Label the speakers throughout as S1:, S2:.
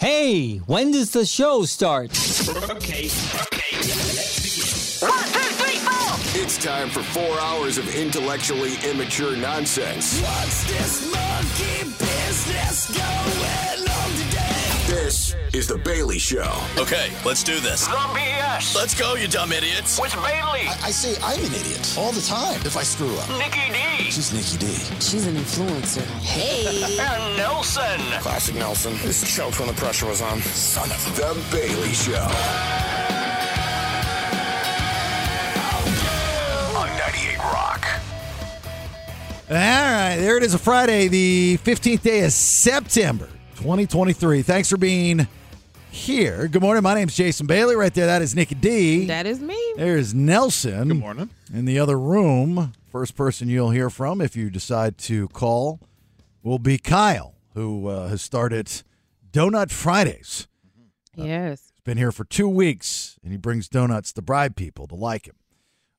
S1: Hey, when does the show start?
S2: Okay, okay, let's begin.
S3: One, two, three, four.
S4: It's time for four hours of intellectually immature nonsense.
S5: What's this monkey business going on today?
S4: This is The Bailey Show.
S6: Okay, let's do this.
S3: Some BS.
S6: Let's go, you dumb idiots.
S3: With Bailey,
S5: I say I'm an idiot all the time if I screw up.
S3: Nikki D,
S5: She's Nikki D.
S7: She's an influencer. Hey.
S3: and Nelson.
S5: Classic Nelson. This choked when the pressure was on. Son of a.
S4: The Bailey Show.
S3: On 98 Rock.
S8: All right, there it is. A Friday, the fifteenth day of September, twenty twenty-three. Thanks for being here. Good morning. My name's Jason Bailey. Right there, that is Nikki D.
S9: That is me.
S8: There's Nelson. Good morning. In the other room, first person you'll hear from if you decide to call will be Kyle, who uh, has started Donut Fridays. Uh,
S9: Yes.
S8: He's been here for two weeks, and he brings donuts to bribe people to like him.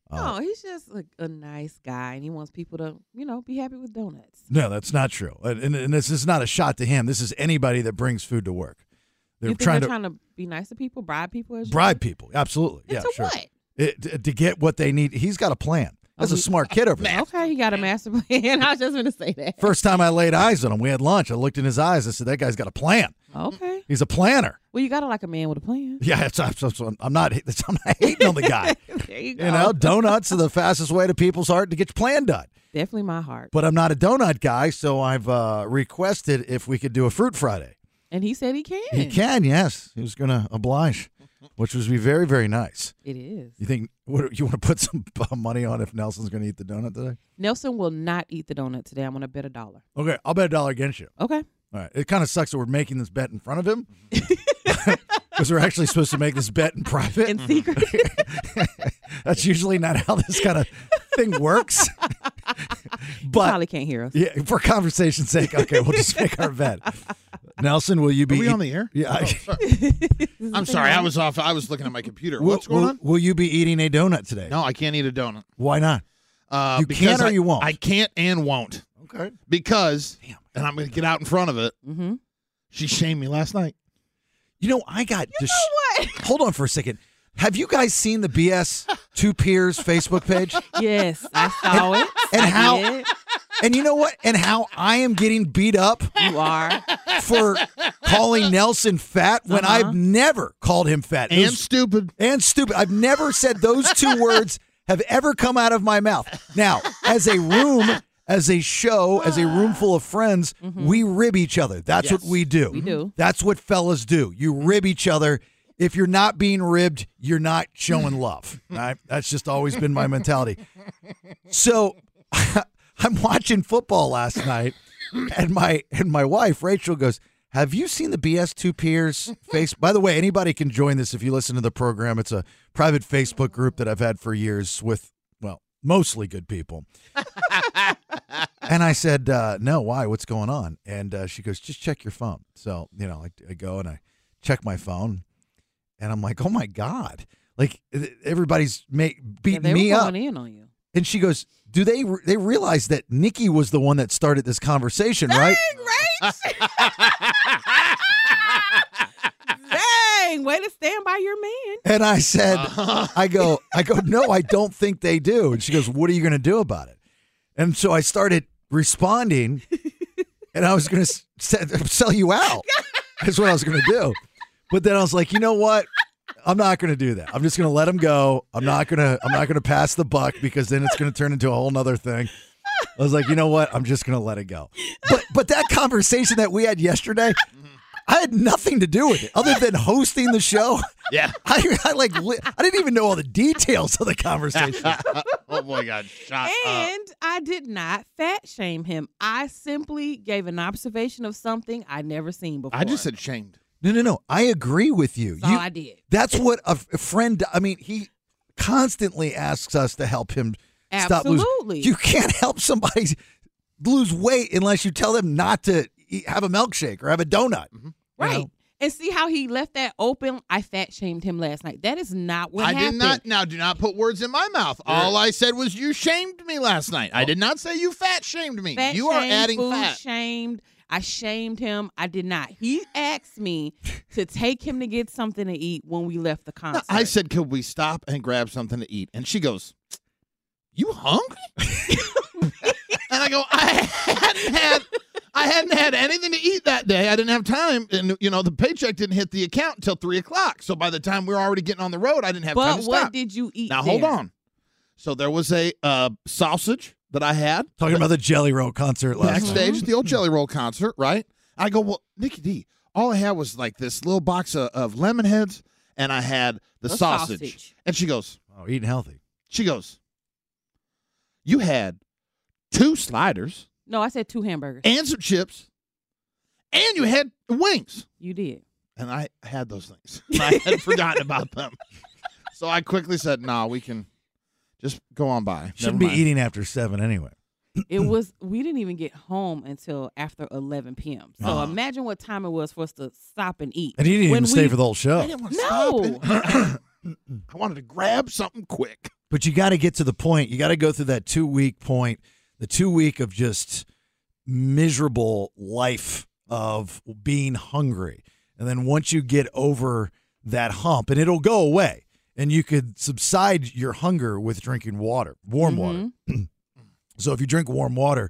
S8: uh,
S9: No, he's just a, a nice guy, and he wants people to, you know, be happy with donuts.
S8: No, that's not true. Uh, And, and- and this is not a shot to him. This is anybody that brings food to work. They're
S9: you think
S8: trying to
S9: they're trying to be nice to people, bribe people? As you-
S8: bribe people. Absolutely.
S9: Into
S8: yeah, sure.
S9: what?
S8: It- to- to get what they need. He's got a plan. That's a
S9: Oh, he-
S8: smart kid over there.
S9: Okay, he got a master plan. I was just gonna say that.
S8: First time I laid eyes on him, we had lunch. I looked in his eyes. I said, "That guy's got a plan.
S9: Okay.
S8: He's a planner."
S9: Well, you gotta like a man with a plan.
S8: Yeah, that's, that's, that's, I'm not. That's, I'm not hating on the guy.
S9: There you go.
S8: You know, donuts are the fastest way to people's heart to get your plan done.
S9: Definitely my heart.
S8: But I'm not a donut guy, so I've uh, requested if we could do a fruit Friday.
S9: And he said he can.
S8: He can, yes. He was going to oblige, which would be very, very nice.
S9: It is.
S8: You think what, you want to put some uh, money on if Nelson's going to eat the donut today?
S9: Nelson will not eat the donut today. I'm gonna bet a dollar.
S8: Okay, I'll bet a dollar against you.
S9: Okay.
S8: All right. It kind of sucks that we're making this bet in front of him because we're actually supposed to make this bet in private.
S9: In secret.
S8: That's usually not how this kind of thing works. but
S9: Probably can't hear us.
S8: yeah, for conversation's sake, okay, we'll just make our bet. Nelson, will you be?
S10: Are we on the air? Oh,
S8: Yeah. I-
S10: I'm sorry, I was off. I was looking at my computer.
S8: will-
S10: What's going
S8: will,
S10: on?
S8: Will you be eating a donut today?
S10: No, I can't eat a donut.
S8: Why not?
S10: Uh,
S8: You
S10: because
S8: can't or
S10: I-
S8: you won't?
S10: I can't and won't
S8: Okay.
S10: because,
S8: Damn.
S10: and I'm going to get out in front of it.
S9: Mhm.
S10: She shamed me last night.
S8: You know, I got. You
S9: know
S8: Hold on for a second. Have you guys seen the BS Two Peers Facebook page?
S9: Yes, I saw it.
S8: and
S9: I
S8: how-
S9: did.
S8: And you know what? And how I am getting beat up
S9: you are.
S8: for calling Nelson fat when
S9: Uh-huh.
S8: I've never called him fat It
S10: And
S8: was-
S10: stupid.
S8: and stupid. I've never said those two words have ever come out of my mouth. Now, as a room, as a show, as a room full of friends, we rib each other. That's what we do. We
S9: do.
S8: That's what fellas do. You rib each other. If you're not being ribbed, you're not showing love. all right? That's just always been my mentality. So I'm watching football last night, and my and my wife Rachel goes, "Have you seen the BS Two Peers face?" By the way, anybody can join this if you listen to the program. It's a private Facebook group that I've had for years with well, mostly good people. and I said, uh, "No, why? What's going on?" And uh, she goes, "Just check your phone." So you know, I, I go and I check my phone, and I'm like, "Oh my god!" Like th- everybody's make
S9: Yeah,
S8: beating
S9: they
S8: me
S9: were
S8: up.
S9: going in on you.
S8: And she goes, "Do they they realize that Nikki was the one that started this conversation, right?"
S9: Dang, way to stand by your man.
S8: And I said, "I go, I go, no, I don't think they do." And she goes, "What are you going to do about it?" And so I started responding, and I was going to sell you out. That's what I was going to do. But then I was like, you know what? I'm not going to do that. I'm just going to let him go. I'm not going to. I'm not going to pass the buck because then it's going to turn into a whole nother thing. I was like, you know what? I'm just going to let it go. But but that conversation that we had yesterday, I had nothing to do with it other than hosting the show.
S10: Yeah.
S8: I, I like li- I didn't even know all the details of the conversation.
S10: oh boy, God, shot up.
S9: And I did not fat shame him. I simply gave an observation of something I'd never seen before.
S10: I just said shamed.
S8: No, no, no. I agree with you.
S9: that's
S8: you
S9: all I did.
S8: that's what a, f- a friend. I mean, he constantly asks us to help him stop
S9: Absolutely.
S8: losing. You can't help somebody lose weight unless you tell them not to eat, have a milkshake or have a donut.
S10: Mm-hmm.
S9: right.
S8: know.
S9: And see how he left that open? I fat shamed him last night. That is not what
S10: I
S9: happened.
S10: did not. Now, do not put words in my mouth. All I said was Oh. you shamed me last night. I did not say you fat shamed me.
S9: Fat
S10: you are
S9: shamed,
S10: adding
S9: food
S10: fat.
S9: shamed. I shamed him. I did not. He asked me to take him to get something to eat when we left the concert.
S10: I said, could we stop and grab something to eat? And she goes, you hungry? and I go, I hadn't had, I hadn't had anything to eat that day. I didn't have time. And, you know, the paycheck didn't hit the account until 3 o'clock. So by the time we were already getting on the road, I didn't have time
S9: but
S10: to
S9: what
S10: stop.
S9: did you eat?
S10: now, hold
S9: there?
S10: on. So there was a uh, sausage that I had.
S8: Talking about the Jelly Roll concert last night.
S10: backstage at the old Jelly Roll concert, right? I go, well, Nikki D, all I had was like this little box of, of lemon heads and I had
S9: The
S10: the sausage.
S9: sausage.
S10: And she goes,
S8: Oh, eating healthy.
S10: she goes, you had two sliders
S9: No, I said two hamburgers.
S10: and some chips and you had wings.
S9: you did.
S10: And I had those things. I had forgotten about them. So I quickly said, nah, we can just go on by.
S8: Shouldn't
S10: Never
S8: be
S10: mind."
S8: eating after seven anyway.
S9: It
S8: Hmm.
S9: was. We didn't even get home until after 11 p.m. So imagine what time it was for us to stop and eat.
S8: Ah. And he didn't
S9: When
S8: even stay
S9: we-
S8: for the whole
S10: I
S8: show.
S10: didn't want to
S9: No,
S10: stop. and- I wanted to grab something quick.
S8: But you got to get to the point. You got to go through that two week point, the two week of just miserable life of being hungry. And then once you get over that hump, and it'll go away, and you could subside your hunger with drinking water, warm water. so if you drink warm water,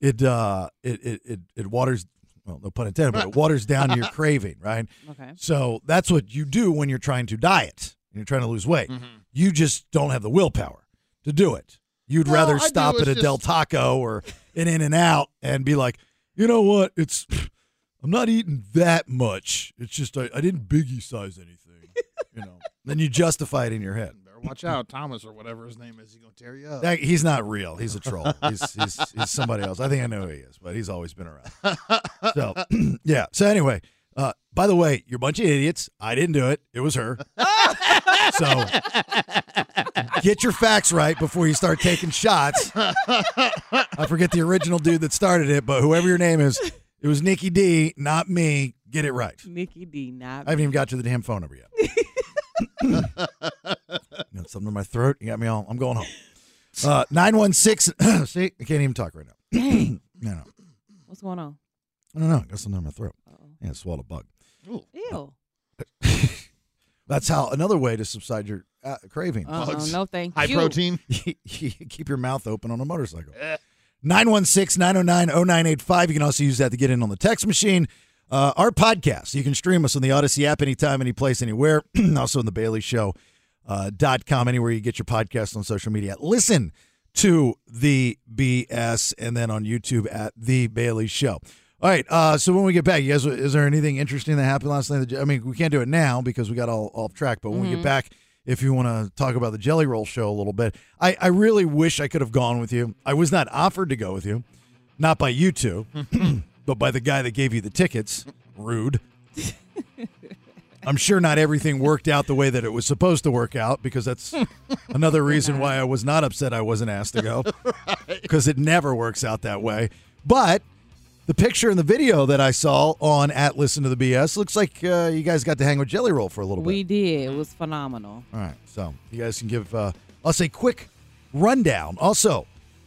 S8: it uh it it it, it waters well no pun intended, but it waters down your craving, right?
S9: Okay.
S8: So that's what you do when you're trying to diet and you're trying to lose weight.
S10: Mm-hmm.
S8: You just don't have the willpower to do it. You'd
S10: No,
S8: rather
S10: I do.
S8: stop at
S10: It's
S8: a Del
S10: just-
S8: Taco or an In and Out and be like, you know what? It's I'm not eating that much. It's just I, I didn't biggie size anything. You know. then you justify it in your head.
S10: Better watch out, Thomas or whatever his name is. He gonna tear you up.
S8: That, he's not real. He's a troll. He's, he's, he's somebody else. I think I know who he is, but he's always been around. So, yeah. So, anyway, uh, by the way, you're a bunch of idiots. I didn't do it. It was her. so, get your facts right before you start taking shots. I forget the original dude that started it, but whoever your name is, it was Nikki D, not me. Get it right.
S9: Nikki D. Not.
S8: I haven't even got to the damn phone number yet. You got something in my throat. You got me all. I'm going home. Uh, 916. see, I can't even talk right now.
S9: Dang.
S8: No, no.
S9: What's going on?
S8: I don't know. I got something in my throat.
S9: Uh-oh.
S8: Yeah, swallowed a bug.
S9: Ew.
S8: That's how another way to subside your uh, craving.
S9: Uh-uh,
S10: Bugs.
S9: no, thank
S10: High
S9: you.
S10: protein.
S8: Keep your mouth open on a motorcycle. 916 909 0985. You can also use that to get in on the text machine. Uh, our podcast, you can stream us on the Odyssey app anytime, any place, anywhere. also on the Bailey Show. Uh, dot com anywhere you get your podcast on social media. Listen to the BS and then on YouTube at the Bailey Show. All right. Uh, so when we get back, you guys, is there anything interesting that happened last night? I mean, we can't do it now because we got all off track. But when we get back, if you want to talk about the Jelly Roll Show a little bit, I, I really wish I could have gone with you. I was not offered to go with you, not by you two, but by the guy that gave you the tickets. Rude. I'm sure not everything worked out the way that it was supposed to work out because that's another reason why I was not upset I wasn't asked to go because it never works out that way. But the picture and the video that I saw on at Listen to the BS looks like uh, you guys got to hang with Jelly Roll for a little
S9: We
S8: bit.
S9: did. It was phenomenal.
S8: All right, so you guys can give uh, us a quick rundown. Also,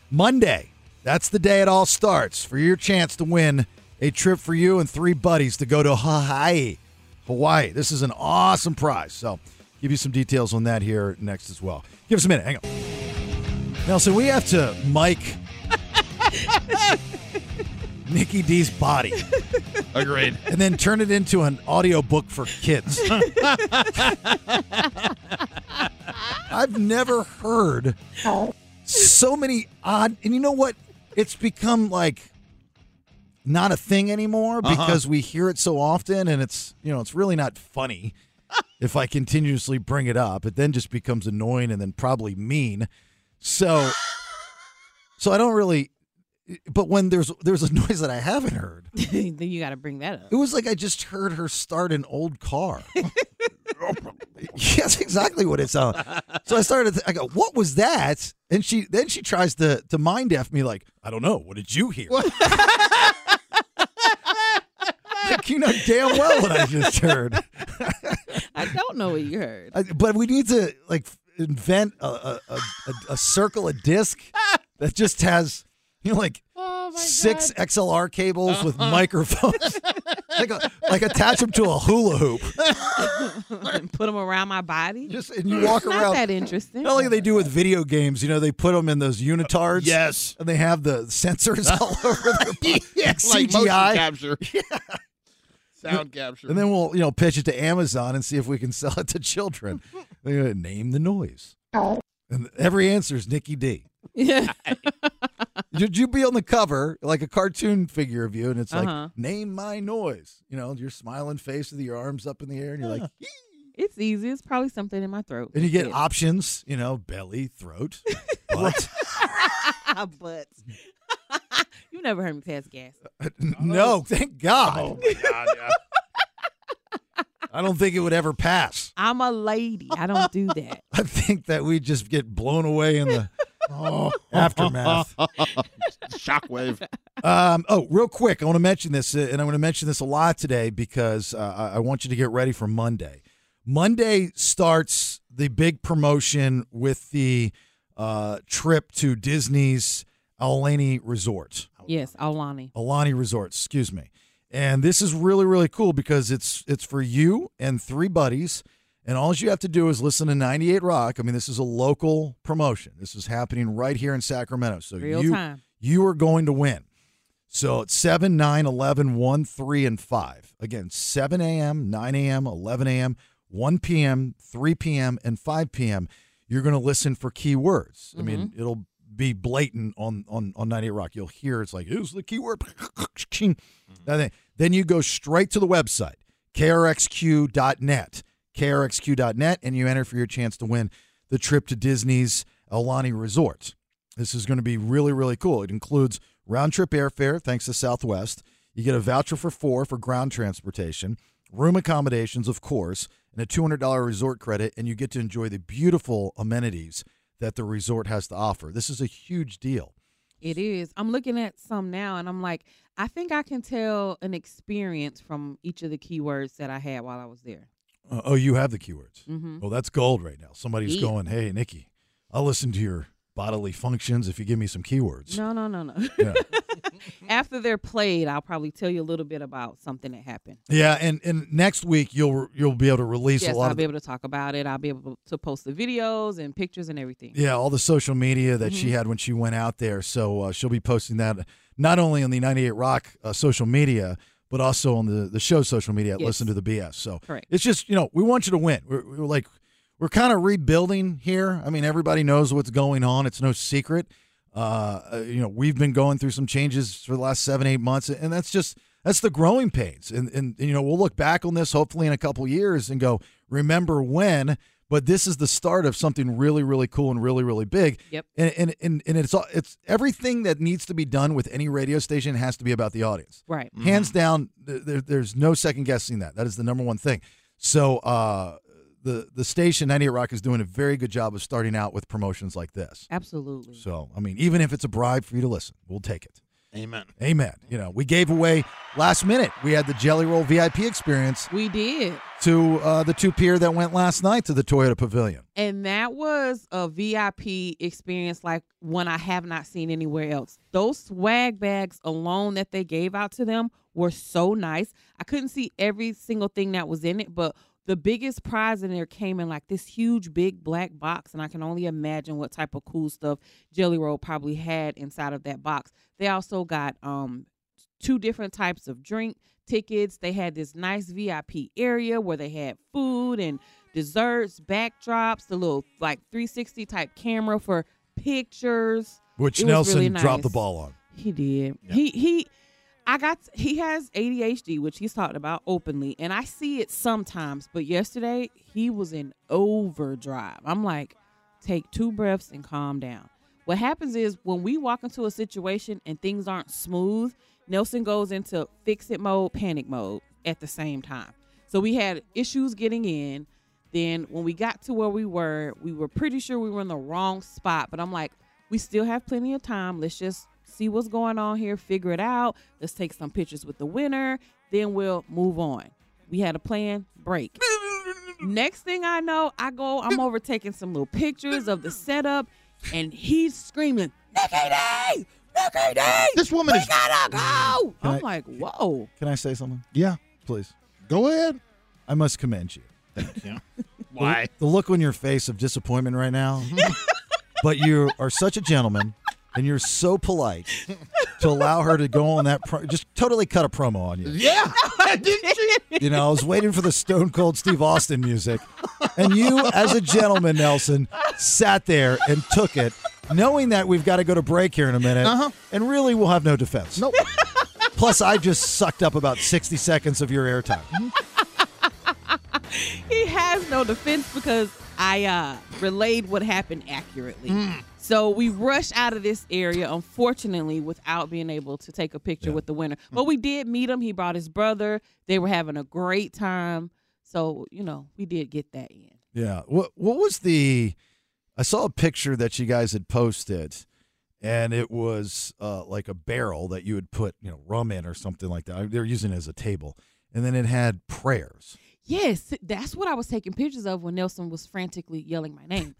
S8: Monday, that's the day it all starts for your chance to win a trip for you and three buddies to go to Hawaii. Hawaii. This is an awesome prize. So, give you some details on that here next as well. Give us a minute. Hang on. Nelson, we have to mic Nikki D's body
S10: Agreed.
S8: and then turn it into an audiobook for kids. I've never heard so many odd and you know what? It's become like not a thing anymore because we hear it so often and it's you know, it's really not funny if I continuously bring it up. It then just becomes annoying and then probably mean. So so I don't really but when there's there's a noise that I haven't heard
S9: then you got to bring that up.
S8: it was like I just heard her start an old car. That's exactly what it sounded. So I started. I go, "What was that?" And she then she tries to to mind f me like, "I don't know. What did you hear?" like you know damn well what I just heard.
S9: I don't know what you heard.
S8: I, but we need to like invent a a, a, a, a circle, a disc that just has you know like
S9: Oh my
S8: six XLR cables with microphones. like, a, like attach them to a hula hoop.
S9: God. and put them around my body.
S8: Just and you walk
S9: it's not
S8: around.
S9: that interesting.
S8: You know, like they do with video games. You know, they put them in those unitards.
S10: Yes.
S8: And they have the sensors all over their body.
S10: like motion
S8: CGI.
S10: capture. Sound capture.
S8: And then we'll, you know, pitch it to Amazon and see if we can sell it to children. They're gonna Name the noise.
S9: Oh.
S8: And every answer is Nikki D.
S9: Yeah.
S8: You'd you be on the cover, like a cartoon figure of you, and it's like,
S9: Uh-huh.
S8: name my noise. You know, your smiling face with your arms up in the air, and you're like,
S9: it's easy. It's probably something in my throat.
S8: and you get
S9: Yeah.
S8: options, you know, belly, throat, butt.
S9: but you never heard me pass gas. Oh.
S8: no, thank God.
S10: my God, yeah.
S8: I don't think it would ever pass.
S9: I'm a lady. I don't do that.
S8: I think that we just get blown away in the aftermath.
S10: Shockwave.
S8: Um, oh, real quick, I want to mention this, uh, and I'm going to mention this a lot today because uh, I I want you to get ready for Monday. Monday starts the big promotion with the uh, trip to Disney's Aulani Resort.
S9: Yes, Alani.
S8: Alani Resorts, excuse me. And this is really really cool because it's it's for you and three buddies and all you have to do is listen to 98 Rock. I mean, this is a local promotion. This is happening right here in Sacramento. So
S9: Real
S8: Oh, you
S9: time.
S8: you are going to win. So it's 7, 9, 11, 1, 3, and 5. Again, 7 a.m., 9 a.m., 11 a.m., 1 p.m., 3 p.m., and 5 p.m. You're going to listen for keywords. I mean, it'll be blatant on, on, on 98 Rock. You'll hear it's like, here's the keyword. That thing. Then you go straight to the website, krxq.net, krxq.net, and you enter for your chance to win the trip to Disney's Alani Resort. This is going to be really, really cool. It includes round trip airfare, thanks to Southwest. You get a voucher for four for ground transportation, room accommodations, of course, and a $200 resort credit, and you get to enjoy the beautiful amenities that the resort has to offer. This is a huge deal.
S9: It is. I'm looking at some now and I'm like, I think I can tell an experience from each of the keywords that I had while I was there.
S8: Uh, oh, you have the keywords.
S9: Mhm.
S8: Well, that's gold right now. Somebody's
S9: Yeah.
S8: going, hey, Nikki, I'll listen to your bodily functions if you give me some keywords.
S9: No, no, no, no.
S8: Yeah.
S9: After they're played, I'll probably tell you a little bit about something that happened.
S8: Yeah, and, and next week you'll you'll be able to release
S9: yes,
S8: a lot
S9: I'll
S8: of
S9: be able to talk about it. I'll be able to post the videos and pictures and everything.
S8: Yeah, all the social media that
S9: Mm-hmm.
S8: she had when she went out there. So uh, she'll be posting that not only on the 98 Rock uh, social media, but also on the, the show's social media at
S9: Yes.
S8: Listen to the BS. So
S9: Correct.
S8: it's just, you know, we want you to win. We're, we're like, we're kind of rebuilding here. I mean, everybody knows what's going on, it's no secret. Uh, uh, you know, we've been going through some changes for the last seven, eight months, and that's just that's the growing pains. And and, and you know, we'll look back on this hopefully in a couple years and go, remember when? But this is the start of something really, really cool and really, really big.
S9: Yep.
S8: And and and, and it's all it's everything that needs to be done with any radio station has to be about the audience.
S9: Right.
S8: Mm-hmm. Hands down, th- there, there's no second guessing that. That is the number one thing. So uh, the the station 98 Rock is doing a very good job of starting out with promotions like this.
S9: Absolutely.
S8: So, I mean, even if it's a bribe for you to listen, we'll take it.
S10: Amen.
S8: Amen. You know, we gave away last minute. We had the Jelly Roll VIP experience
S9: We did.
S8: to uh, the two peer that went last night to the Toyota Pavilion.
S9: And that was a VIP experience like one I have not seen anywhere else. Those swag bags alone that they gave out to them were so nice. I couldn't see every single thing that was in it, but the biggest prize in there came in like this huge big black box and I can only imagine what type of cool stuff Jelly Roll probably had inside of that box. They also got um two different types of drink tickets. They had this nice VIP area where they had food and desserts, backdrops, the little like 360 type camera for pictures.
S8: Which
S9: It was
S8: Nelson
S9: really
S8: dropped the
S9: nice.
S8: ball on.
S9: He did. He he I got he has ADHD, which he's talked about openly, and I see it sometimes, but yesterday he was in overdrive. I'm like, take two breaths and calm down. What happens is when we walk into a situation and things aren't smooth, Nelson goes into fix it mode, panic mode at the same time. So we had issues getting in. Then when we got to where we were, we were pretty sure we were in the wrong spot, but I'm like, we still have plenty of time. Let's just see what's going on here, figure it out. Let's take some pictures with the winner, then we'll move on. We had a plan, break. Next thing I know, I go, I'm over taking some little pictures of the setup, and he's screaming, Nikki D! Mickey D,
S10: This woman
S9: we
S10: is.
S9: gotta go.
S8: Can I-
S9: I'm like, whoa.
S8: Can I say something?
S10: Yeah,
S8: Please.
S10: go ahead.
S8: I must commend you.
S10: Why?
S8: The look on your face of disappointment right now. but you are such a gentleman and you're so polite to allow her to go on that pro- just totally cut a promo on you.
S10: Yeah. Didn't she?
S8: You know, I was waiting for the Stone Cold Steve Austin music. And you, as a gentleman, Nelson, sat there and took it, knowing that we've got to go to break here in a minute.
S10: Uh-huh.
S8: And really, we'll have no defense.
S10: Nope.
S8: Plus, I just sucked up about 60 seconds of your
S10: Mm-hmm.
S8: airtime.
S9: He has no defense because I uh, relayed what happened accurately. So we rushed out of this area, unfortunately, without being able to take a picture with the winner. But we did meet him. He brought his brother. They were having a great time. So, you know, we did get that in.
S8: Yeah. What What was the? I saw a picture that you guys had posted, and it was uh, like a barrel that you would put, you know, rum in or something like that. They're using it as a table, and then it had prayers.
S9: Yes, that's what I was taking pictures of when Nelson was frantically yelling my name.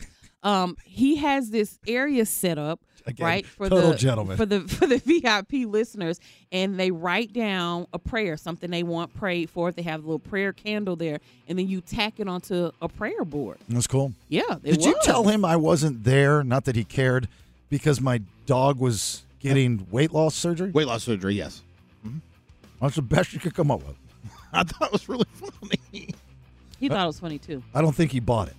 S9: Um, he has this area set up,
S8: Again,
S9: right, for
S8: total
S9: the
S8: gentleman.
S9: for the for the VIP listeners, and they write down a prayer, something they want prayed for. They have a little prayer candle there, and then you tack it onto a prayer board.
S8: That's cool.
S9: Yeah, it
S8: Did you
S9: was.
S8: tell him I wasn't there? Not that he cared, because my dog was getting weight loss surgery.
S10: Weight loss surgery, yes.
S8: That's the best you could come up with.
S10: I thought it was really funny.
S9: He thought it was funny too.
S8: I don't think he bought it.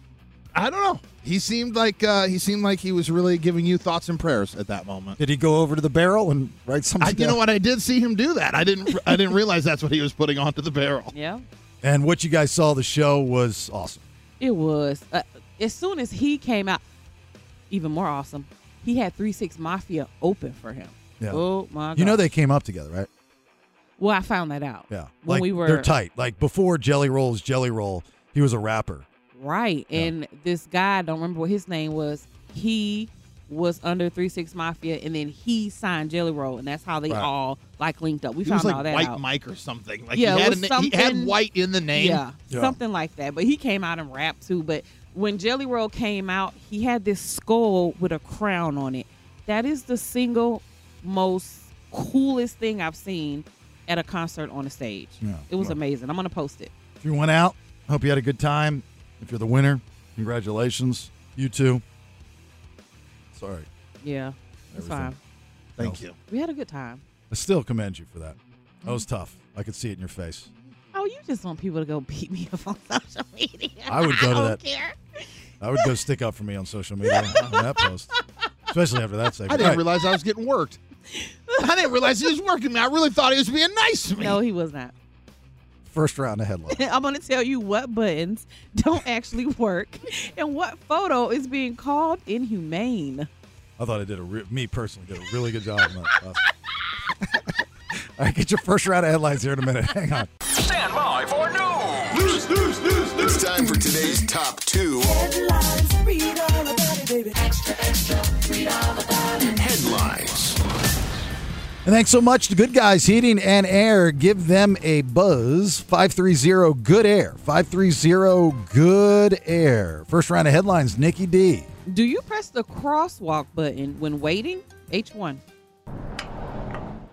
S10: I don't know. He seemed like uh, he seemed like he was really giving you thoughts and prayers at that moment.
S8: Did he go over to the barrel and write something?
S10: I, you know
S8: down?
S10: what? I did see him do that. I didn't. I didn't realize that's what he was putting onto the barrel.
S9: Yeah,
S8: And what you guys saw the show was awesome.
S9: it was. Uh, as soon as he came out, even more awesome. He had Three Six Mafia open for him.
S8: Yeah.
S9: Oh my!
S8: You know
S9: gosh.
S8: they came up together, right?
S9: Well, I found that out.
S8: Yeah.
S9: when
S8: like,
S9: we were
S8: they're tight. Like before Jelly Roll's Jelly Roll, he was a rapper.
S9: Right. And this guy, I don't remember what his name was, he was under Three Six Mafia and then he signed Jelly Roll and that's how they all like linked up. We
S10: He
S9: found
S10: was like
S9: all that
S10: White
S9: out.
S10: Mike or something. Like
S9: Yeah,
S10: he,
S9: it
S10: had
S9: was
S10: a na- he had
S9: something-
S10: White in the name.
S9: Yeah,
S8: Yeah.
S9: Something like that. But he came out and rapped too. But when Jelly Roll came out, he had this skull with a crown on it. That is the single most coolest thing I've seen at a concert on a stage.
S8: Yeah.
S9: It was amazing. I'm gonna post it.
S8: If you went out, hope you had a good time. If you're the winner, congratulations. You too. Sorry.
S9: Yeah. It's
S8: Everything.
S9: fine.
S10: Thank you.
S9: We had a good time.
S8: I still commend you for that. That was tough. I could see it in your face.
S9: Oh, you just want people to go beat me up on social media.
S8: I would go to
S9: don't
S8: that.
S9: Care.
S8: I would go stick up for me on social media on that post. Especially after that segment.
S10: I didn't
S8: All right.
S10: realize I was getting worked. I didn't realize he was working me. I really thought he was being nice to me.
S9: No, he was not.
S8: First round of headline.
S9: I'm gonna tell you what buttons don't actually work and what photo is being called inhumane.
S8: I thought I did a re- me personally did a really good job. On that. All right, get your first round of headlines here in a minute. Hang on.
S3: Stand by for news.
S2: News, news, news, news.
S4: It's time for today's top two headlines.
S8: And thanks so much to Good Guys Heating and Air. Give them a buzz. 530 Good Air. 530 Good Air. First round of headlines, Nikki D.
S9: Do you press the crosswalk button when waiting? H1.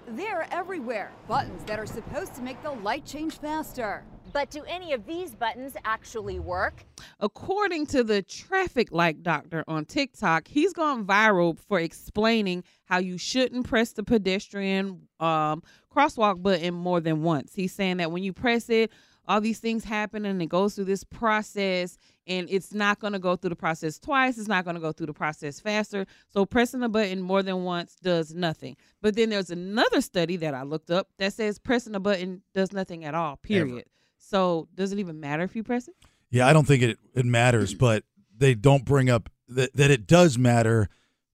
S11: They're everywhere. Buttons that are supposed to make the light change faster. But do any of these buttons actually work?
S9: According to the traffic light doctor on TikTok, he's gone viral for explaining how you shouldn't press the pedestrian um, crosswalk button more than once. He's saying that when you press it, all these things happen and it goes through this process and it's not going to go through the process twice. It's not going to go through the process faster. So pressing the button more than once does nothing. But then there's another study that I looked up that says pressing the button does nothing at all, period. So does it even matter if you press it?
S8: Yeah, I don't think it, it matters, but they don't bring up that, that it does matter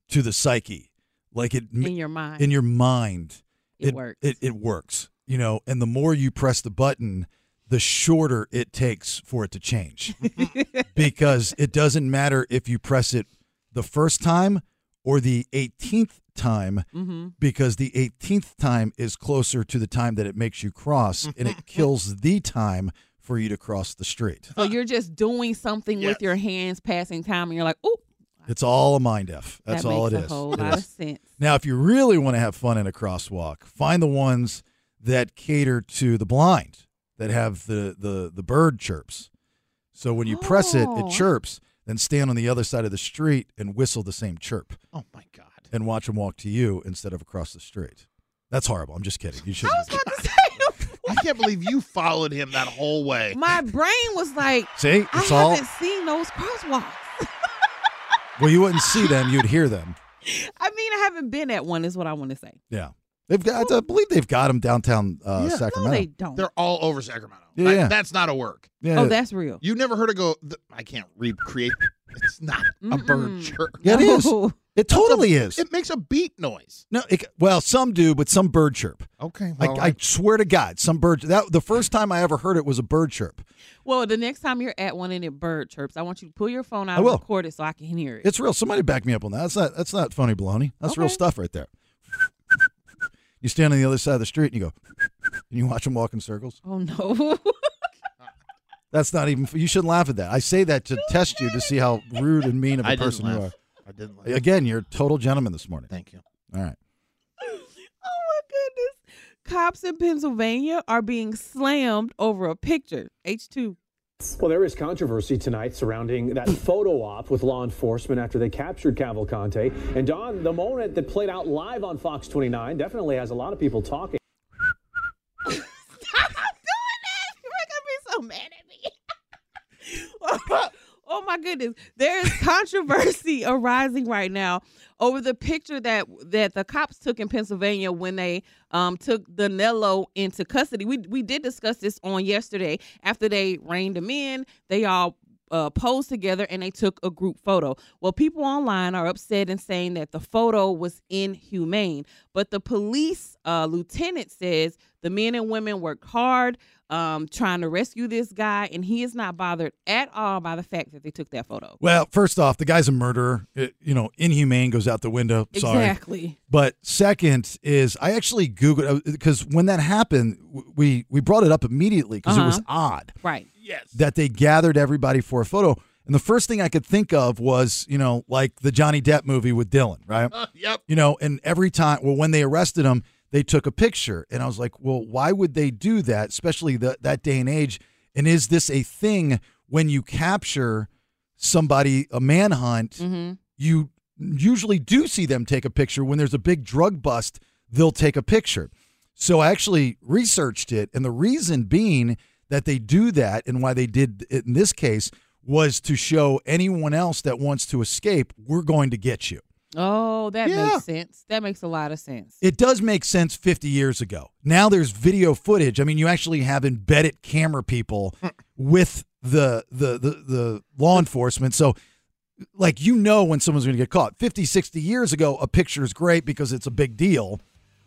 S8: to the psyche. Like it
S9: in your mind.
S8: in your mind.
S9: It works.
S8: It, it works. You know, and the more you press the button, the shorter it takes for it to change. because it doesn't matter if you press it the first time or the 18th time,
S9: Mm-hmm.
S8: because the 18th time is closer to the time that it makes you cross and it kills the time for you to cross the street.
S9: so you're just doing something with your hands, passing time, and you're like, "Oh,
S8: It's all a mind f. That's
S9: that
S8: all
S9: makes
S8: it is.
S9: a whole
S8: It
S9: lot of
S8: is.
S9: sense.
S8: Now, if you really want to have fun in a crosswalk, find the ones that cater to the blind that have the the the bird chirps. So when you press it,
S9: Oh.
S8: it chirps. Then stand on the other side of the street and whistle the same chirp,
S10: Oh my god.
S8: and watch them walk to you instead of across the street. That's horrible. I'm just kidding. You should.
S9: I was about to say,
S10: I can't believe you followed him that whole way.
S9: my brain was like,
S8: See,
S9: I
S8: it's all.
S9: haven't seen those crosswalks.
S8: Well, you wouldn't see them. You'd hear them.
S9: I mean, I haven't been at one, is what I want to say.
S8: Yeah, they've got. I believe they've got them downtown uh,
S10: Yeah.
S9: Oh. No,
S8: Sacramento.
S9: they don't.
S10: They're all over Sacramento.
S8: Yeah,
S10: Like,
S8: yeah.
S10: That's not a work.
S8: yeah,
S9: Oh, that's real.
S10: You never heard it go. th- I can't recreate. It's not a bird
S9: Mm-mm.
S10: chirp.
S8: yeah, it is.
S9: No.
S8: It totally is.
S10: It makes a beat noise.
S8: No, it, well, some do, but some bird chirp.
S10: Okay.
S8: I, I swear to God, some bird. That the first time I ever heard it was a bird chirp.
S9: Well, the next time you're at one and it bird chirps, I want you to pull your phone
S8: I
S9: out and
S8: will.
S9: record it so I can hear it.
S8: It's real. Somebody back me up on that. That's not. That's not phony baloney. That's real
S9: Okay.
S8: stuff right there. You stand on the other side of the street and you go, and you watch them walk in circles.
S9: oh no.
S8: That's not even. You shouldn't laugh at that. I say that to test you to see how rude and mean of a
S10: I didn't
S8: person you
S10: laugh.
S8: are.
S10: I didn't laugh.
S8: Again, you're a total gentleman this morning.
S10: Thank you.
S8: All right.
S9: Oh my goodness. Cops in Pennsylvania are being slammed over a picture. H2.
S12: Well, there is controversy tonight surrounding that photo op with law enforcement after they captured Cavalcante. And Don, the moment that played out live on Fox 29 definitely has a lot of people talking.
S9: Stop doing that. You're going to be so mad at me. oh my goodness. There is controversy arising right now over the picture that that the cops took in Pennsylvania when they um, took Danilo into custody. We we did discuss this on yesterday after they reined him in. They all uh, posed together and they took a group photo. Well, people online are upset and saying that the photo was inhumane. But the police uh, lieutenant says the men and women worked hard um, trying to rescue this guy, and he is not bothered at all by the fact that they took that photo.
S8: Well, first off, the guy's a murderer. It- you know, inhumane goes out the window. Sorry.
S9: Exactly.
S8: But second is I actually googled because when that happened, w- we we brought it up immediately because it was
S9: Uh-huh.
S8: odd
S9: Right.
S8: that they gathered everybody for a photo. And the first thing I could think of was you know like the Johnny Depp movie with Dylan, right?
S10: Yep.
S8: You know, and every time, well, when they arrested him, they took a picture, and I was like, well, why would they do that, especially the, that day and age? And is this a thing when you capture somebody a manhunt?
S9: Mm-hmm.
S8: you usually do see them take a picture when there's a big drug bust they'll take a picture so i actually researched it and the reason being that they do that and why they did it in this case was to show anyone else that wants to escape we're going to get you
S9: Oh, that
S8: Yeah.
S9: makes sense. That makes a lot of sense.
S8: it does make sense 50 years ago now there's video footage i mean you actually have embedded camera people with the the the, the law enforcement so like you know when someone's going to get caught 50 60 years ago a picture is great because it's a big deal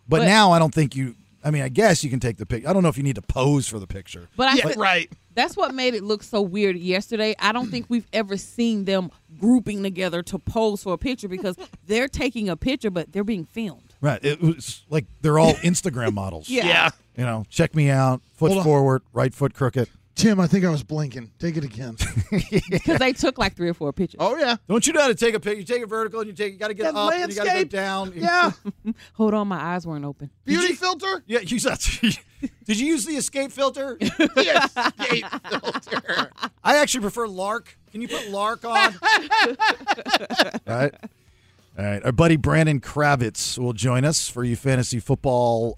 S8: but,
S9: But-
S8: now i don't think you i mean i guess you can take the pic i don't know if you need to pose for the picture
S9: but I
S10: Yeah,
S9: but
S10: right.
S9: that's what made it look so weird yesterday. I don't think we've ever seen them grouping together to pose for a picture because they're taking a picture, but they're being filmed.
S8: right it was like they're all instagram models
S9: Yeah.
S10: Yeah.
S8: you know check me out foot
S10: Hold on.
S8: forward right foot crooked
S10: Tim, I think I was blinking. Take it again.
S9: Because they took like three or four pictures.
S10: oh yeah.
S8: don't you know how to take a picture you take it vertical and you take you got to get
S10: That
S8: up and you got to go
S10: landscape.
S8: down
S10: Yeah.
S9: Hold on, my eyes weren't open.
S10: Beauty filter.
S8: Yeah, use that. Did you use the escape filter?
S10: Yes. Escape filter.
S8: I actually prefer Lark. Can you put Lark on? All right. All right. Our buddy Brandon Kravitz will join us for you fantasy football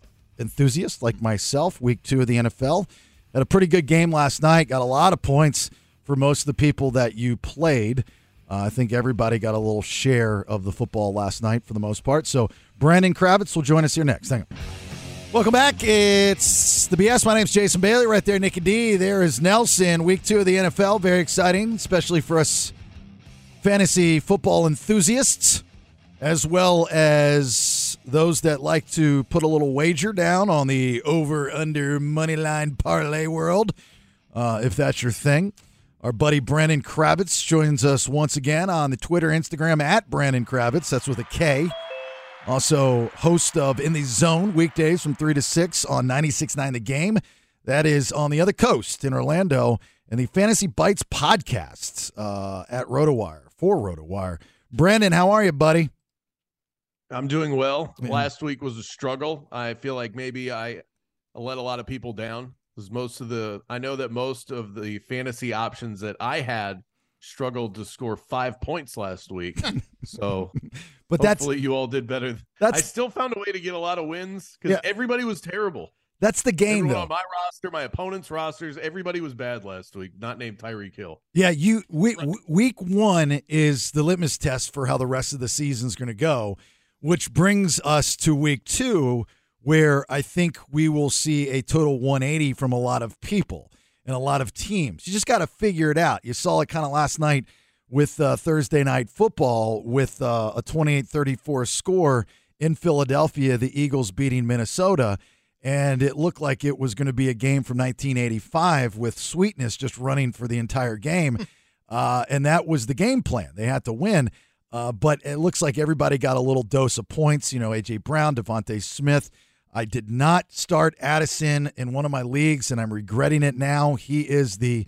S8: uh, enthusiasts like myself, week two of the NFL. Had a pretty good game last night. Got a lot of points for most of the people that you played. Uh, I think everybody got a little share of the football last night for the most part. So Brandon Kravitz will join us here next. Hang on. Welcome back. It's the BS. My name's Jason Bailey. Right there, Nikki D. There is Nelson. Week two of the NFL. Very exciting, especially for us fantasy football enthusiasts, as well as those that like to put a little wager down on the over under money line parlay world, uh, if that's your thing. Our buddy Brandon Kravitz joins us once again on the Twitter, Instagram at Brandon Kravitz. That's with a K. Also, host of In the Zone weekdays from 3 to 6 on 96.9 The Game. That is on the other coast in Orlando and the Fantasy Bites podcasts uh, at RotoWire for RotoWire. Brandon, how are you, buddy?
S13: I'm doing well. Last week was a struggle. I feel like maybe I let a lot of people down because most of the I know that most of the fantasy options that I had struggled to score five points last week. So,
S8: But that's-
S13: hopefully you all did better.
S8: that's-
S13: I still found a way to get a lot of wins because
S8: Yeah.
S13: everybody was terrible.
S8: That's the game,
S13: Everyone
S8: though.
S13: on my roster, my opponent's rosters, everybody was bad last week. Not named Tyreek Hill.
S8: Yeah, you we, w- week one is the litmus test for how the rest of the season's going to go, which brings us to week two, where I think we will see a total 180 from a lot of people and a lot of teams. You just got to figure it out. You saw it kind of last night with uh, Thursday night football with uh, a 28-34 score in Philadelphia, the Eagles beating Minnesota and it looked like it was going to be a game from 1985 with sweetness just running for the entire game uh, and that was the game plan they had to win uh, but it looks like everybody got a little dose of points you know aj brown devonte smith i did not start addison in one of my leagues and i'm regretting it now he is the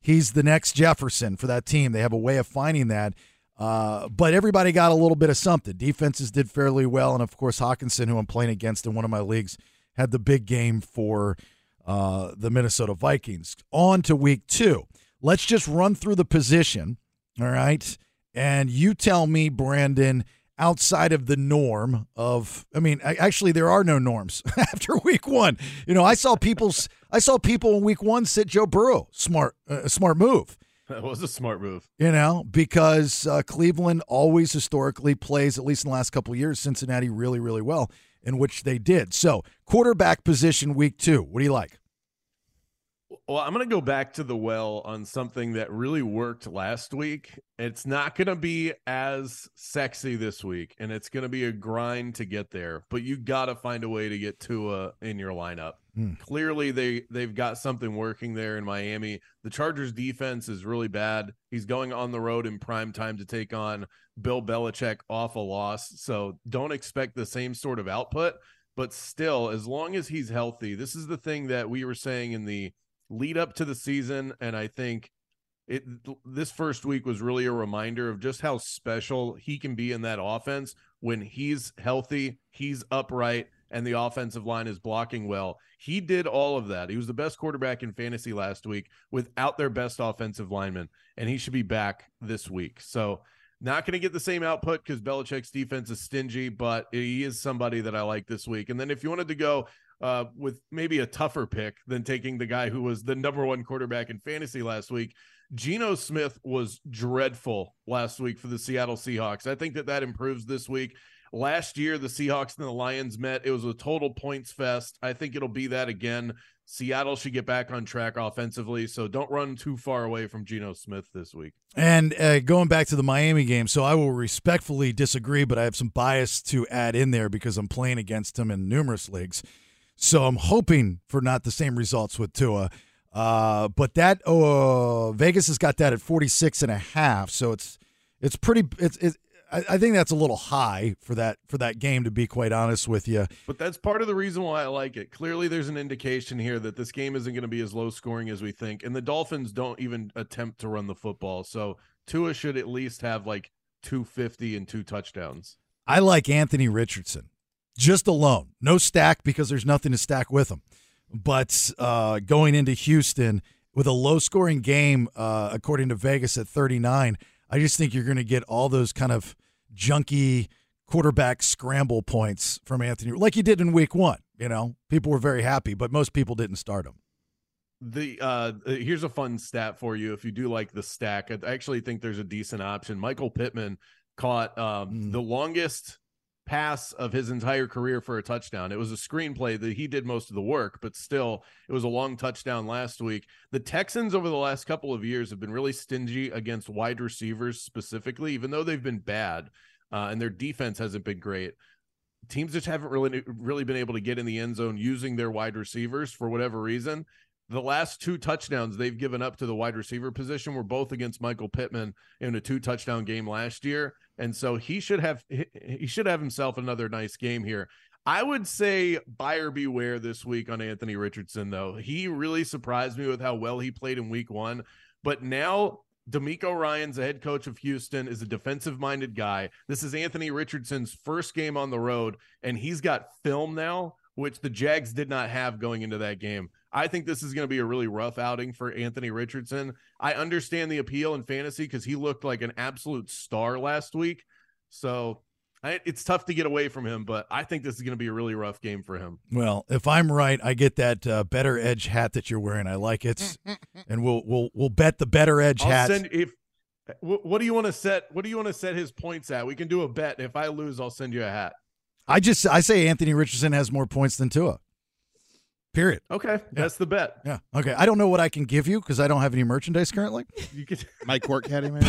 S8: he's the next jefferson for that team they have a way of finding that uh, but everybody got a little bit of something. Defenses did fairly well, and of course Hawkinson, who I'm playing against in one of my leagues, had the big game for uh, the Minnesota Vikings. On to week two. Let's just run through the position, all right? And you tell me, Brandon, outside of the norm of, I mean, I, actually there are no norms after week one. You know, I saw people's, I saw people in week one sit Joe Burrow. Smart, uh, smart move
S13: That was a smart move.
S8: you know, because uh, Cleveland always historically plays, at least in the last couple of years, Cincinnati really, really well, in which they did. So, quarterback position week two. What do you like?
S13: Well, I'm going to go back to the well on something that really worked last week. It's not going to be as sexy this week, and it's going to be a grind to get there. But you got to find a way to get Tua in your lineup.
S8: Hmm.
S13: Clearly, they they've got something working there in Miami. The Chargers' defense is really bad. He's going on the road in prime time to take on Bill Belichick off a loss, so don't expect the same sort of output. But still, as long as he's healthy, this is the thing that we were saying in the lead up to the season and i think it this first week was really a reminder of just how special he can be in that offense when he's healthy he's upright and the offensive line is blocking well he did all of that he was the best quarterback in fantasy last week without their best offensive lineman and he should be back this week so not going to get the same output because Belichick's defense is stingy, but he is somebody that I like this week. And then if you wanted to go uh, with maybe a tougher pick than taking the guy who was the number one quarterback in fantasy last week, Geno Smith was dreadful last week for the Seattle Seahawks. I think that that improves this week. Last year, the Seahawks and the Lions met. It was a total points fest. I think it'll be that again. Seattle should get back on track offensively. So don't run too far away from Geno Smith this week.
S8: And uh, going back to the Miami game, so I will respectfully disagree, but I have some bias to add in there because I'm playing against him in numerous leagues. So I'm hoping for not the same results with Tua. Uh, but that uh, Vegas has got that at 46 and a half, so it's it's pretty it's, it's I, I think that's a little high for that for that game to be quite honest with you.
S13: But that's part of the reason why I like it. Clearly, there's an indication here that this game isn't going to be as low scoring as we think. And the Dolphins don't even attempt to run the football. So Tua should at least have like 250 and two touchdowns.
S8: I like Anthony Richardson, just alone. No stack because there's nothing to stack with him. But uh, going into Houston with a low scoring game, uh, according to Vegas at 39, I just think you're going to get all those kind of junky quarterback scramble points from Anthony, like you did in week one. You know, people were very happy, but most people didn't start him.
S13: The uh here's a fun stat for you if you do like the stack. I actually think there's a decent option. Michael Pittman caught um the longest pass of his entire career for a touchdown. It was a screenplay that he did most of the work, but still it was a long touchdown last week. The Texans over the last couple of years have been really stingy against wide receivers specifically, even though they've been bad uh, and their defense hasn't been great teams just haven't really really been able to get in the end zone using their wide receivers for whatever reason. The last two touchdowns they've given up to the wide receiver position were both against Michael Pittman in a two touchdown game last year, and so he should have he he should have himself another nice game here. I would say buyer beware this week on Anthony Richardson, though. He really surprised me with how well he played in week one. But now D'Amico Ryan's the head coach of Houston, is a defensive minded guy. This is Anthony Richardson's first game on the road, and he's got film now, which the Jags did not have going into that game. I think this is going to be a really rough outing for Anthony Richardson. I understand the appeal in fantasy because he looked like an absolute star last week. So I, it's tough to get away from him, but I think this is going to be a really rough game for him.
S8: Well, if I'm right, I get that uh, better edge hat that you're wearing. I like it, and we'll we'll we'll bet the better edge
S13: I'll
S8: hat.
S13: send if wh- what do you want to set? What do you want to set his points at? We can do a bet. If I lose, I'll send you a hat.
S8: I just I say Anthony Richardson has more points than Tua. Period.
S13: Okay, that's the bet.
S8: Yeah. Okay. I don't know what I can give you because I don't have any merchandise currently.
S13: You could
S10: My quirk caddy, man.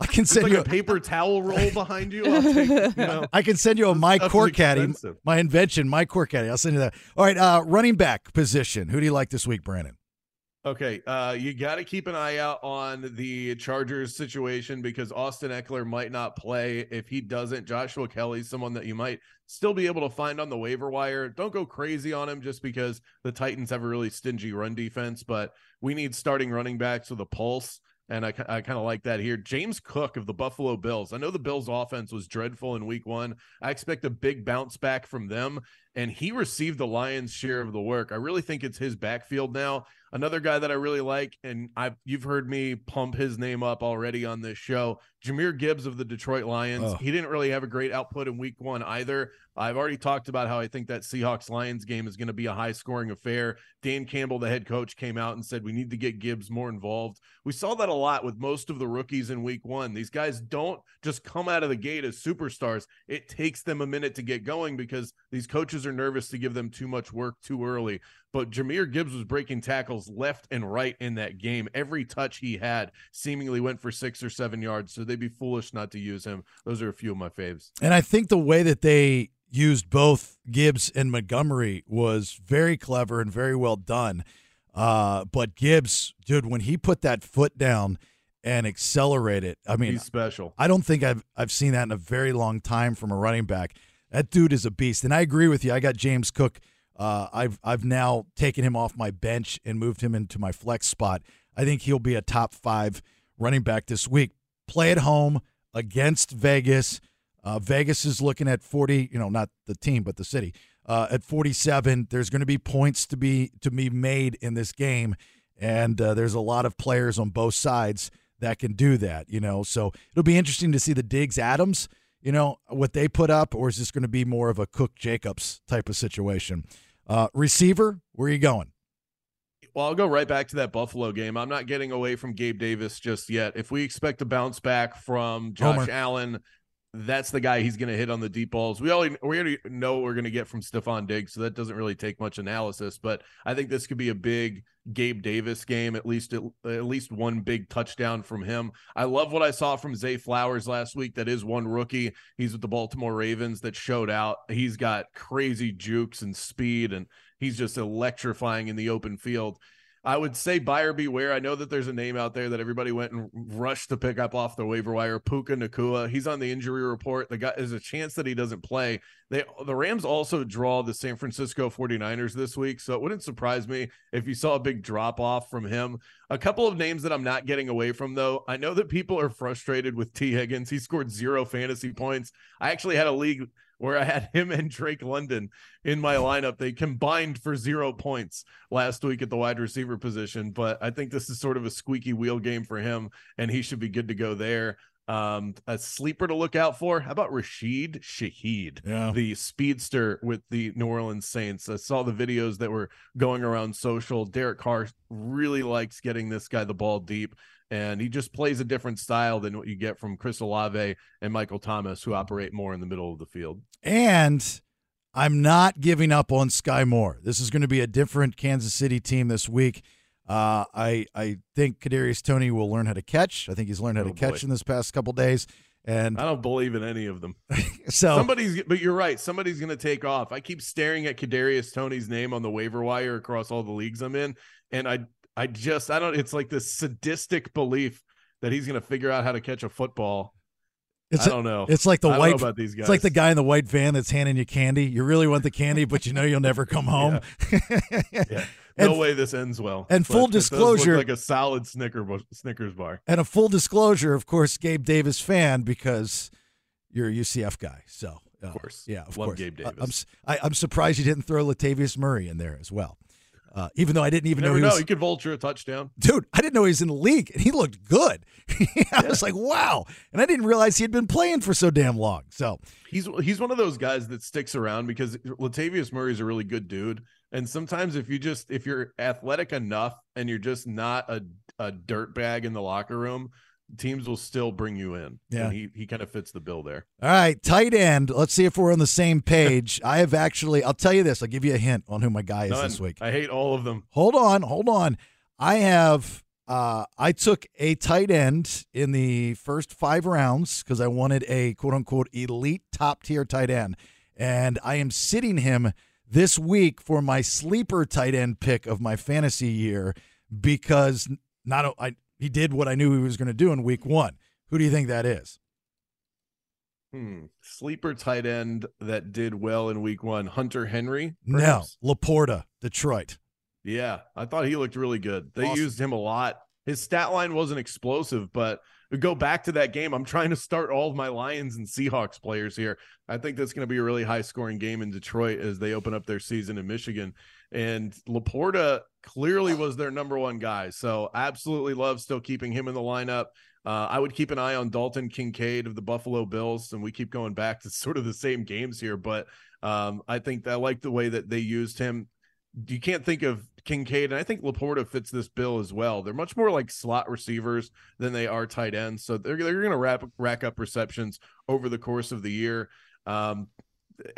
S8: I can
S13: it's
S8: send
S13: like
S8: you.
S13: a paper towel roll behind you. I'll take, you know.
S8: I can send you a my
S13: stuff is
S8: core caddy,
S13: expensive.
S8: my invention, my core caddy. I'll send you that. All right, uh, running back position. Who do you like this week, Brandon?
S13: Okay, uh, you got to keep an eye out on the Chargers situation because Austin Eckler might not play. If he doesn't, Joshua Kelly's someone that you might still be able to find on the waiver wire. Don't go crazy on him just because the Titans have a really stingy run defense, but we need starting running backs with a pulse. And I, ki- I kind of like that here. James Cook of the Buffalo Bills. I know the Bills' offense was dreadful in week one. I expect a big bounce back from them. And he received the lion's share of the work. I really think it's his backfield now. Another guy that I really like, and I've you've heard me pump his name up already on this show, Jameer Gibbs of the Detroit Lions.
S8: Oh.
S13: He didn't really have a great output in week one either. I've already talked about how I think that Seahawks Lions game is going to be a high scoring affair. Dan Campbell, the head coach, came out and said we need to get Gibbs more involved. We saw that a lot with most of the rookies in week one. These guys don't just come out of the gate as superstars. It takes them a minute to get going because these coaches are nervous to give them too much work too early. But Jameer Gibbs was breaking tackles left and right in that game. Every touch he had seemingly went for six or seven yards. So they'd be foolish not to use him. Those are a few of my faves.
S8: And I think the way that they used both Gibbs and Montgomery was very clever and very well done. Uh, but Gibbs, dude, when he put that foot down and accelerated, I mean,
S13: He's special.
S8: I don't think I've I've seen that in a very long time from a running back. That dude is a beast, and I agree with you. I got James Cook. Uh, I've I've now taken him off my bench and moved him into my flex spot. I think he'll be a top five running back this week. Play at home against Vegas. Uh, Vegas is looking at forty. You know, not the team, but the city uh, at forty-seven. There's going to be points to be to be made in this game and uh, there's a lot of players on both sides that can do that you know so it'll be interesting to see the diggs adams you know what they put up or is this going to be more of a cook jacobs type of situation uh, receiver where are you going
S13: Well, I'll go right back to that Buffalo game. I'm not getting away from Gabe Davis just yet. If we expect a bounce back from Josh
S8: Homer.
S13: Allen, that's the guy he's going to hit on the deep balls. We already we already know what we're going to get from Stephon Diggs, so that doesn't really take much analysis. But I think this could be a big Gabe Davis game, at least at, at least one big touchdown from him. I love what I saw from Zay Flowers last week. That is one rookie. He's with the Baltimore Ravens that showed out. He's got crazy jukes and speed, and he's just electrifying in the open field. I would say buyer beware. I know that there's a name out there that everybody went and rushed to pick up off the waiver wire. Puka Nakua, he's on the injury report. The guy there's a chance that he doesn't play. They the Rams also draw the San Francisco 49ers this week, so it wouldn't surprise me if you saw a big drop off from him. A couple of names that I'm not getting away from though. I know that people are frustrated with T Higgins. He scored zero fantasy points. I actually had a league where I had him and Drake London in my lineup. They combined for zero points last week at the wide receiver position, but I think this is sort of a squeaky wheel game for him, and he should be good to go there. Um, a sleeper to look out for. How about Rashid Shaheed,
S8: Yeah.
S13: the speedster with the New Orleans Saints? I saw the videos that were going around social. Derek Carr really likes getting this guy the ball deep, and he just plays a different style than what you get from Chris Olave and Michael Thomas, who operate more in the middle of the field.
S8: and i'm not giving up on sky moore this is going to be a different kansas city team this week uh, I I think Kadarius Tony will learn how to catch. I think he's learned how to
S13: Oh, boy.
S8: catch in this past couple days, and
S13: I don't believe in any of them.
S8: so
S13: somebody's, but you're right. Somebody's going to take off. I keep staring at Kadarius Tony's name on the waiver wire across all the leagues I'm in, and I, I just, I don't. It's like this sadistic belief that he's going to figure out how to catch a football,
S8: It's
S13: I don't know.
S8: It's like the
S13: I don't know
S8: white.
S13: about these
S8: It's like
S13: guys.
S8: the guy in the white van that's handing you candy. You really want the candy, but you know you'll never come home.
S13: No
S8: and-
S13: way this ends well.
S8: and full
S13: it does look
S8: disclosure-
S13: like a solid Snicker bu- Snickers bar.
S8: And a full disclosure, of course, Gabe Davis fan because you're a UCF guy. So uh,
S13: Of course.
S8: yeah, of
S13: Love
S8: course.
S13: Gabe
S8: I- I'm s-
S13: Davis.
S8: I, am surprised you didn't throw Latavius Murray in there as well. Uh, even though I didn't even
S13: Never
S8: know
S13: know.
S8: he was.
S13: You could vulture a touchdown.
S8: Dude, I didn't know he was in the league, and he looked good. I was like, wow, and I didn't realize he had been playing for so damn long. So
S13: He's he's one of those guys that sticks around because Latavius Murray's a really good dude. And sometimes if you just if you're athletic enough and you're just not a a dirt bag in the locker room, teams will still bring you in.
S8: Yeah.
S13: And he he kind of fits the bill there.
S8: All right, tight end. Let's see if we're on the same page. I have actually, I'll tell you this, I'll give you a hint on who my guy is this
S13: None.
S8: week.
S13: I hate all of them.
S8: Hold on, hold on. I have, uh, I took a tight end in the first five rounds because I wanted a quote unquote elite top tier tight end. And I am sitting him this week for my sleeper tight end pick of my fantasy year because not, o- I, he did what I knew he was going to do in week one. Who do you think that is?
S13: Hmm. Sleeper tight end that did well in week one, Hunter Henry. perhaps?
S8: No, Laporta, Detroit.
S13: Yeah, I thought he looked really good. They
S8: Awesome.
S13: used him a lot. His stat line wasn't explosive, but go back to that game. I'm trying to start all of my Lions and Seahawks players here. I think that's going to be a really high scoring game in Detroit as they open up their season in Michigan. And Laporta clearly was their number one guy. So absolutely love still keeping him in the lineup. Uh, I would keep an eye on Dalton Kincaid of the Buffalo Bills, and we keep going back to sort of the same games here. But um, I think I like the way that they used him you can't think of Kincaid, and I think Laporta fits this bill as well. They're much more like slot receivers than they are tight ends, so they're they're going to wrap rack up receptions over the course of the year. Um,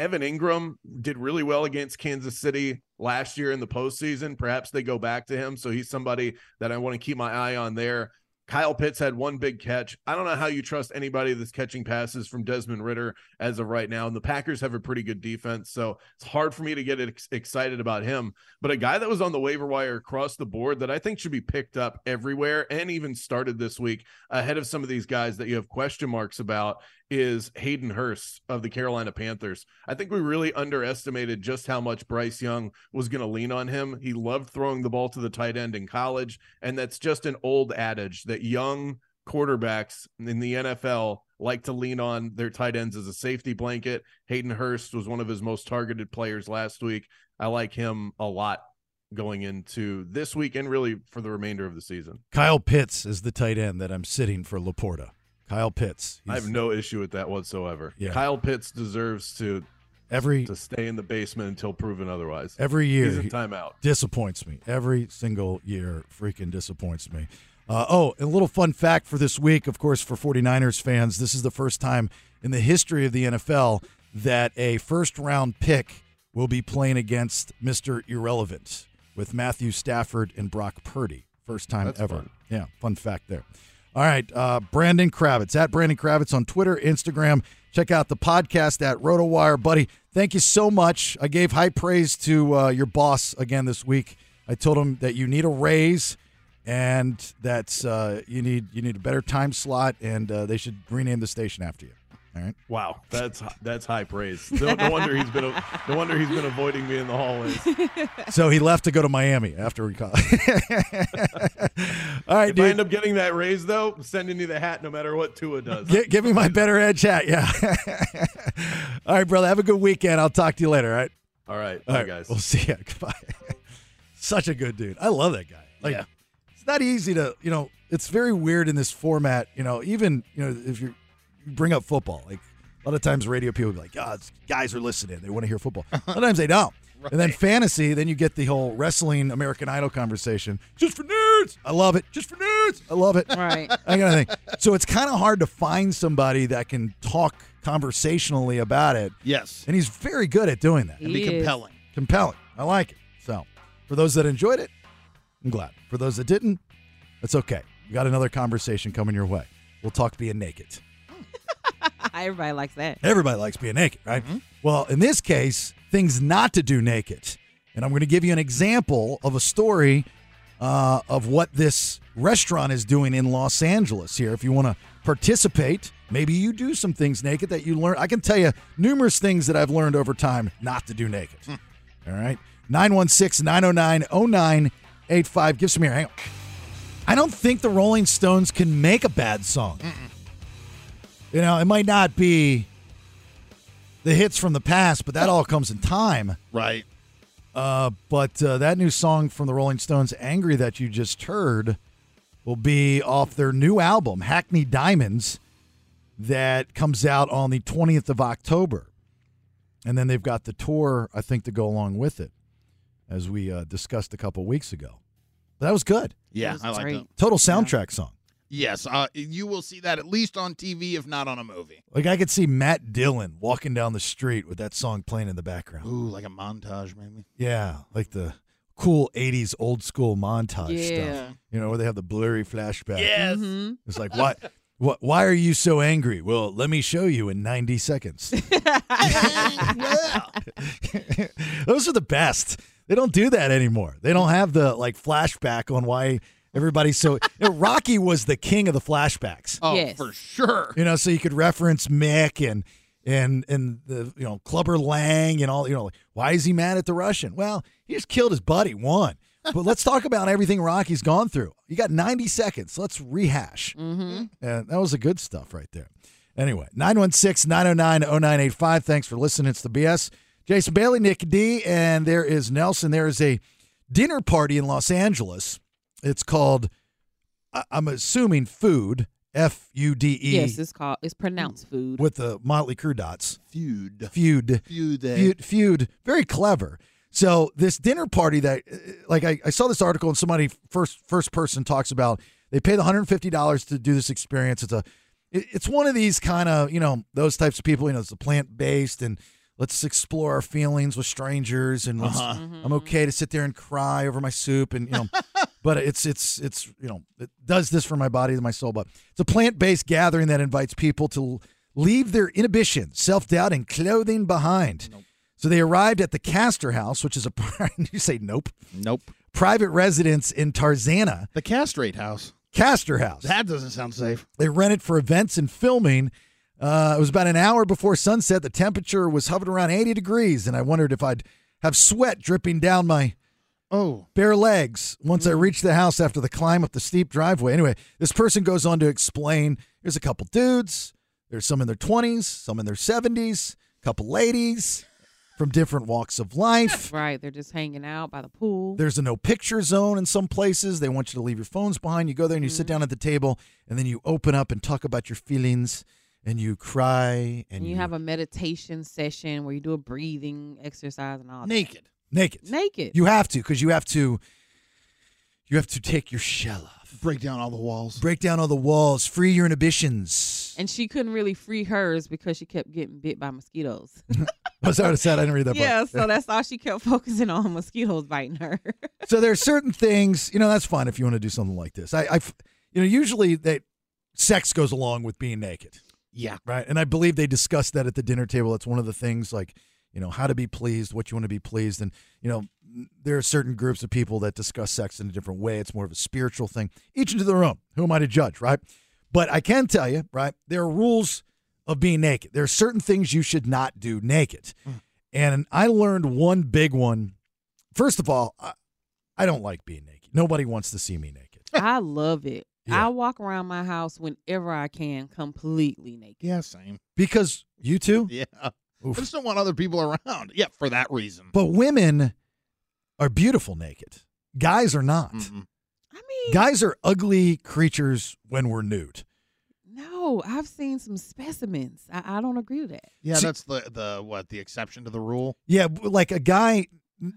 S13: Evan Ingram did really well against Kansas City last year in the postseason. Perhaps they go back to him, so he's somebody that I want to keep my eye on there. Kyle Pitts had one big catch. I don't know how you trust anybody that's catching passes from Desmond Ritter as of right now. And the Packers have a pretty good defense. So it's hard for me to get ex- excited about him. But a guy that was on the waiver wire across the board that I think should be picked up everywhere and even started this week ahead of some of these guys that you have question marks about is Hayden Hurst of the Carolina Panthers. I think we really underestimated just how much Bryce Young was going to lean on him. He loved throwing the ball to the tight end in college, and that's just an old adage that young quarterbacks in the NFL like to lean on their tight ends as a safety blanket. Hayden Hurst was one of his most targeted players last week. I like him a lot going into this week and really for the remainder of the season.
S8: Kyle Pitts is the tight end that I'm sitting for Laporta. Kyle Pitts.
S13: I have no issue with that whatsoever.
S8: Yeah.
S13: Kyle Pitts deserves to
S8: Every
S13: to stay in the basement until proven otherwise.
S8: every year
S13: he's in
S8: he
S13: timeout.
S8: disappoints me. Every single year freaking disappoints me. Uh, oh, and a little fun fact for this week, of course, for 49ers fans, this is the first time in the history of the NFL that a first round pick will be playing against Mr. Irrelevant with Matthew Stafford and Brock Purdy. First time
S13: That's
S8: ever.
S13: fun.
S8: Yeah, fun fact there. All right, uh, Brandon Kravitz at Brandon Kravitz on Twitter, Instagram. Check out the podcast at RotoWire, buddy. Thank you so much. I gave high praise to uh, your boss again this week. I told him that you need a raise, and that uh, you need you need a better time slot, and uh, they should rename the station after you. All right.
S13: Wow, that's that's high praise. No, no wonder he's been no wonder he's been avoiding me in the hallways.
S8: So he left to go to Miami after we caught. All right,
S13: if
S8: dude.
S13: I end up getting that raise though, I'm sending you the hat no matter what Tua does.
S8: Gi- give me my better edge hat. Yeah. all right, brother. Have a good weekend. I'll talk to you later. All right.
S13: All right,
S8: All
S13: bye
S8: right,
S13: guys.
S8: We'll see you. Goodbye. Such a good dude. I love that guy. Like,
S13: Yeah.
S8: it's not easy to, you know, it's very weird in this format. You know, even, you know, if you you bring up football, like a lot of times radio people be like, oh, it's- guys are listening. They want to hear football. Sometimes they don't. And then fantasy, then you get the whole wrestling American Idol conversation. Just for nerds. I love it. Just for nerds. I love it.
S9: Right.
S8: I gotta think. So it's kind of hard to find somebody that can talk conversationally about it.
S10: Yes.
S8: And he's very good at doing that.
S10: And be
S9: He is.
S10: compelling.
S8: Compelling. I like it. So for those that enjoyed it, I'm glad. For those that didn't, that's okay. We got another conversation coming your way. We'll talk being naked.
S9: Everybody likes that.
S8: Everybody likes being naked, right? Well, in this case, things not to do naked. And I'm going to give you an example of a story uh, of what this restaurant is doing in Los Angeles here. If you want to participate, Maybe you do some things naked that you learn. I can tell you numerous things that I've learned over time not to do naked. All right. 916 909 0985. Give some here. Hang on. I don't think the Rolling Stones can make a bad song. You know, it might not be the hits from the past, but that all comes in time.
S10: Right.
S8: Uh, but uh, that new song from the Rolling Stones, Angry, that you just heard, will be off their new album, Hackney Diamonds, that comes out on the 20th of October. And then they've got the tour, I think, to go along with it, as we uh, discussed a couple weeks ago. But that was good.
S10: Yeah, That was I liked great. it.
S8: Total soundtrack song.
S10: Yes, uh, you will see that at least on TV, if not on a movie.
S8: Like I could see Matt Dillon walking down the street with that song playing in the background.
S10: Ooh, like a montage, maybe.
S8: Yeah, like the cool 80s old school montage
S10: Yeah.
S8: stuff. You know, where they have the blurry flashback. Mm-hmm.
S10: Yes.
S9: Mm-hmm.
S8: It's like, what? What, why are you so angry? Well, let me show you in 90 seconds. Those are the best. They don't do that anymore. They don't have the like flashback on why everybody's so. You know, Rocky was the king of the flashbacks.
S10: Oh, for sure.
S8: You know, so you could reference Mick and and and the you know Clubber Lang and all. You know, like, why is he mad at the Russian? Well, he just killed his buddy. One. But let's talk about everything Rocky's gone through. You got 90 seconds. Let's rehash.
S9: Mm-hmm.
S8: And that was the good stuff right there. Anyway, 916 909 0985. Thanks for listening. It's the BS. Jason Bailey, Nick D, and there is Nelson. There is a dinner party in Los Angeles. It's called, I- I'm assuming, Food, F U D E.
S9: Yes, it's called. It's pronounced food.
S8: With the Motley Crue dots.
S10: Feud.
S8: Feud.
S10: Feud.
S8: Feud. Feud. Very clever. So this dinner party that, uh, like, I, I saw this article and somebody first first person talks about they paid one hundred fifty dollars to do this experience. It's a, it- it's one of these kind of you know those types of people. You know, it's a plant based and let's explore our feelings with strangers and let's-
S10: Uh-huh.
S8: I'm okay to sit there and cry over my soup and you know, but it's it's it's you know it does this for my body and my soul. But it's a plant based gathering that invites people to leave their inhibitions, self doubt, and clothing behind. So they arrived at the Castor House, which is a pri- you say nope,
S10: nope,
S8: private residence in Tarzana,
S10: The castrate house.
S8: Castor House.
S10: That doesn't sound safe.
S8: They rent it for events and filming. Uh, it was about an hour before sunset. The temperature was hovering around 80 degrees, and I wondered if I'd have sweat dripping down my
S10: oh
S8: bare legs once I
S9: Mm-hmm.
S8: reached the house after the climb up the steep driveway. Anyway, this person goes on to explain there's a couple dudes, there's some in their 20s, some in their 70s, a couple ladies from different walks of life.
S9: Right, they're just hanging out by the pool.
S8: There's a no picture zone in some places. They want you to leave your phones behind. You go there and you sit
S9: Mm-hmm.
S8: down at the table, and then you open up and talk about your feelings, and you cry and
S9: And you have a meditation session where you do a breathing exercise and all that.
S10: Naked.
S8: naked.
S9: Naked.
S8: You have to because you have to. You have to take your shell off,
S10: break down all the walls,
S8: break down all the walls, free your inhibitions.
S9: and she couldn't really free hers because she kept getting bit by mosquitoes.
S8: Was that what it said? I didn't read that. part.
S9: yeah, so that's all she kept focusing on mosquitoes biting her.
S8: so there are certain things you know that's fine if you want to do something like this i i you know usually that sex goes along with being naked
S10: yeah
S8: right and i believe they discussed that at the dinner table that's one of the things like you know how to be pleased what you want to be pleased and you know there are certain groups of people that discuss sex in a different way it's more of a spiritual thing each into their own who am i to judge right but i can tell you right there are rules of being naked there are certain things you should not do naked and i learned one big one first of all I, I don't like being naked nobody wants to see me naked
S9: I love it. I walk around my house whenever I can, completely naked.
S10: Yeah, same.
S8: because you too
S10: yeah I just don't want other people around. Yeah, for that reason.
S8: But women are beautiful naked. Guys are not.
S10: Mm-hmm.
S9: I mean,
S8: guys are ugly creatures when we're nude.
S9: No, I've seen some specimens. I, I don't agree with that.
S10: Yeah, that's the the what the exception to the rule.
S8: Yeah, b- like a guy.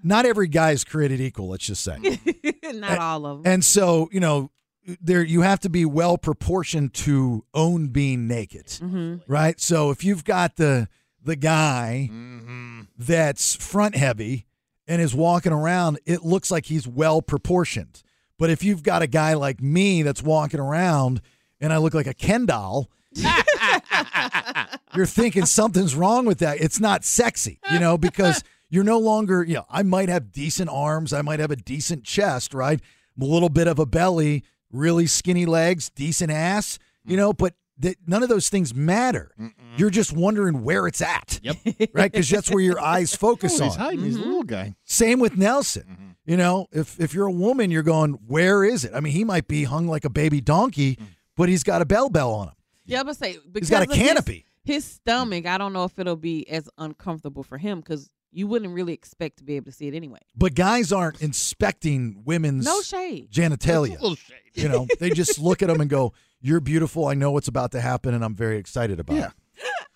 S8: Not every guy is created equal. Let's just say.
S9: Not all of them.
S8: and so you know, there you have to be well proportioned to own being naked, right? So if you've got the the guy that's front heavy and is walking around, it looks like he's well proportioned. But if you've got a guy like me that's walking around and I look like a Ken doll, you're thinking something's wrong with that. It's not sexy, you know, because you're no longer, you know, I might have decent arms, I might have a decent chest, right? A little bit of a belly, really skinny legs, decent ass, you know, but that none of those things matter. You're just wondering where it's at. Yep. Right? Because that's where your eyes focus
S10: Oh,
S8: on.
S10: he's hiding. He's a
S9: Mm-hmm.
S10: little guy.
S8: Same with Nelson.
S10: Mm-hmm.
S8: You know, if if you're a woman, you're going, where is it? I mean, he might be hung like a baby
S10: Mm-hmm.
S8: donkey, but he's got a bell bell on him.
S9: Yeah, but say because
S8: got a
S9: of his-
S8: canopy.
S9: His, stomach, I don't know if it'll be as uncomfortable for him because you wouldn't really expect to be able to see it anyway.
S8: But guys aren't inspecting women's
S9: No shade.
S8: genitalia.
S9: Little shade.
S8: You know, they just look at them and go, "You're beautiful. I know what's about to happen, and I'm very excited about it."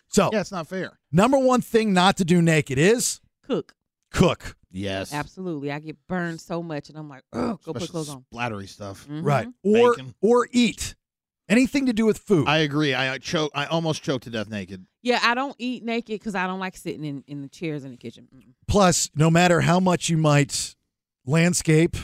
S8: So,
S10: Yeah, it's not fair.
S8: number one thing not to do naked is
S9: Cook.
S8: cook.
S10: Yes.
S9: Absolutely. I get burned so much and I'm like, oh, go put
S10: Especially
S9: clothes on. Mm. Mm-hmm.
S10: Splattery stuff.
S8: Right. Or
S10: Bacon.
S8: or eat. Anything to do with food.
S10: I agree. I choke. I almost choked to death naked.
S9: Yeah, I don't eat naked because I don't like sitting in, in the chairs in the kitchen. Mm-mm.
S8: Plus, no matter how much you might landscape,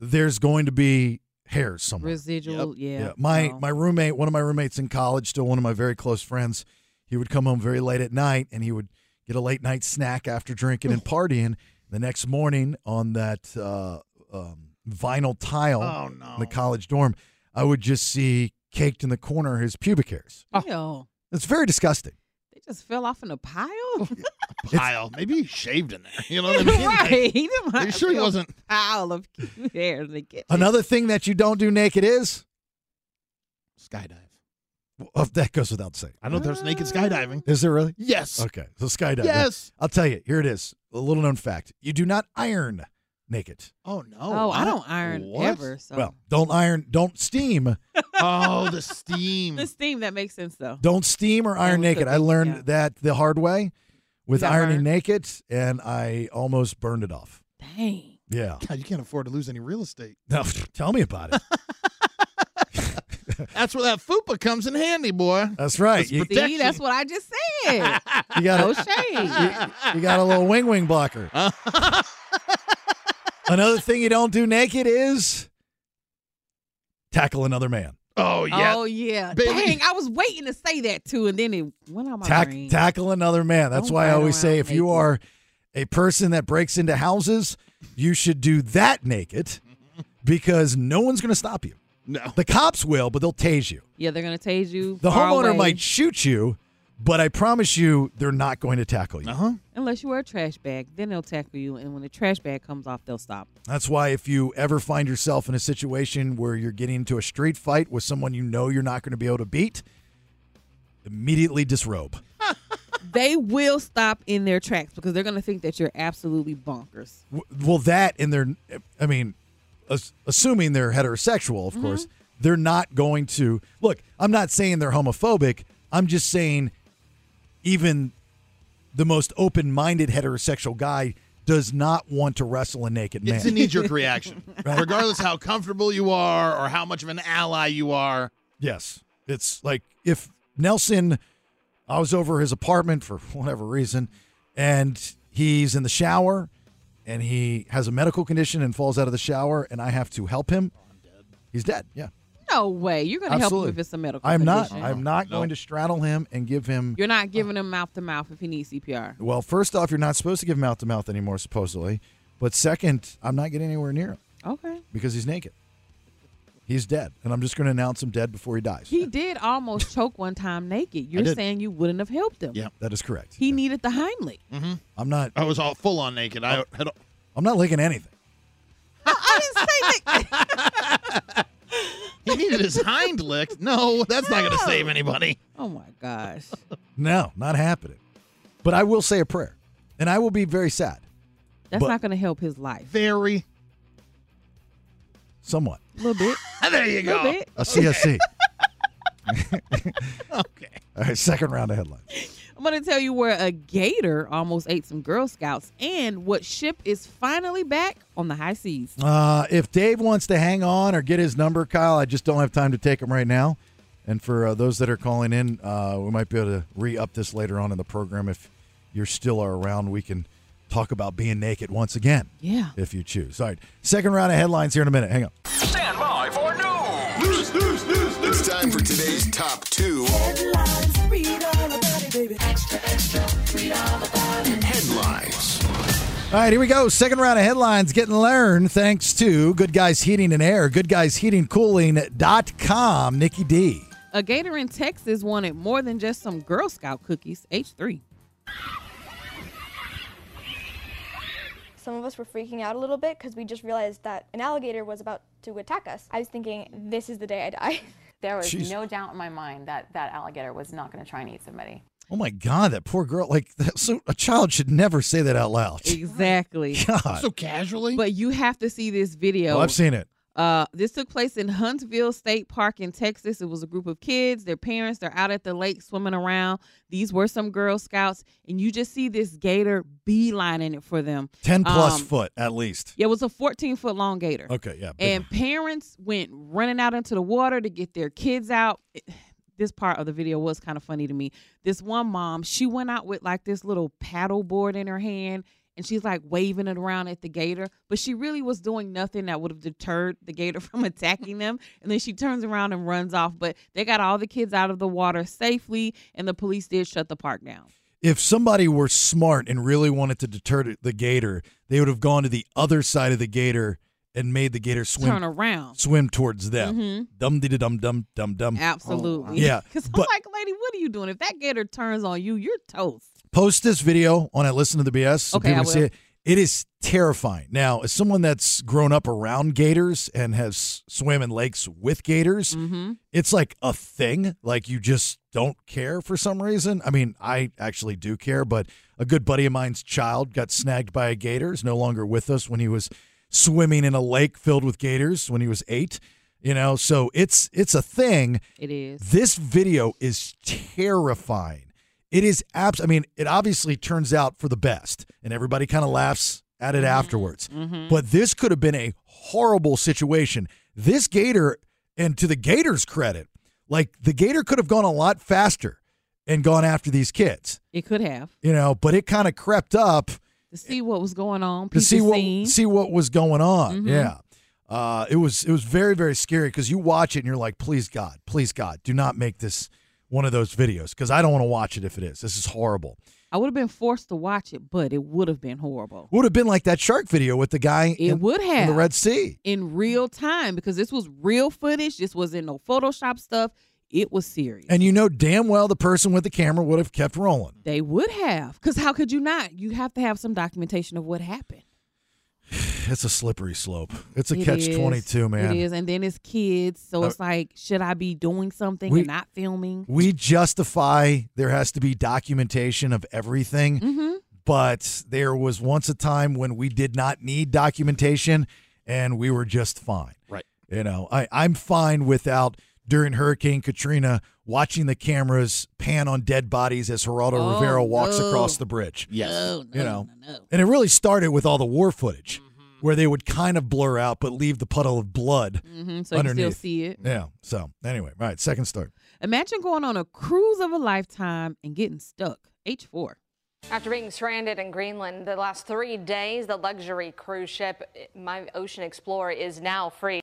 S8: there's going to be hairs somewhere.
S9: Residual, yeah.
S8: My
S9: no.
S8: my roommate, one of my roommates in college, still one of my very close friends, he would come home very late at night and he would get a late night snack after drinking and partying. The next morning on that uh, um, vinyl
S10: Oh,
S8: tile in the college dorm, I would just see caked in the corner his pubic hairs.
S9: Ew.
S8: It's very disgusting.
S9: They just fell off in a pile.
S10: Pile. Maybe he shaved in there. You know what I mean?
S9: right. There
S10: Are you
S9: might
S10: sure he
S9: be a
S10: wasn't?
S9: Pile of cute hair in the kitchen.
S8: Another thing that you don't do naked is
S10: Skydive.
S8: Oh, that goes without saying.
S10: I know there's naked skydiving.
S8: Is there really?
S10: Yes.
S8: Okay. So skydiving.
S10: Yes.
S8: I'll tell you. Here it is. A little known fact. You do not iron naked.
S10: Oh no.
S9: Oh, I don't iron
S10: What?
S9: ever. So
S8: Well, don't iron. Don't steam.
S10: Oh, the steam.
S9: the steam that makes sense though.
S8: Don't steam or iron
S9: with
S8: naked. I
S9: cooking,
S8: learned
S9: yeah.
S8: that the hard way with
S9: Got
S8: ironing
S9: burned.
S8: naked, and I almost burned it off.
S9: Dang.
S8: Yeah.
S10: God, you can't afford to lose any real estate.
S8: No, tell me about it.
S10: That's where that fupa comes in handy, boy.
S8: That's right.
S10: That's
S8: You,
S10: protect-
S9: See, that's what I just said.
S8: you got
S9: no
S8: a,
S9: shade.
S8: you got a little wing wing blocker. Another thing you don't do naked is tackle another man.
S10: Oh yeah.
S9: Oh yeah.
S10: Baby.
S9: Dang, I was waiting to say that too, and then it went on my
S8: Tack,
S9: brain.
S8: tackle another man. That's
S9: Don't
S8: why I
S9: run
S8: always say
S9: around
S8: if you
S9: naked.
S8: are a person that breaks into houses, you should do that naked because no one's going to stop you.
S10: No.
S8: The cops will, but they'll tase you.
S9: Yeah, they're gonna tase you.
S8: The
S9: far
S8: homeowner
S9: away,
S8: might shoot you, but I promise you, they're not going to tackle you.
S10: Uh-huh.
S9: unless you wear a trash bag, then they'll tackle you, and when the trash bag comes off, they'll stop.
S8: That's why if you ever find yourself in a situation where you're getting into a street fight with someone you know you're not going to be able to beat, immediately disrobe.
S9: They will stop in their tracks because they're gonna think that you're absolutely bonkers.
S8: W- Well, that and they're, I mean, as- assuming they're heterosexual, of course, they're not going to look. I'm not saying they're homophobic. I'm just saying, even the most open-minded heterosexual guy does not want to wrestle a naked man.
S10: It's a knee jerk reaction. Regardless how comfortable you are or how much of an ally you are.
S8: Yes. It's like if Nelson, I was over his apartment for whatever reason, and he's in the shower and he has a medical condition and falls out of the shower, and I have to help him. He's dead. Yeah.
S9: No way. You're gonna
S8: Absolutely.
S9: help him if it's a medical.
S8: I'm not.
S9: condition.
S8: I'm not going to straddle him and give him.
S9: You're not giving him mouth to mouth if he needs CPR.
S8: Well, first off, you're not supposed to give mouth to mouth anymore, supposedly. But second, I'm not getting anywhere near him
S9: Okay.
S8: because he's naked. He's dead, and I'm just going to announce him dead before he dies.
S9: He did almost choke one time naked. You're
S10: did.
S9: saying you wouldn't have helped him.
S10: Yeah.
S8: That is correct.
S9: He needed the Heimlich.
S8: Mm. I'm not.
S10: I was all full on naked. I had
S8: I'm not licking anything.
S9: I didn't say that.
S10: he needed his hind licked. No, that's not gonna save anybody.
S9: Oh my gosh.
S8: No, not happening. But I will say a prayer, and I will be very sad,
S9: That's
S8: But-
S9: not going to help his life.
S10: Very
S8: somewhat.
S9: A little bit.
S10: ah, there you
S9: A little
S10: go.
S9: bit.
S8: A CSC.
S10: Okay.
S8: All right, second round of headlines.
S9: I'm going to tell you where a gator almost ate some Girl Scouts and what ship is finally back on the high seas.
S8: Uh, if Dave wants to hang on or get his number, Kyle, I just don't have time to take him right now. And for uh, those that are calling in, uh, we might be able to re up this later on in the program. If you're still are around, we can talk about being naked once again.
S9: Yeah.
S8: If you choose. All right, second round of headlines here in a minute. Hang on.
S3: Stand by for news.
S4: It's time for today's top two headlines.
S8: All right, here we go. Second round of headlines getting learned thanks to Good Guys Heating and Air, goodguysheatingcooling.com. Nikki D.
S9: A gator in Texas wanted more than just some Girl Scout cookies. H3.
S14: Some of us were freaking out a little bit because we just realized that an alligator was about to attack us. I was thinking, this is the day I die.
S15: There was
S8: Jeez.
S15: no doubt in my mind that that alligator was not going to try and eat somebody.
S8: Oh my God, that poor girl! Like, that, so a child should never say that out loud.
S9: Exactly.
S8: God. So
S10: casually.
S9: But you have to see this video.
S8: Oh, I've seen it.
S9: Uh, this took place in Huntsville State Park in Texas. It was a group of kids, their parents, they're out at the lake swimming around. These were some Girl Scouts, and you just see this gator beelining it for them.
S8: Ten plus
S9: Um,
S8: foot at least.
S9: Yeah, it was a 14 foot long gator.
S8: Okay, yeah, big
S9: And parents went running out into the water to get their kids out. This part of the video was kind of funny to me. This one mom, she went out with like this little paddle board in her hand and she's like waving it around at the gator, but she really was doing nothing that would have deterred the gator from attacking them. And then she turns around and runs off. But they got all the kids out of the water safely, and the police did shut the park down.
S8: If somebody were smart and really wanted to deter the- the gator, they would have gone to the other side of the gator and made the gator swim
S9: Turn around.
S8: swim towards them.
S9: Mhm.
S8: Dum dee dum dum dum dum. Mm.
S9: Absolutely.
S8: Oh, Yeah.
S9: Because I'm
S8: but-
S9: like, lady, what are you doing? If that gator turns on you, you're toast.
S8: Post this video on at listen to the BS. So
S9: Okay,
S8: people
S9: I
S8: can see
S9: will.
S8: it. It is terrifying. Now, as someone that's grown up around gators and has swam in lakes with gators,
S9: Mhm.
S8: it's like a thing. Like you just don't care for some reason. I mean, I actually do care, but a good buddy of mine's child got snagged by a gator. Is no longer with us when he was swimming in a lake filled with gators when he was eight. You know, so it's it's a thing.
S9: It is.
S8: This video is terrifying. It is abs. I mean, it obviously turns out for the best, and everybody kind of laughs at it afterwards.
S16: Mhm.
S8: But this could have been a horrible situation. This Gator, and to the Gator's credit, like the Gator could have gone a lot faster and gone after these kids,
S9: It could have.
S8: you know. But it kind of crept up
S9: To see what was going on.
S8: to
S9: peep
S8: see
S9: the
S8: what
S9: scene.
S8: see what was going on.
S9: Mhm.
S8: Yeah, uh, it was it was very very scary because you watch it and you're like, please God, please God, do not make this one of those videos because I don't want to watch it if it is. This is horrible.
S9: I would have been forced to watch it, but it would have been horrible.
S8: Would have been like that shark video with the guy.
S9: It
S8: in,
S9: would
S8: in
S9: have.
S8: the Red Sea.
S9: In real time, because this was real footage. This wasn't no Photoshop stuff. It was serious.
S8: And you know damn well the person with the camera would have kept rolling.
S9: They would have. Because how could you not? You have to have some documentation of what happened.
S8: It's a slippery slope. It's a
S9: It
S8: catch
S9: is.
S8: twenty two, man.
S9: It is. And then it's kids. So
S8: Uh,
S9: it's like, should I be doing something
S8: we-
S9: and not filming?
S8: We justify there has to be documentation of everything.
S9: Mm-hmm.
S8: but there was once a time when we did not need documentation and we were just fine.
S10: Right.
S8: You know, I, I'm fine without during Hurricane Katrina watching the cameras pan on dead bodies as Geraldo
S10: Oh,
S8: Rivera walks
S10: no.
S8: across the bridge.
S10: Yes.
S9: Oh,
S10: No,
S8: you know, and it really started with all the war footage where they would kind of blur out but leave the puddle of blood
S9: Mhm, Mm-hmm. so you still
S8: underneath.
S9: see it.
S8: Yeah. So anyway, all right, second story.
S9: Imagine going on a cruise of a lifetime and getting stuck. H4.
S17: After being stranded in Greenland the last three days, the luxury cruise ship My Ocean Explorer is now free.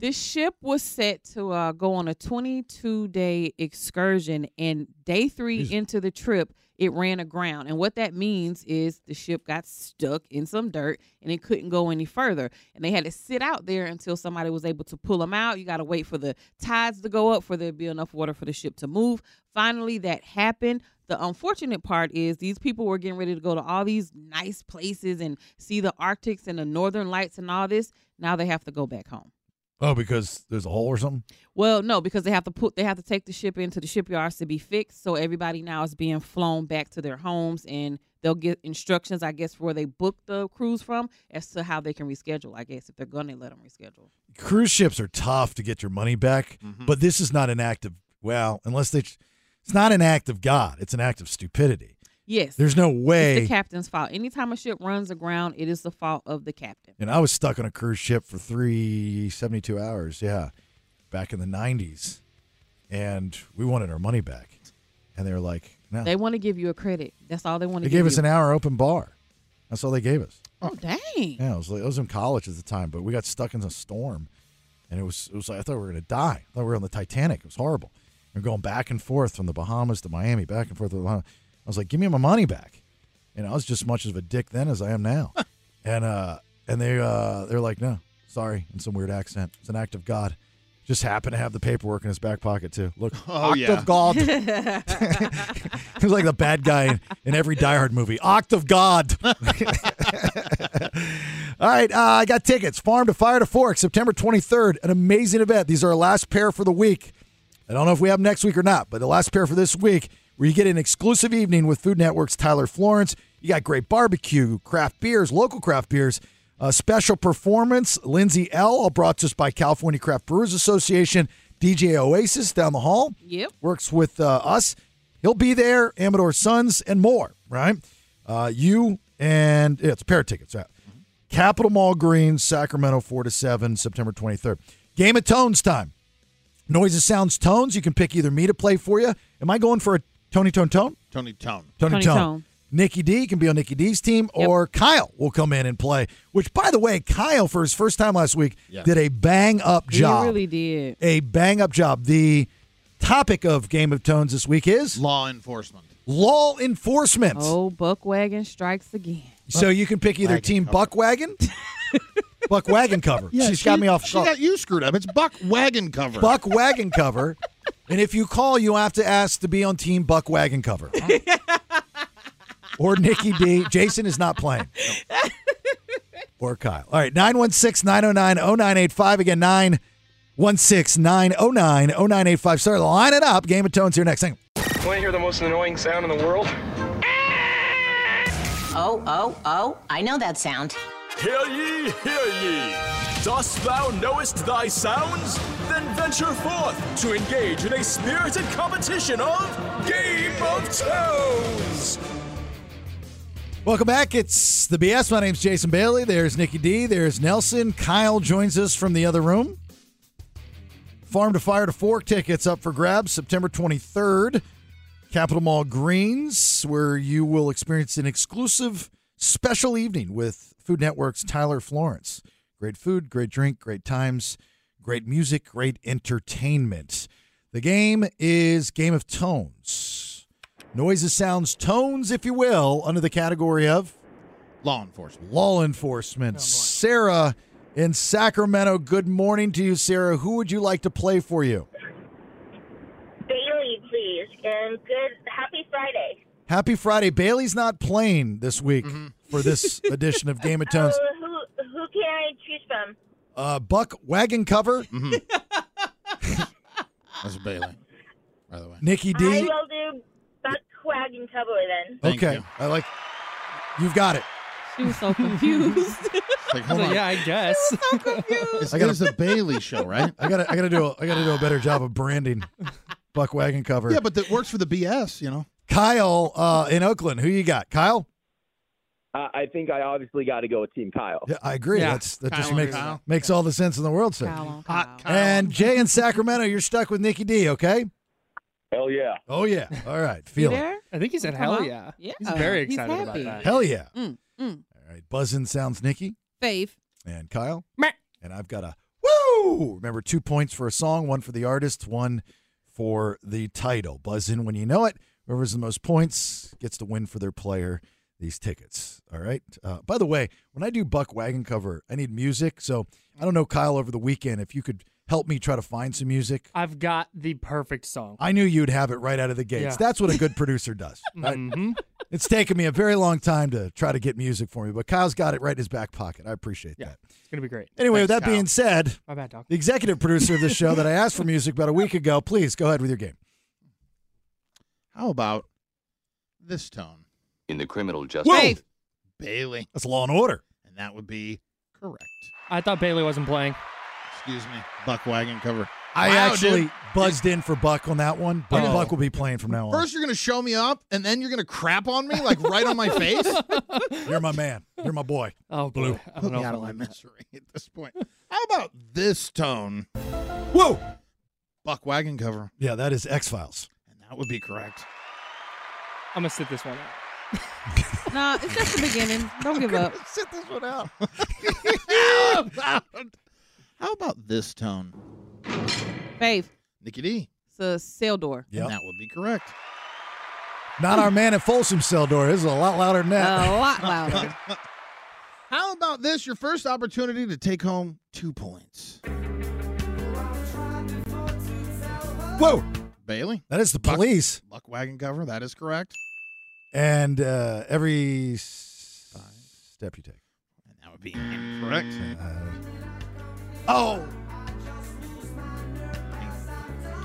S9: This ship was set to uh, go on a 22 day excursion, and day three into the trip, it ran aground. And what that means is the ship got stuck in some dirt and it couldn't go any further. And they had to sit out there until somebody was able to pull them out. You got to wait for the tides to go up for there to be enough water for the ship to move. Finally, that happened. The unfortunate part is these people were getting ready to go to all these nice places and see the Arctics and the Northern Lights and all this. Now they have to go back home.
S8: Oh, because there's a hole or something?
S9: Well, no, because they have to put they have to take the ship into the shipyards to be fixed. So everybody now is being flown back to their homes, and they'll get instructions, I guess, for where they booked the cruise from as to how they can reschedule. I guess if they're gonna let them reschedule.
S8: cruise ships are tough to get your money back, but this is not an act of well, unless they, it's not an act of God. It's an act of stupidity.
S9: Yes,
S8: There's no
S9: It's
S8: way.
S9: the captain's fault. Anytime a ship runs aground, it is the fault of the captain.
S8: And I was stuck on a cruise ship for three seventy-two hours. Yeah, back in the '90s, and we wanted our money back, and they were like, "No."
S9: They want to give you a credit. That's all they want to.
S8: They gave
S9: give
S8: us
S9: you.
S8: an hour open bar. That's all they gave us.
S9: Oh dang!
S8: Yeah, I was like, I was in college at the time, but we got stuck in a storm, and it was it was like I thought we were gonna die. I thought we were on the Titanic. It was horrible. We were going back and forth from the Bahamas to Miami, back and forth to the Bahamas. I was like, give me my money back. And I was just as much of a dick then as I am now. and uh, and they uh, they're like, no, sorry, in some weird accent. It's an act of God. Just happened to have the paperwork in his back pocket too. Look,
S10: Oh, yeah.
S8: Octave God. He's like the bad guy in, in every Die Hard movie. Octave God. All right, uh, I got tickets. Farm to Fire to Fork, September 23rd. An amazing event. These are our last pair for the week. I don't know if we have them next week or not, but the last pair for this week, where you get an exclusive evening with Food Network's Tyler Florence. You got great barbecue, craft beers, local craft beers, a special performance, Lindsay L., all brought to us by California Craft Brewers Association, DJ Oasis down the hall.
S9: Yep.
S8: Works with uh, us. He'll be there, Amador Sons, and more, right? Uh, you and yeah, it's a pair of tickets, right? Capital Mall Greens, Sacramento, 4 to 7, September 23rd. Game of Tones time. Noises, sounds, tones. You can pick either me to play for you. Am I going for a Tony Tone Tone?
S10: Tony Tone.
S8: Tony,
S10: Tony
S8: Tone.
S10: Tone.
S8: Nikki D can be on Nikki D's team, or Kyle will come in and play. Which, by the way, Kyle for his first time last week
S9: Yeah.
S8: did a bang up
S9: He
S8: job.
S9: really did.
S8: a bang up job. The topic of Game of Tones this week is
S10: law enforcement.
S8: Law enforcement.
S9: Oh, Buckwagon strikes again.
S8: So you can pick either
S9: Wagon
S8: team Buck Wagon, Buck Wagon cover.
S10: Yeah,
S8: She's got
S10: she-
S8: me off.
S10: she
S8: guard.
S10: got you screwed up. It's Buck Wagon cover.
S8: Buck Wagon cover. And if you call, you have to ask to be on team Buck Wagon cover. or Nikki D. Jason is not playing. Or Kyle. All right, 916 909 0985. Again, 916 909 0985. Start lining up. Game of Tones here next. Hang on.
S16: Want to hear the most annoying sound in the world?
S7: Oh, oh, oh, I know that sound.
S3: Hear ye, hear ye. Dost thou knowest thy sounds? Then venture forth to engage in a spirited competition of Game of Tones.
S8: Welcome back. It's the BS. My name's Jason Bailey. There's Nikki D. There's Nelson. Kyle joins us from the other room. Farm to Fire to Fork tickets up for grabs September 23rd. Capital Mall Greens, where you will experience an exclusive special evening with Food Network's Tyler Florence. Great food, great drink, great times, great music, great entertainment. The game is Game of Tones. Noises, sounds, tones, if you will, under the category of
S10: law enforcement.
S8: Law enforcement. Sarah in Sacramento. Good morning to you, Sarah. Who would you like to play for you?
S18: Bailey, please, and good happy Friday.
S8: Happy Friday. Bailey's not playing this week for this edition of Game of Tones.
S18: Uh, who who can I choose from?
S8: Uh, Buck wagon cover.
S10: That's Bailey, by the way.
S8: Nikki D.
S18: I will do Buckquag and Cowboy then.
S8: okay, I like. You've got it.
S9: She was so confused.
S10: Like, hold on.
S1: I guess.
S10: It's,
S8: I gotta-
S10: it's a Bailey show, right?
S8: I gotta, I gotta do, a, I gotta do a better job of branding. Buck wagon cover.
S10: Yeah, but that works for the BS, you know.
S8: Kyle uh, in Oakland. Who you got, Kyle?
S19: I I think I obviously got to go with Team Kyle.
S8: Yeah, I agree.
S19: Yeah.
S8: That's that
S19: Kyle
S8: just
S19: and
S8: makes
S19: Kyle.
S8: makes all the sense in the world. Sir.
S10: Hot
S8: And Jay in Sacramento, you're stuck with Nikki D. Okay.
S19: Hell yeah.
S8: Oh yeah. All right. Feel it.
S1: I think he said
S9: Come
S1: hell
S9: on.
S1: yeah.
S9: Yeah.
S1: He's very
S9: He's
S1: excited about
S9: happy.
S1: that.
S8: Hell yeah.
S9: Mm, mm.
S8: All right. Buzzing sounds Nikki
S9: Faith.
S8: and Kyle.
S9: Meh.
S8: And I've got a woo. Remember, two points for a song, one for the artist, one for the title. Buzz in when you know it. Whoever's the most points gets to win for their player these tickets. All right. Uh, by the way, when I do Buck Wagon cover, I need music. So I don't know, Kyle, over the weekend, if you could help me try to find some music.
S1: I've got the perfect song.
S8: I knew you'd have it right out of the gates.
S1: Yeah. Mm-hmm.
S8: That's what a good producer does. right? It's taken me a very long time to try to get music for me, but Kyle's got it right in his back pocket. I appreciate that.
S1: It's gonna be great.
S8: Anyway, with that
S1: Thanks,
S8: being said,
S1: My bad, Doc.
S8: the executive producer of this show that I asked for music about a week ago, please go ahead with your game.
S10: How about this tone?
S20: In the criminal justice.
S10: Whoa! Bailey.
S8: That's law and order.
S10: And that would be correct.
S1: I thought Bailey wasn't playing.
S10: Excuse me. Buck wagon cover.
S8: I
S10: Wow,
S8: actually
S10: dude.
S8: buzzed in for Buck on that one, but
S10: Oh.
S8: Buck will be playing from now on.
S10: First, you're going to show me up, and then you're going to crap on me, like right on my face.
S8: You're my man. You're my boy.
S1: Oh,
S8: Blue.
S1: I don't
S10: Put
S1: know
S10: me
S1: if
S10: out
S1: I
S10: of my
S1: like that.
S10: misery at this point. How about this tone?
S8: Whoa!
S10: Buck wagon cover.
S8: Yeah, that is X Files.
S10: And that would be correct.
S1: I'm gonna sit this one out.
S9: No, it's just the beginning. Don't give up.
S10: Sit this one out. How about this tone?
S9: Faith.
S10: Nikki D.
S9: It's a cell door.
S8: Yep.
S10: And that would be correct.
S8: Not our man at Folsom Cell Door. This is a lot louder than that.
S9: A lot louder.
S10: How about this? Your first opportunity to take home two points.
S1: Oh.
S8: Whoa.
S10: Bailey.
S8: That is the police.
S10: Buck wagon cover. That is correct.
S8: And uh, every s- step you take.
S10: That would be incorrect.
S8: oh.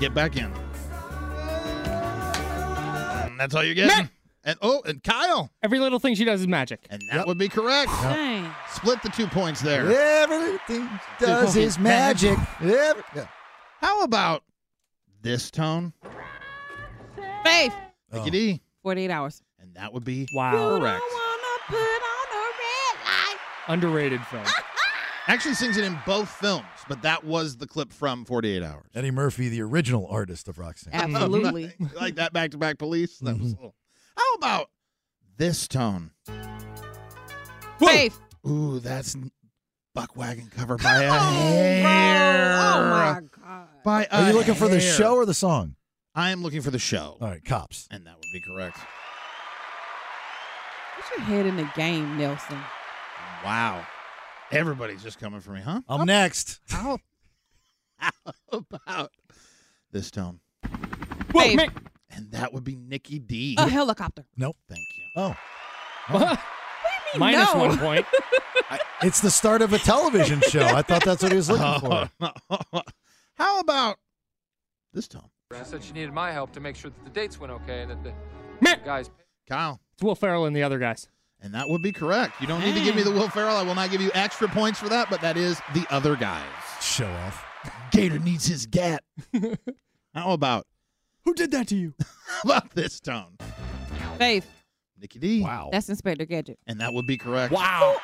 S10: Get back in. And that's all you're getting. And oh, and Kyle.
S1: Every little thing she does is magic.
S10: And that would be correct.
S9: Dang.
S10: Split the two points there.
S8: Everything does is magic. Every- yeah.
S10: How about this tone?
S9: Faith.
S10: Take it E.
S9: 48 hours.
S10: And that would be
S1: Wow.
S10: correct.
S1: Underrated film.
S10: Actually sings it in both films, but that was the clip from 48 Hours.
S8: Eddie Murphy, the original artist of Roxanne.
S9: Absolutely.
S10: like that back to back police. That was a little- How about this tone?
S9: Faith.
S10: Ooh, that's n- buck wagon cover by a hair.
S9: Oh,
S10: my god. By
S1: Uh,
S8: Are you
S10: a
S8: looking for the
S10: hair.
S8: show or the song?
S10: I am looking for the show.
S8: All right, cops.
S10: And that would be correct.
S9: Put your head in the game, Nelson.
S10: Wow. Everybody's just coming for me, huh?
S8: I'm next.
S10: How, how about this tone?
S9: Faith.
S10: And that would be Nikki D.
S9: A helicopter.
S8: Nope.
S10: Thank you.
S8: Oh.
S1: Minus
S9: no.
S1: one point.
S8: It's the start of a television show. I thought that's what he was looking
S1: Oh.
S8: for.
S10: How about this tone?
S20: I said she needed my help to make sure that the dates went okay and that the guys.
S10: Kyle.
S1: It's Will Ferrell and the other guys.
S10: And that would be correct. You don't need to give me the Will Ferrell. I will not give you extra points for that, but that is the other guys.
S8: Show off.
S10: Gator needs his gat. How about
S1: Who did that to you?
S10: how about this tone?
S9: Faith.
S10: Nikki D.
S8: Wow.
S9: That's Inspector Gadget.
S10: And that would be correct.
S1: Wow.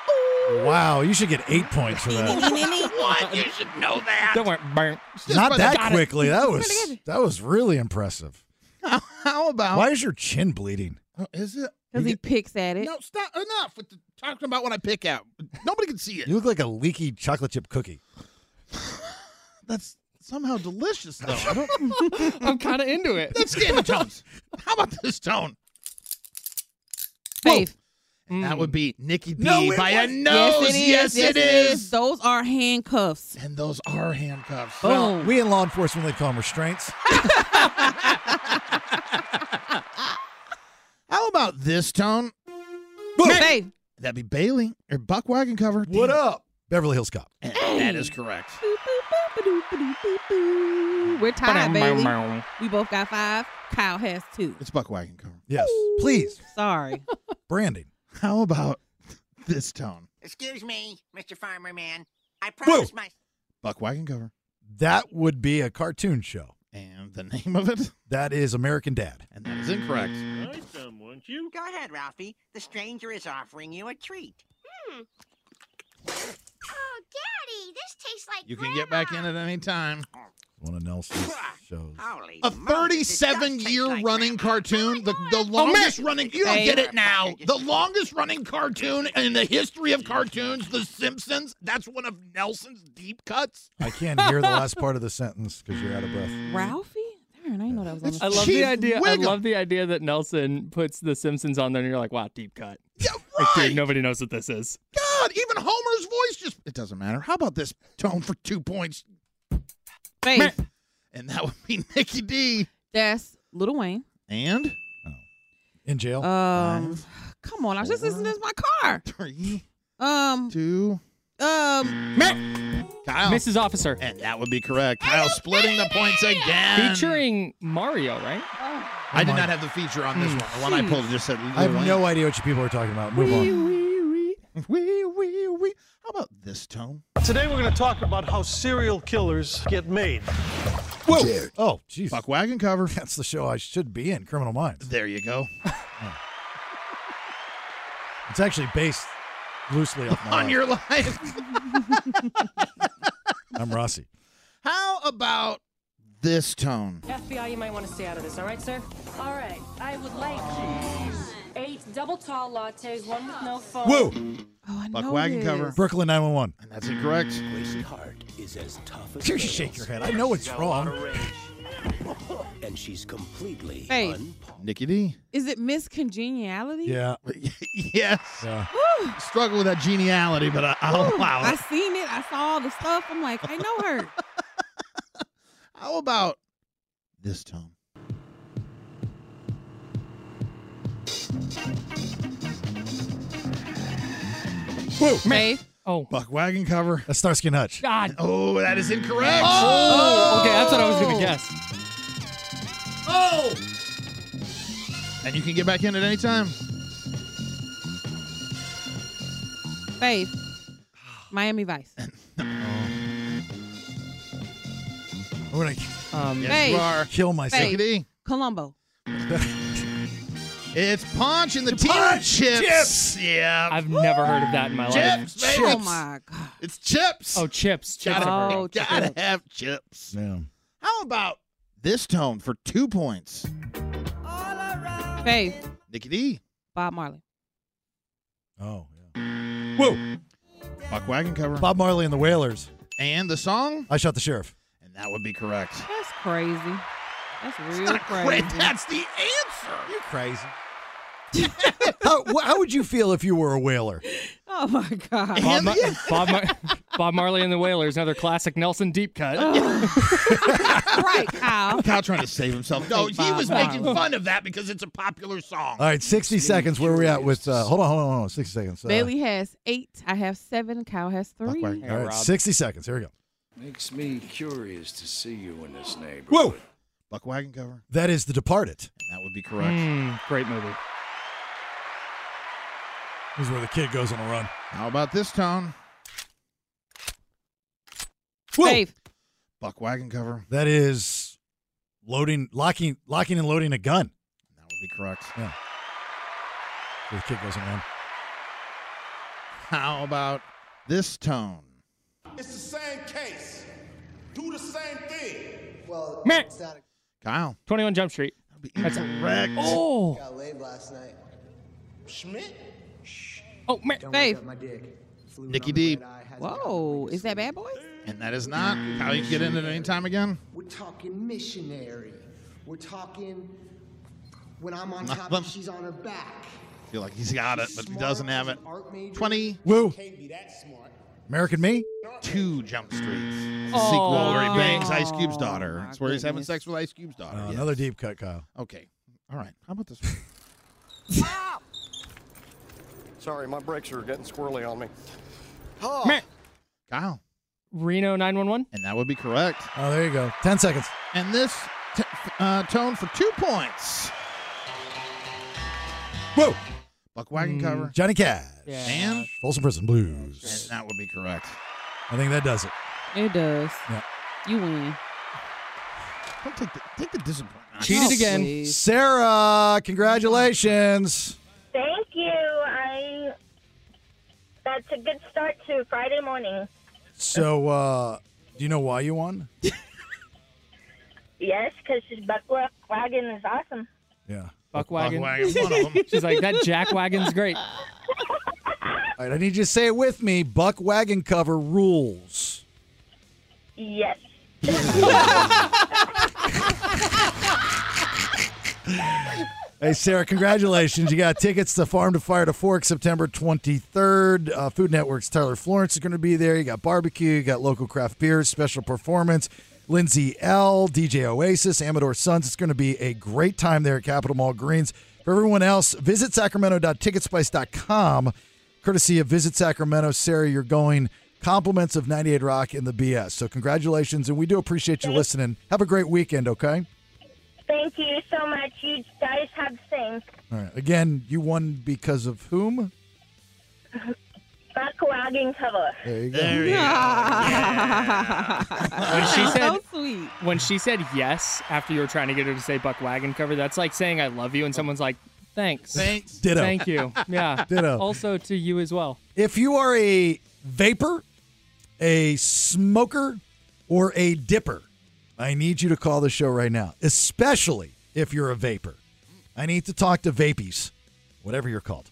S8: Wow, you should get eight points for that.
S10: what? You should know that.
S1: Don't worry. Burn.
S8: Not that
S1: Got it.
S8: quickly. That was that was really impressive.
S10: How, how about
S8: Why is your chin bleeding?
S10: Oh, is it?
S9: Because he picks at it.
S10: No, stop enough with the, talking about what I pick out. Nobody can see it.
S8: You look like a leaky chocolate chip cookie.
S10: That's somehow delicious though. I don't
S1: I'm kind of into it.
S10: That's Game of Tones. How about this tone?
S9: Faith.
S10: And
S1: Mm.
S10: That would be Nikki D
S8: No, it
S10: by a
S8: wasn't.
S10: nose. Yes, it is.
S9: Those are handcuffs.
S10: And those are handcuffs.
S8: Well, we in law enforcement they call them restraints.
S10: How about this tone?
S9: Faith.
S10: That'd be Bailey or Buck Wagon cover.
S8: What
S10: Damn.
S8: up? Beverly Hills Cop.
S10: And that is correct.
S9: We're tied, Bailey. We both got five. Kyle has two.
S10: It's Buck Wagon cover.
S8: Yes. Please.
S9: Sorry.
S8: Branding.
S10: How about this tone?
S5: Excuse me, Mr. Farmer Man. I promised my
S10: Buck Wagon cover.
S8: That would be a cartoon show.
S10: And the name of it?
S8: That is American Dad.
S10: And that is incorrect.
S5: Go ahead, Ralphie. The stranger is offering you a treat.
S18: Oh, Daddy, this tastes like
S10: You can get back in at any time.
S8: One of Nelson's shows.
S5: Holy moly,
S10: A
S5: this does
S10: 37
S5: taste
S10: year
S5: like
S10: running cartoon, the, the longest running, you don't get it now. The longest running cartoon in the history of cartoons, The Simpsons. That's one of Nelson's deep cuts.
S8: I can't hear the last part of the sentence because you're out of breath.
S9: Ralphie? Darn, I didn't know that was on the
S1: I love
S10: Chief
S1: the idea.
S10: Wiggum.
S1: I love the idea that Nelson puts The Simpsons on there, and you're like, "Wow, deep cut."
S10: Yeah,
S1: Like,
S10: right.
S1: dude, nobody knows what this is.
S10: God, even Homer's voice just. It doesn't matter. How about this tone for two points?
S9: Faith.
S10: And that would be Nikki D.
S9: That's Little Wayne.
S10: And
S8: In jail.
S9: Um,
S10: Five,
S9: come on, I was just listening to this in my car.
S10: three,
S9: Um,
S10: two,
S9: um,
S10: Kyle.
S1: Mrs. Officer,
S10: And that would be correct. Kyle splitting the points again.
S1: featuring Mario, right?
S10: I did not have the feature on this one. The one hmm, I pulled just said.
S8: I have no idea what you people are talking about. Move on.
S10: Wee, wee, wee. How about this tone?
S21: Today we're going to talk about how serial killers get made.
S8: Whoa. Oh, jeez.
S10: Buck wagon cover.
S8: That's the show I should be in, Criminal Minds.
S10: There you go.
S8: It's actually based loosely off my
S10: on
S8: life.
S10: your life.
S8: I'm Rossi.
S10: How about this tone?
S22: FBI, you might want to stay out of this, all right, sir? All right. I would like eight double tall lattes, one with no foam.
S8: Woo.
S9: oh, I
S10: Buck
S9: know
S10: wagon
S9: this.
S10: cover.
S8: Brooklyn 911.
S10: And that's incorrect.
S2: Gracie Hart is as tough as
S8: You shake your head. I know it's wrong.
S2: and she's completely
S9: Hey.
S10: Nikki D.
S9: Is it Miss Congeniality?
S8: Yeah.
S10: yes.
S8: Yeah.
S9: Whew.
S10: Struggle with that geniality, but I, I'll
S9: Whew.
S10: allow
S9: I
S10: it.
S9: seen it. I saw all the stuff. I'm like, I know her.
S10: How about this, Tom. Whoa, May.
S1: Oh,
S10: buck wagon cover.
S8: That's Starsky and Hutch.
S1: God.
S10: Oh, that is incorrect.
S1: Oh, okay. That's what I was gonna guess.
S10: Oh. And you can get back in at any time.
S9: Faith. Miami Vice.
S8: I'm gonna
S9: Um, Faith.
S8: kill myself.
S9: Faith. Colombo.
S10: It's Punch and the, team chips. Yeah.
S1: I've never heard of that in my life.
S10: Chips, baby.
S9: Oh my Oh, god.
S10: It's chips.
S1: Oh, chips. chips.
S10: Gotta,
S1: I've heard of.
S10: gotta have chips. How about this tone for two points?
S9: Faith.
S10: Nikki D.
S9: Bob Marley.
S8: Oh,
S10: yeah. Whoa. Buck wagon cover.
S8: Bob Marley and the Wailers.
S10: And the song?
S8: I shot the sheriff.
S10: And that would be correct.
S9: That's crazy. That's real
S10: not
S9: crazy.
S10: correct. That's the answer.
S8: You're crazy. how, wh- how would you feel if you were a whaler?
S9: Oh my god.
S1: Bob, Mar- Bob, Mar- Bob Marley and the Wailers, another classic Nelson deep cut.
S9: right, Kyle.
S10: Kyle trying to save himself. No, he was making fun of that because it's a popular song.
S8: All right, 60 seconds. Where are we at with. Uh, hold on, hold on, hold on. 60 seconds. Uh,
S9: Bailey has eight. I have seven. Kyle has three.
S8: All right, 60 seconds. Here we go.
S2: Makes me curious to see you in this neighborhood.
S8: Whoa.
S10: Buck wagon cover.
S8: That is The Departed.
S10: That would be correct.
S1: great movie.
S8: This is where the kid goes on a run.
S10: How about this tone?
S9: Faith.
S10: Buck wagon cover.
S8: That is loading, locking, locking and loading a gun.
S10: That would be correct.
S8: Yeah. Where the kid goes on a run.
S10: How about this tone?
S6: It's the same case. Do the same thing. Well,
S1: Meh.
S10: Kyle.
S1: 21 Jump Street. That's
S10: Correct.
S1: Oh.
S6: got laid last night. Schmidt?
S1: Oh, man.
S9: Faith.
S10: Nikki D.
S9: Whoa. Is that Bad Boys?
S10: And that is not. Kyle, you can get in at any time again.
S11: We're talking missionary. We're talking when I'm on
S10: Not
S11: top
S10: them.
S11: and she's on her back.
S10: feel like he's got it, but he doesn't have it. 20.
S8: Woo.
S11: Can't be that smart.
S8: American Me?
S10: Two Jump Streets. The
S1: Oh,
S10: sequel where he bangs
S1: no.
S10: Ice Cube's daughter. That's where he's having sex with Ice Cube's daughter.
S8: Uh,
S10: yes.
S8: Another deep cut, Kyle.
S10: Okay. All right. How about this one?
S6: Sorry, my brakes are getting squirrely on me.
S10: Kyle.
S1: Reno 911.
S10: And that would be correct.
S8: Oh, there you go. 10 seconds.
S10: And this t- f- uh, tone for two points.
S8: Whoa.
S10: Buck
S8: Hmm.
S10: wagon cover.
S8: Johnny Cash.
S1: Yeah.
S10: And,
S8: Folsom Prison Blues.
S10: Uh, and that would be correct.
S8: I think that does it.
S9: It does.
S8: Yeah.
S9: You win.
S10: Don't take the, take the disappointment.
S1: Cheated
S9: Oh,
S1: again.
S9: please.
S8: Sarah, congratulations.
S18: Thank you. I. That's a good start to Friday morning.
S8: So, uh, do you know why you won?
S18: Yes, because this buckle wagon is awesome.
S8: Yeah.
S1: Buck wagon.
S10: wagon, one of them.
S1: She's like, that jack wagon's great.
S8: All right, I need you to say it with me. Buck wagon cover rules.
S18: Yes.
S8: Hey, Sarah, congratulations. You got tickets to Farm to Fire to Fork September 23rd. Uh, Food Network's Tyler Florence is going to be there. You got barbecue, you got local craft beers, special performance. Lindsay L., DJ Oasis, Amador Sons. It's going to be a great time there at Capitol Mall Greens. For everyone else, visit sacramento.ticketspice.com. Courtesy of Visit Sacramento. Sarah, you're going compliments of 98 Rock and the BS. So, congratulations, and we do appreciate you listening. Have a great weekend, okay?
S18: Thank you so much. You guys have the same.
S8: All right. Again, you won because of whom?
S18: Buck wagon cover.
S8: There you go.
S1: When she said,
S9: So sweet.
S8: Oh,
S1: when she said yes after you were trying to get her to say buck wagon cover, that's like saying I love you and someone's like, thanks.
S10: Thanks.
S8: Ditto.
S1: Thank you. Yeah.
S8: Ditto.
S1: Also to you as well.
S8: If you are a vapor, a smoker, or a dipper, I need you to call the show right now, especially if you're a vapor. I need to talk to vapies, whatever you're called.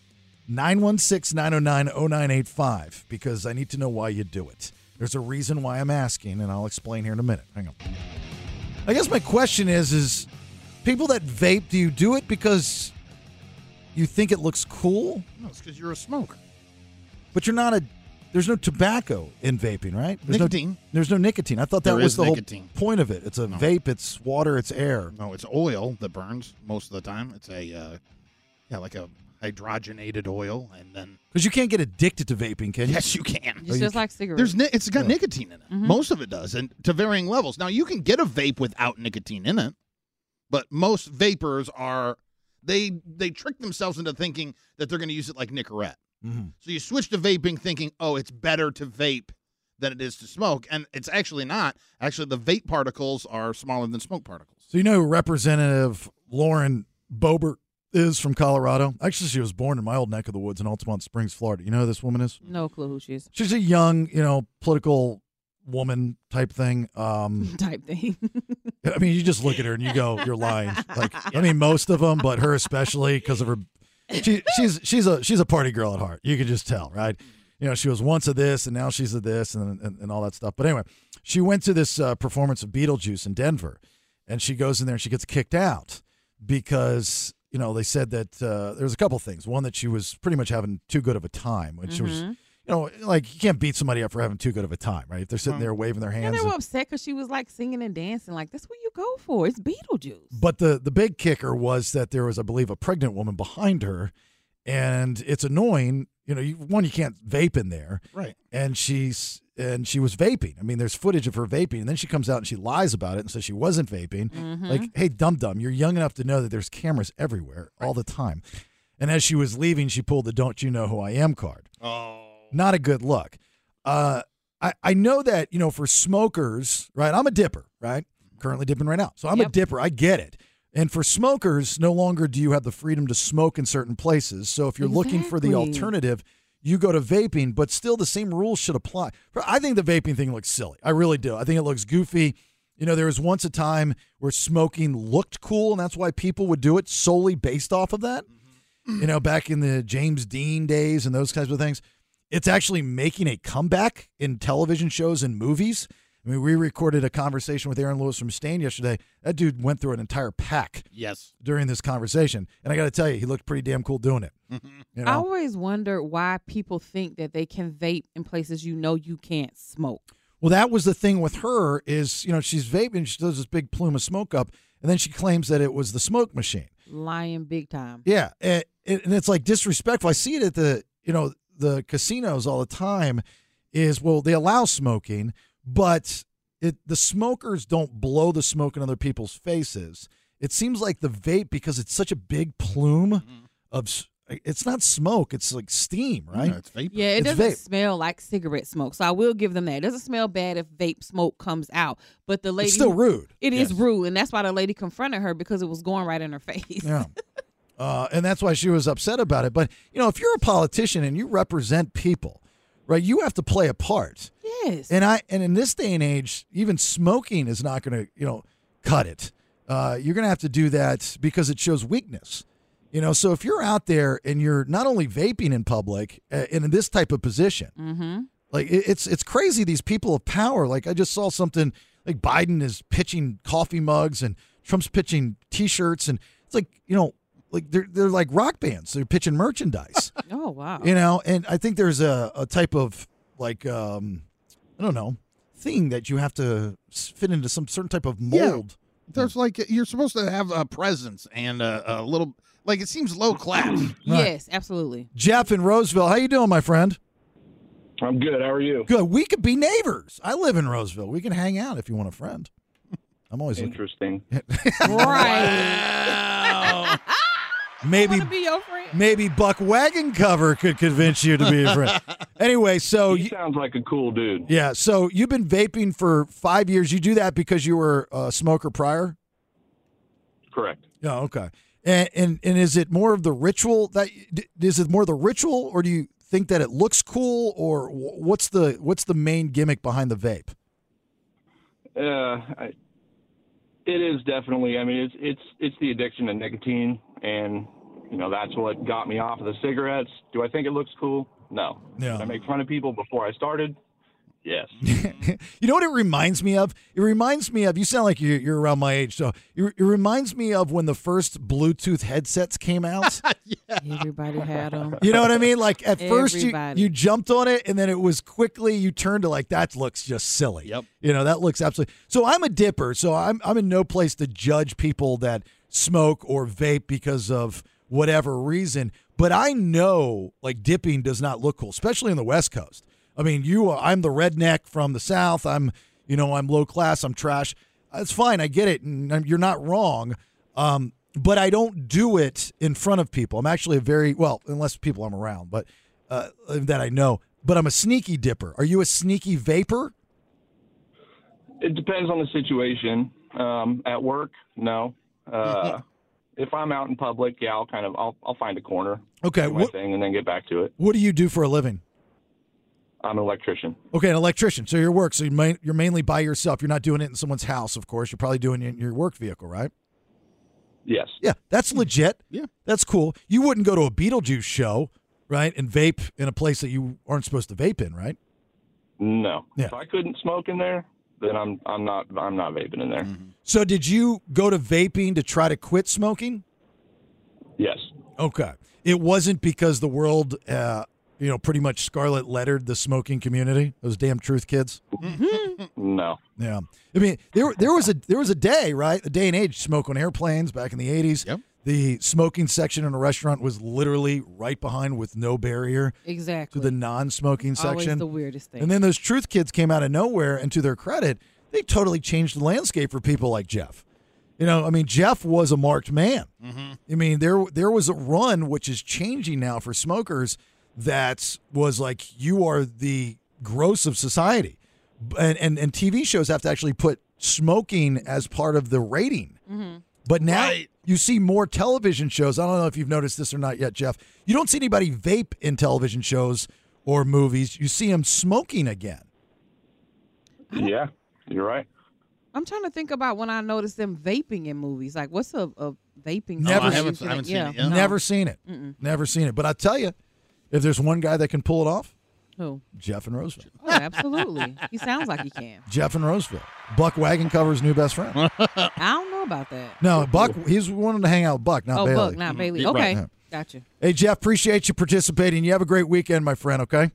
S8: 916 909 0985, because I need to know why you do it. There's a reason why I'm asking, and I'll explain here in a minute. Hang on. I guess my question is is people that vape, do you do it because you think it looks cool?
S10: No, it's because you're a smoker.
S8: but you're not a There's no tobacco in vaping, right? There's
S10: Nicotine.
S8: No, there's no nicotine. I thought that
S10: There
S8: was
S10: is
S8: the
S10: nicotine.
S8: whole point of it. It's a
S10: No.
S8: vape. It's water. It's air.
S10: No, it's oil that burns most of the time. It's a uh, yeah, like a hydrogenated oil, and then
S8: Because you can't get addicted to vaping, can you?
S10: Yes, you can.
S9: It's just like cigarettes.
S10: There's ni- it's got
S9: Yeah.
S10: nicotine in it.
S9: Mhm.
S10: Most of it does, and to varying levels. Now you can get a vape without nicotine in it, but most vapors are they they trick themselves into thinking that they're going to use it like Nicorette.
S8: Mm-hmm.
S10: So you switch to vaping, thinking, oh, it's better to vape than it is to smoke, and it's actually not. Actually, the vape particles are smaller than smoke particles.
S8: So you know who Representative Lauren Boebert is from Colorado? Actually, she was born in my old neck of the woods in Altamont Springs, Florida. You know who this woman is?
S9: No clue who she is.
S8: She's a young, you know, political woman type thing. Um,
S9: Type thing.
S8: I mean, you just look at her and you go, "You're lying." Like, I mean, most of them, but her especially because of her. She, she's she's a she's a party girl at heart. You can just tell, right? You know, she was once of this, and now she's of this, and and, and all that stuff. But anyway, she went to this uh, performance of Beetlejuice in Denver, and she goes in there and she gets kicked out because you know they said that uh, there was a couple things. One that she was pretty much having too good of a time, and she was.
S9: Mhm.
S8: You know, like you can't beat somebody up for having too good of a time, right? If they're sitting there waving their
S9: Yeah,
S8: hands,
S9: they
S8: and-
S9: were upset because she was like singing and dancing. Like that's what you go for. It's Beetlejuice.
S8: But the the big kicker was that there was, I believe, a pregnant woman behind her, and it's annoying. You know, you, one you can't vape in there,
S10: Right.
S8: And she's and she was vaping. I mean, there's footage of her vaping, and then she comes out and she lies about it and says she wasn't vaping.
S9: Mm-hmm.
S10: Mhm.
S8: Like, hey, dum dum, you're young enough to know that there's cameras everywhere all the time. And as she was leaving, she pulled the "Don't you know who I am" card
S10: Oh,
S8: not a good look. Uh, I, I know that, you know, for smokers, right? I'm a dipper, right? currently dipping right now. So I'm a dipper. I get it. And for smokers, no longer do you have the freedom to smoke in certain places. So if you're looking for the
S12: Exactly.
S8: alternative, you go to vaping, but still the same rules should apply. I think the vaping thing looks silly. I really do. I think it looks goofy. You know, there was once a time where smoking looked cool, and that's why people would do it solely based off of that you know, back in the James Dean days and those kinds of things. It's actually making a comeback in television shows and movies. I mean, we recorded a conversation with Aaron Lewis from Stain yesterday. That dude went through an entire pack
S10: Yes.
S8: during this conversation. And I got to tell you, he looked pretty damn cool doing it. You
S9: I
S8: know?
S9: always wonder why people think that they can vape in places you know you can't smoke.
S8: Well, that was the thing with her is, you know, she's vaping. She does this big plume of smoke up. And then she claims that it was the smoke machine.
S9: Lying big time.
S8: Yeah, and, and it's like disrespectful. I see it at the you know the casinos all the time. Is well, they allow smoking, but it the smokers don't blow the smoke in other people's faces. It seems like the vape because it's such a big plume of s- it's not smoke. It's like steam, right?
S10: it's vape.
S9: Yeah, it
S8: it's
S9: doesn't
S8: vape.
S9: smell like cigarette smoke. So I will give them that. It doesn't smell bad if vape smoke comes out. But the lady
S8: still rude.
S9: It is
S8: Yes.
S9: rude. And that's why the lady confronted her because it was going right in her face.
S8: Yeah. Uh, and that's why she was upset about it. But, you know, if you're a politician and you represent people, right, you have to play a part.
S9: Yes.
S8: And I and in this day and age, even smoking is not going to, you know, cut it. Uh, you're going to have to do that because it shows weakness. You know, so if you're out there and you're not only vaping in public uh, and in this type of position,
S9: Mm-hmm.
S8: like it, it's it's crazy these people of power. Like I just saw something like Biden is pitching coffee mugs and Trump's pitching T-shirts and it's like you know like they're they're like rock bands. They're pitching merchandise,
S9: Oh wow.
S8: you know. And I think there's a, a type of like um I don't know thing that you have to s- fit into some certain type of mold.
S10: There's like you're supposed to have a presence and a, a little like it seems low class.
S9: Yes, absolutely.
S8: Jeff in Roseville, how you doing, my friend?
S13: I'm good. How are you?
S8: Good. We could be neighbors. I live in Roseville. We can hang out if you want a friend. I'm always looking.
S13: Interesting.
S9: right.
S8: Maybe
S9: be your friend.
S8: Maybe Buck Wagon Cover could convince you to be a friend. anyway, so
S13: He
S8: you,
S13: sounds like a cool dude.
S8: yeah, so you've been vaping for five years. You do that because you were a smoker prior.
S13: Correct.
S8: Yeah, okay. And and, and is it more of the ritual that d- is it more the ritual, or do you think that it looks cool, or wh- what's the what's the main gimmick behind the vape?
S13: Uh, I, it is definitely. I mean, it's it's it's the addiction to nicotine, and you know that's what got me off of the cigarettes. Do I think it looks cool? No.
S8: Yeah.
S13: Did I make fun of people before I started? Yes.
S8: You know what it reminds me of? It reminds me of, you sound like you're, you're around my age, so it, it reminds me of when the first Bluetooth headsets came out.
S9: Everybody had them.
S8: You know what I mean? Like at first you,
S9: Everybody.
S8: you jumped on it and then it was quickly you turned to like that looks just silly. Yep. You know, that looks absolutely so I'm a dipper, so I'm I'm in no place to judge people that smoke or vape because of whatever reason. But I know like dipping does not look cool, especially on the West Coast. I mean, you are I'm the redneck from the South. I'm you know, I'm low class, I'm trash. That's fine, I get it, and I'm- you're not wrong. Um, but I don't do it in front of people. I'm actually a very well, unless people I'm around, but uh, that I know. But I'm a sneaky dipper. Are you a sneaky vapor?
S13: It depends on the situation. Um, at work, no. Uh, if I'm out in public, yeah, I'll kind of I'll I'll find a corner.
S8: Okay,
S13: do my
S8: what-
S13: thing, and then get back to it.
S8: What do you do for a living?
S13: I'm an electrician.
S8: Okay, an electrician. So your work. So you main, you're mainly by yourself. You're not doing it in someone's house, of course. You're probably doing it in your work vehicle, right?
S13: Yes.
S8: Yeah, that's legit. Yeah, that's cool. You wouldn't go to a Beetlejuice show, right? And vape in a place that you aren't supposed to vape in, right?
S13: No.
S8: Yeah.
S13: If I couldn't smoke in there, then I'm I'm not I'm not vaping in there.
S8: Mm-hmm. So did you go to vaping to try to quit smoking?
S13: Yes.
S8: Okay. It wasn't because the world, uh, you know, pretty much scarlet lettered the smoking community. Those damn truth kids.
S13: No.
S8: Yeah. I mean, there there was a there was a day, right? A day and age smoke on airplanes back in the eighties. Yep. The smoking section in a restaurant was literally right behind with no barrier
S9: Exactly.
S8: to the non-smoking
S9: Always
S8: section.
S9: the weirdest thing.
S8: And then those truth kids came out of nowhere, and to their credit, they totally changed the landscape for people like Jeff. You know, I mean, Jeff was a marked man. I mean, there there was a run which is changing now for smokers that was like you are the gross of society, B- and and, and TV shows have to actually put smoking as part of the rating. But now you see more television shows. I don't know if you've noticed this or not yet, Jeff. You don't see anybody vape in television shows or movies. You see them smoking again.
S13: Yeah. You're right.
S9: I'm trying to think about when I noticed them vaping in movies. Like, what's a, a vaping?
S8: Never
S9: thing?
S8: seen,
S9: You think- yeah, no.
S8: Never seen it.
S9: Mm-mm.
S8: Never seen it. But I tell you, if there's one guy that can pull it off,
S9: Who?
S8: Jeff and Roseville.
S9: Oh, absolutely. he sounds like he can.
S8: Jeff and Roseville. Buck Wagon covers new best friend.
S9: I don't know about that.
S8: no, Buck. He's wanting to hang out with Buck, not
S9: oh,
S8: Bailey.
S9: Buck, not Bailey.
S8: Yeah,
S9: Okay,
S8: right.
S9: gotcha.
S8: Hey Jeff, appreciate you participating. You have a great weekend, my friend. Okay.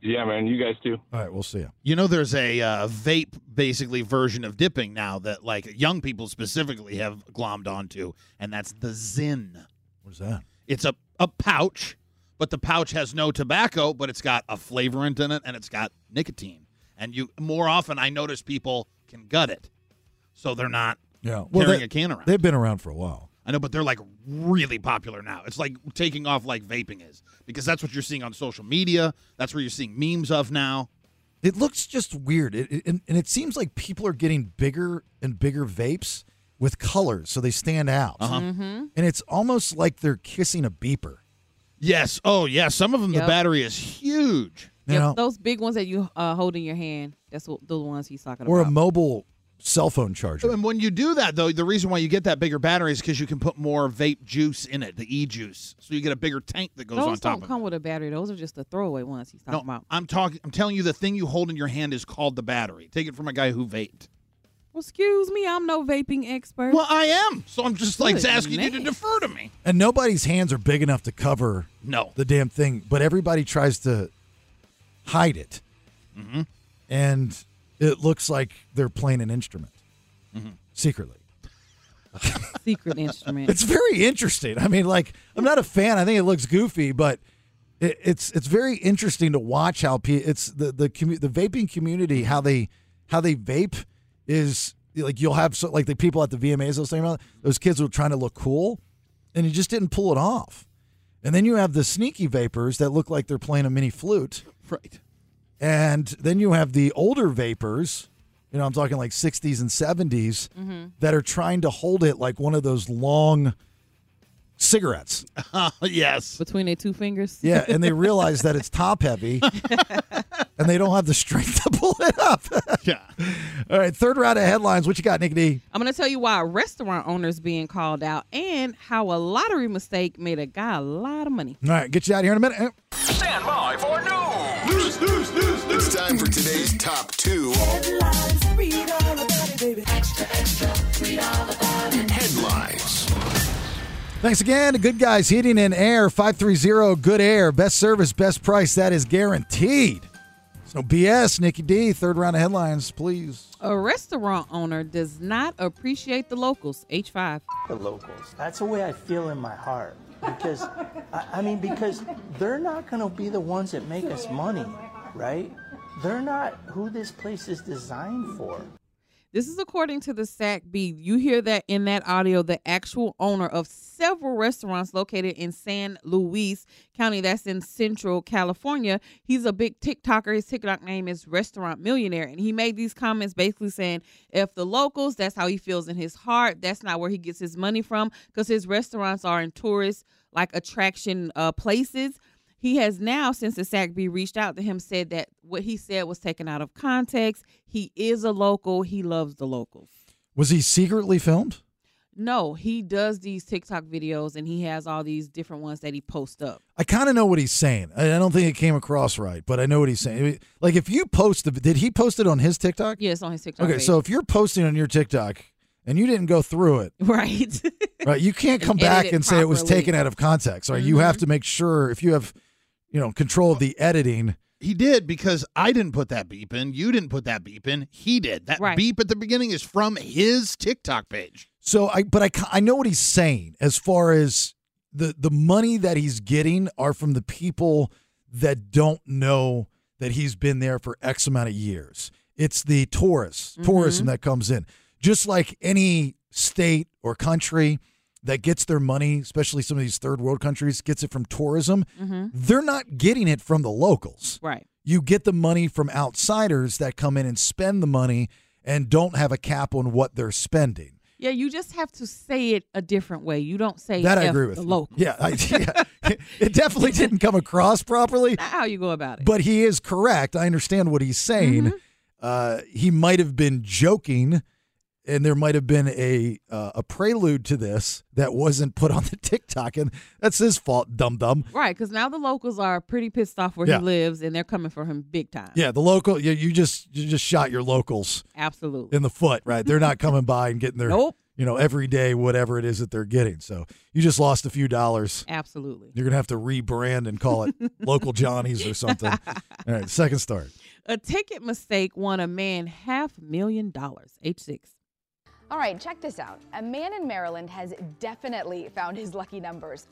S13: Yeah, man. You guys too.
S8: All right, we'll see you.
S10: You know, there's a uh, vape basically version of dipping now that like young people specifically have glommed onto, and that's the Zin.
S8: What's that?
S10: It's a, a pouch, but the pouch has no tobacco, but it's got a flavorant in it and it's got nicotine. And you more often I notice people can gut it, so they're not
S8: Yeah.
S10: carrying
S8: they-
S10: a can around.
S8: They've been around for a while.
S10: I know, but they're like really popular now. It's like taking off like vaping is because that's what you're seeing on social media. That's where you're seeing memes of now.
S8: It looks just weird, it, it- and, and it seems like people are getting bigger and bigger vapes with colors, so they stand out.
S10: Uh-huh. Mhm.
S8: And it's almost like they're kissing a beeper.
S10: Yes. Oh, yeah. Some of them,
S9: Yep.
S10: the battery is huge.
S8: You
S9: Yep,
S8: know,
S9: those big ones that you uh, hold in your hand. That's what the ones he's talking
S8: or a
S9: about.
S8: mobile cell phone charger.
S10: And when you do that, though, the reason why you get that bigger battery is because you can put more vape juice in it, the e juice. So you get a bigger tank that goes
S9: those
S10: on top
S9: don't
S10: of
S9: come with a battery. Those are just the throwaway ones he's
S10: it.
S9: talking
S10: No,
S9: about.
S10: I'm talking. I'm telling you, the thing you hold in your hand is called the battery. Take it from a guy who vaped.
S9: Well, excuse me, I'm no vaping expert.
S10: Well, I am, so I'm just like
S9: Good
S10: asking
S9: man.
S10: you to defer to me.
S8: and nobody's hands are big enough to cover
S10: No.
S8: the damn thing, but everybody tries to hide it.
S10: Mm-hmm.
S8: And it looks like they're playing an instrument
S10: Mhm.
S8: secretly.
S9: Secret instrument.
S8: It's very interesting. I mean, like I'm not a fan. I think it looks goofy, but it, it's it's very interesting to watch how pe- it's the the commu- the vaping community how they how they vape is like you'll have so, like the people at the VMAs I was talking about those kids were trying to look cool, and you just didn't pull it off. And then you have the sneaky vapors that look like they're playing a mini flute.
S10: Right.
S8: And then you have the older vapors, you know, I'm talking like 60s and 70s,
S10: Mhm.
S8: that are trying to hold it like one of those long cigarettes.
S10: yes.
S9: Between their two fingers.
S8: Yeah. And they realize that it's top heavy and they don't have the strength to pull it up.
S10: yeah.
S8: All right. Third round of headlines. What you got, Nick D?
S9: I'm going to tell you why a restaurant owner's being called out and how a lottery mistake made a guy a lot of money.
S8: All right. Get you out of here in a minute.
S3: Stand by for news. News, news, news, news.
S4: It's time for today's top two. Headlines.
S8: Thanks again to Good Guys Heating and Air, 530 Good Air. Best service, best price, that is guaranteed. It's no BS, Nikki D. Third round of headlines, please.
S9: A restaurant owner does not appreciate the locals. H5.
S12: The locals. That's the way I feel in my heart. Because, I, I mean, because they're not going to be the ones that make us money, right? They're not who this place is designed for.
S9: This is according to the SACB. You hear that in that audio, the actual owner of several restaurants located in San Luis County, that's in Central California. He's a big TikToker. His TikTok name is Restaurant Millionaire. And he made these comments basically saying, if the locals, that's how he feels in his heart. That's not where he gets his money from because his restaurants are in tourist like attraction uh, places. He has now, since the SACB reached out to him, said that what he said was taken out of context. He is a local. He loves the locals.
S8: Was he secretly filmed?
S9: No, he does these TikTok videos and he has all these different ones that he posts up.
S8: I kind of know what he's saying. I I don't think it came across right, but I know what he's saying. Like, if you post the, did he post it on his TikTok?
S9: Yes, on his TikTok.
S8: Okay,
S9: page.
S8: so if you're posting on your TikTok and you didn't go through it,
S9: right,
S8: right, you can't come
S9: And edit
S8: back
S9: it
S8: and say it was
S9: properly. Mm-hmm.
S8: taken out of context. Right, you have to make sure if you have, you know, control of the editing.
S10: He did because I didn't put that beep in. You didn't put that beep in. He did. That
S8: Right.
S10: beep at the beginning is from his TikTok page.
S8: So I, but I, ca- I know what he's saying as far as the the money that he's getting are from the people that don't know that he's been there for X amount of years. It's the tourists, tourism that comes in, just like any state or country that gets their money, especially some of these third world countries, gets it from tourism.
S9: Mhm.
S8: They're not getting it from the locals
S9: right.
S8: you get the money from outsiders that come in and spend the money and don't have a cap on what they're spending.
S9: Yeah, you just have to say it a different way. You don't say
S8: that I
S9: F
S8: agree with.
S9: the
S8: you.
S9: local.
S8: Yeah, I, yeah. it definitely didn't come across properly,
S9: Not how you go about it.
S8: but he is correct. I understand what he's saying.
S9: Mm-hmm.
S8: Uh, he might have been joking, and there might have been a uh, a prelude to this that wasn't put on the TikTok, and that's his fault, dum dum.
S9: Right, because now the locals are pretty pissed off where
S8: Yeah.
S9: he lives and they're coming for him big time.
S8: Yeah, the local. You, you just you just shot your locals.
S9: Absolutely.
S8: in the foot, right? They're not coming by and getting their
S9: Nope.
S8: you know, every day whatever it is that they're getting. So you just lost a few dollars.
S9: Absolutely.
S8: You're gonna have to rebrand and call it local Johnny's or something. All right, second start.
S9: A ticket mistake won a man half million dollars. H6.
S23: All right, check this out. A man in Maryland has definitely found his lucky numbers.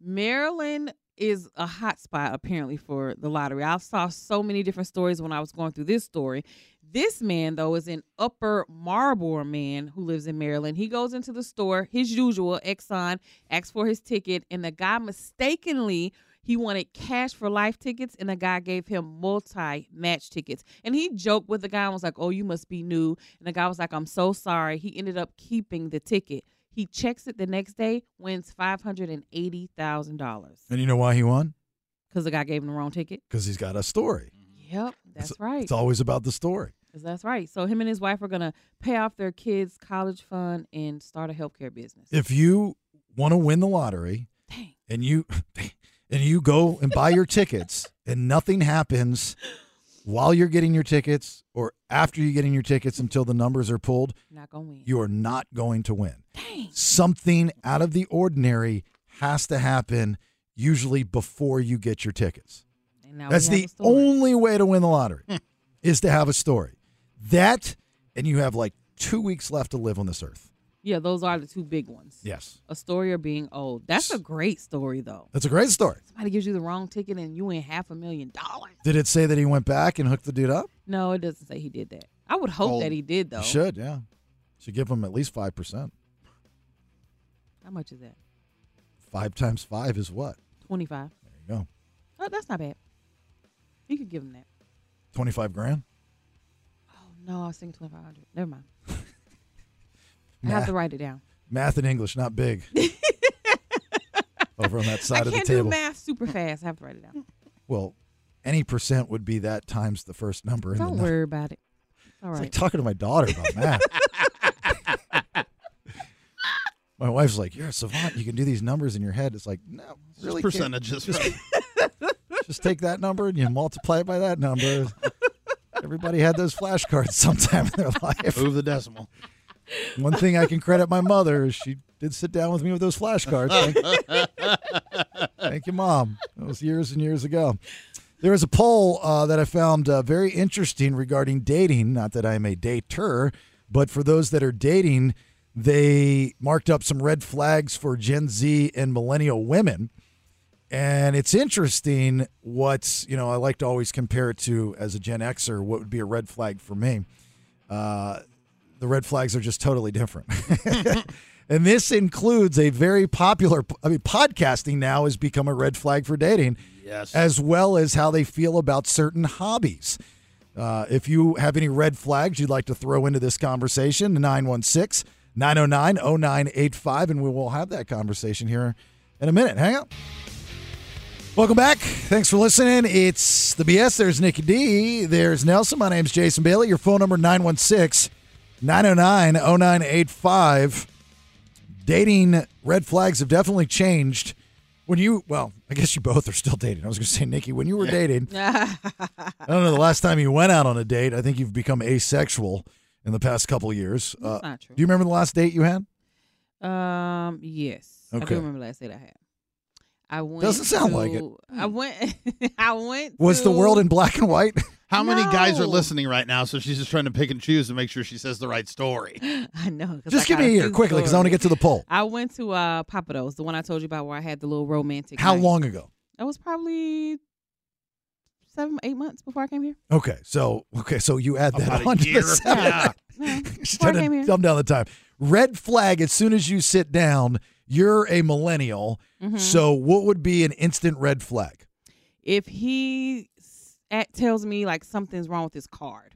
S9: Maryland is a hot spot apparently for the lottery. I saw so many different stories when I was going through this story. This man though is an upper Marlboro man who lives in Maryland. He goes into the store, his usual Exxon, asks for his ticket, and the guy mistakenly he wanted cash for life tickets, and the guy gave him multi match tickets. And he joked with the guy and was like, Oh, you must be new. And the guy was like, I'm so sorry. He ended up keeping the ticket. He checks it the next day, wins $580,000
S8: And you know why he won?
S9: because the guy gave him the wrong ticket.
S8: Because he's got a story.
S9: Yep, that's right.
S8: It's always about the story.
S9: That's right. So him and his wife are going to pay off their kids' college fund and start a healthcare business.
S8: If you want to win the lottery and you and you go and buy your tickets and nothing happens while you're getting your tickets or after you're getting your tickets until the numbers are pulled,
S9: Not going to win.
S8: you are not going to win. Something out of the ordinary has to happen, usually before you get your tickets.
S9: And now we
S8: That's
S9: have
S8: the
S9: a story. Hmm.
S8: only way to win the lottery is to have a story. That, and you have like two weeks left to live on this earth.
S9: Yeah, those are the two big ones.
S8: Yes.
S9: A story of being old. That's a great story, though.
S8: That's a great story.
S9: Somebody gives you the wrong ticket and you win half a million dollars.
S8: Did it say that he went back and hooked the dude up?
S9: No, it doesn't say he did that. I would hope
S8: Oh,
S9: that he did, though.
S8: You should, yeah. Should give him at least 5%.
S9: How much is that?
S8: Five times five is what? There
S9: 25.
S8: you go.
S9: Oh, that's not bad. You could give him that.
S8: 25 grand?
S9: Oh, no, I was thinking 2500 Never mind. I have to write it down.
S8: Math and English, not big. Over on that side
S9: I
S8: of the
S9: can't
S8: table.
S9: do math super fast. I have to write it down.
S8: Well, any percent would be that times the first number. in the
S9: Don't
S8: nu-
S9: worry about it. All
S8: It's
S9: right.
S8: like talking to my daughter about math. my wife's like, "You're a savant. You can do these numbers in your head." It's like, no,
S10: Just percentages, right?
S8: Just take that number and you multiply it by that number. Everybody had those flashcards sometime in their life.
S10: Move the decimal.
S8: One thing I can credit my mother is she did sit down with me with those flashcards. Thank, thank you, Mom. That was years and years ago. There was a poll uh, that I found uh, very interesting regarding dating. Not that I am a dater, but for those that are dating, they marked up some red flags for Gen Z and millennial women. And it's interesting what's, you know, I like to always compare it to, as a Gen Xer, what would be a red flag for me. Uh, the red flags are just totally different. and this includes a very popular, I mean, podcasting now has become a red flag for dating,
S10: Yes.
S8: as well as how they feel about certain hobbies. Uh, if you have any red flags you'd like to throw into this conversation, 916 909 0985, and we will have that conversation here in a minute. Hang on. Welcome back. Thanks for listening. It's the BS. There's Nikki D. There's Nelson. My name's Jason Bailey. Your phone number 916 909 0985. Dating red flags have definitely changed. When you, well, I guess you both are still dating. I was going to say, Nikki, when you were dating, I don't know the last time you went out on a date. I think you've become asexual in the past couple of years. Uh,
S9: That's not true.
S8: Do you remember the last date you had?
S9: Um. Yes. I
S8: Okay.
S9: do remember last date I had. I went.
S8: Doesn't sound like it.
S9: to- I went. I went.
S8: Was the
S9: to-
S8: world in black and white?
S10: How many guys are
S9: No.
S10: listening right now? So she's just trying to pick and choose to make sure she says the right story.
S9: I know. 'cause
S8: Just
S9: I
S8: give
S9: got
S8: me a year
S9: few
S8: quickly because I want to
S9: stories.
S8: get to the poll.
S9: I went to uh Papados, the one I told you about where I had the little romantic.
S8: How
S9: night.
S8: long ago?
S9: That was probably seven, eight months before I came here.
S8: Okay, so okay, so you add that
S10: About a
S8: on to
S10: year.
S8: the seven.
S10: Yeah.
S9: Yeah,
S8: She's
S9: before I
S8: trying
S9: came
S8: to
S9: here.
S8: dumb down the time. Red flag as soon as you sit down, you're a millennial.
S9: Mhm.
S8: So what would be an instant red flag?
S9: If he s- at, tells me like something's wrong with his card,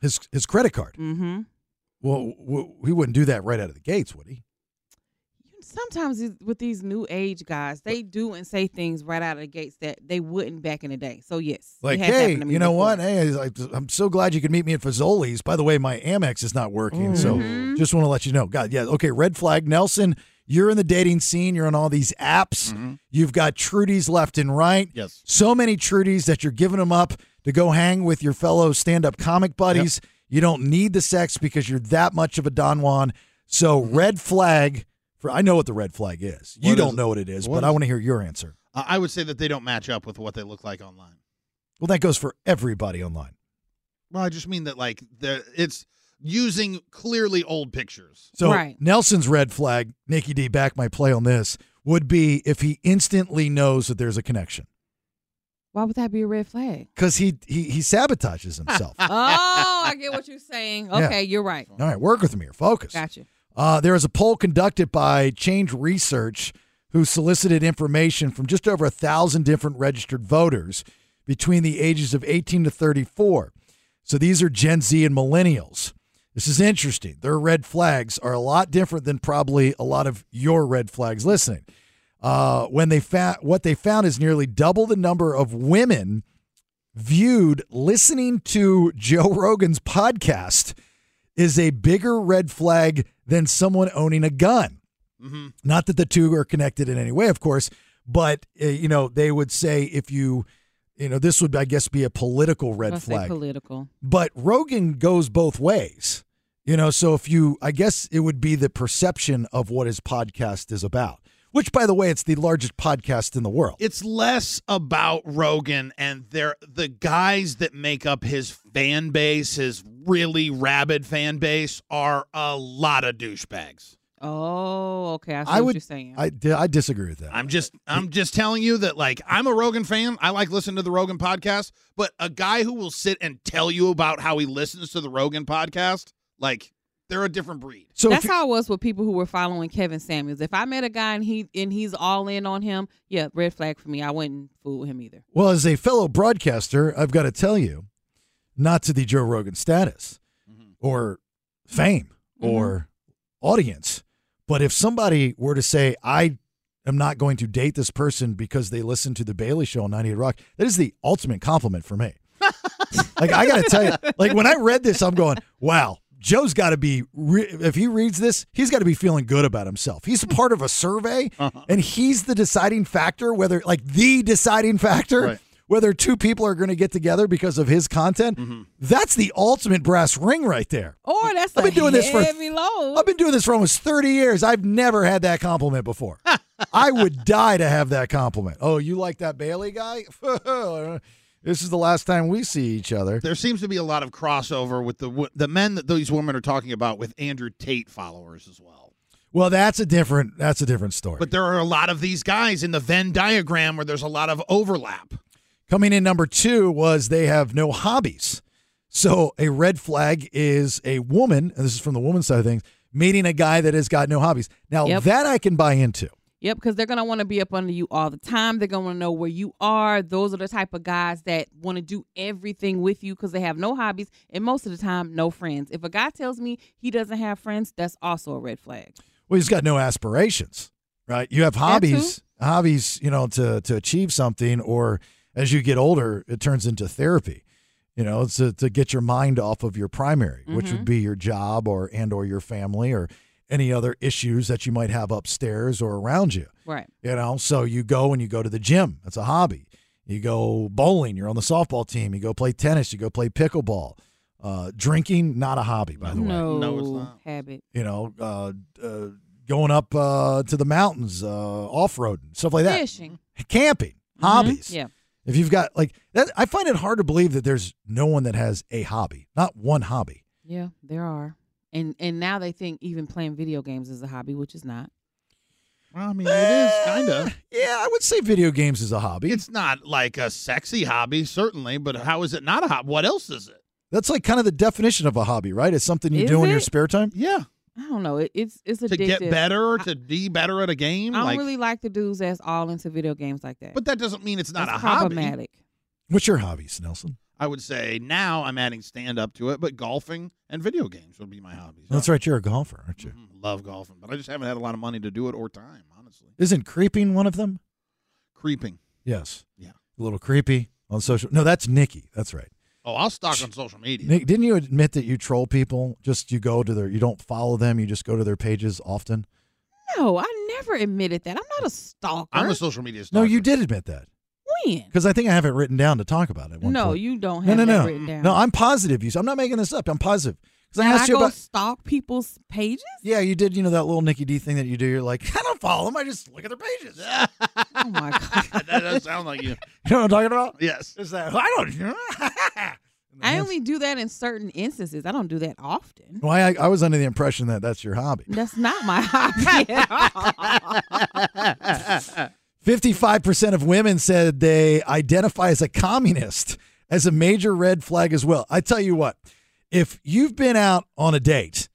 S8: His his credit card.
S9: mm-hmm.
S8: Well, w- he wouldn't do that right out of the gates, would he?
S9: sometimes it- with these new age guys, they do and say things right out of the gates that they wouldn't back in the day. So yes, it
S8: Like,
S9: has
S8: hey,
S9: happened to me
S8: you know
S9: before.
S8: what? Hey, I- I'm so glad you could meet me at Fazoli's. By the way, my Amex is not working,
S9: Mm-hmm.
S8: so just want to let you know. God, yeah, okay. Red flag, Nelson. You're in the dating scene. You're on all these apps.
S10: Mm-hmm.
S8: You've got Trudies left and right.
S10: Yes.
S8: So many Trudies that you're giving them up to go hang with your fellow stand-up comic buddies. You don't need the sex because you're that much of a Don Juan. So red flag. For I know what the red flag is. You
S10: Mm-hmm. What
S8: don't
S10: is-
S8: know what it is,
S10: what
S8: but I
S10: is-
S8: want to hear your answer.
S10: Uh, I would say that they don't match up with what they look like online.
S8: Well, that goes for everybody online.
S10: Well, I just mean that like the it's using clearly old pictures.
S8: So Nelson's red flag, Nikki D, back my play on this, would be if he instantly knows that there's a connection.
S9: Why would that be a red flag?
S8: Because he, he he sabotages himself.
S9: oh, I get what you're saying.
S8: Yeah.
S9: Okay, you're right.
S8: All right, work with me or focus.
S9: Gotcha.
S8: Uh, there is a poll conducted by Change Research who solicited information from just over a thousand different registered voters between the ages of 18 to 34. So these are Gen Z and millennials. This is interesting. Their red flags are a lot different than probably a lot of your red flags listening. Uh, when they found what they found is nearly double the number of women viewed listening to Joe Rogan's podcast is a bigger red flag than someone owning a gun. Not that the two are connected in any way, of course, but uh, you know they would say if you, you know, this would I guess be a political red
S9: Let's say
S8: flag.
S9: political.
S8: but Rogan goes both ways, you know. So if you, I guess it would be the perception of what his podcast is about. Which, by the way, it's the largest podcast in the world.
S10: It's less about Rogan and they're the guys that make up his fan base, his really rabid fan base, are a lot of douchebags.
S9: Oh, okay. I see
S8: I
S9: what
S8: would.
S9: you're saying.
S8: I di- I disagree with that.
S10: I'm just I'm just telling you that like I'm a Rogan fan. I like listening to the Rogan podcast, but a guy who will sit and tell you about how he listens to the Rogan podcast, like they're a different breed.
S8: So
S9: that's how it was with people who were following Kevin Samuels. If I met a guy and he and he's all in on him, yeah, red flag for me. I wouldn't fool with him either.
S8: Well, as a fellow broadcaster, I've got to tell you, not to the Joe Rogan status or fame or audience, but if somebody were to say, I am not going to date this person because they listen to The Bailey Show on 98 Rock, that is the ultimate compliment for me. like, I got to tell you, like, when I read this, I'm going, wow. Joe's got to be, re- if he reads this, he's got to be feeling good about himself. He's a part of a survey, and he's the deciding factor, whether, like, the deciding factor
S10: Right.
S8: whether two people are going to get together because of his content. That's the ultimate brass ring right there.
S9: Or that's
S8: I've been doing this for
S9: heavy load.
S8: I've been doing this for almost 30 years. I've never had that compliment before. I would die to have that compliment. Oh, you like that Bailey guy? this is the last time we see each other.
S10: There seems to be a lot of crossover with the wo- the men that these women are talking about with Andrew Tate followers as well.
S8: Well, that's a different that's a different story.
S10: But there are a lot of these guys in the Venn diagram where there's a lot of overlap.
S8: Coming in number 2 was they have no hobbies. So, a red flag is a woman, and this is from the woman's side of things, meeting a guy that has got no hobbies. Now,
S9: Yep.
S8: that I can buy into.
S9: Yep, because they're gonna want to be up under you all the time. They're gonna want to know where you are. Those are the type of guys that want to do everything with you because they have no hobbies and most of the time no friends. If a guy tells me he doesn't have friends, that's also a red flag.
S8: Well, he's got no aspirations, right? You have hobbies, hobbies, you know, to to achieve something, or as you get older, it turns into therapy. You know, it's to, to get your mind off of your primary, which would be your job or and or your family or any other issues that you might have upstairs or around you.
S9: Right.
S8: You know, so you go and you go to the gym. That's a hobby. You go bowling. You're on the softball team. You go play tennis. You go play pickleball. Uh, drinking, not a hobby, by the way
S9: No, habit.
S8: you know, uh, uh, going up uh, to the mountains, uh, off roading, stuff like that.
S9: Fishing. Mm-hmm.
S8: Camping, hobbies.
S9: Yeah.
S8: If you've got like that, I find it hard to believe that there's no one that has a hobby, not one hobby.
S9: Yeah, there are. And and now they think even playing video games is a hobby, which is not.
S10: Well, I mean, it is kind of.
S8: Eh, Yeah, I would say video games is a hobby.
S10: It's not like a sexy hobby, certainly, but how is it not a hobby? What else is it?
S8: That's like kind of the definition of a hobby, right? It's something you
S9: Is
S8: do in your
S9: it?
S8: spare time.
S10: Yeah,
S9: I don't know. It, it's it's addictive.
S10: to get better or to be better at a
S9: I
S10: game.
S9: don't
S10: like,
S9: really like the dudes that's all into video games like that.
S10: but that doesn't mean it's not
S9: That's
S10: a hobby.
S9: problematic.
S8: What's your hobbies, Nelson?
S10: I would say now I'm adding stand up to it, but golfing and video games would be my hobbies.
S8: That's right. You're a golfer, aren't you?
S10: mm-hmm, Love golfing, but I just haven't had a lot of money to do it or time. Honestly,
S8: Isn't creeping one of them?
S10: creeping.
S8: Yes.
S10: Yeah.
S8: A little creepy on social. No, that's Nikki. That's right.
S10: Oh, I'll stalk on social media.
S8: Nick, didn't you admit that you troll people? Just you go to their, you don't follow them, you just go to their pages often.
S9: No, I never admitted that. I'm not a stalker.
S10: I'm a social media stalker.
S8: No, you did admit that
S9: when?
S8: because I think I have it written down to talk about it.
S9: No, you don't have
S8: no, no,
S9: that
S8: no.
S9: written down.
S8: No, I'm positive. You, I'm not making this up. I'm positive because I
S9: Now
S8: asked you
S9: go
S8: about.
S9: stalk people's pages.
S8: Yeah, you did. You know that little Nikki D thing that you do. You're like, I don't follow them. I just look at their pages.
S9: Oh my god!
S10: that does sound like you.
S8: You know what I'm talking about?
S10: Yes.
S8: Is that I don't.
S9: I only do that in certain instances. I don't do that often.
S8: Why I, I was under the impression that that's your hobby.
S9: That's not my hobby at all.
S8: 55% of women said they identify as a communist as a major red flag as well. I tell you what, if you've been out on a date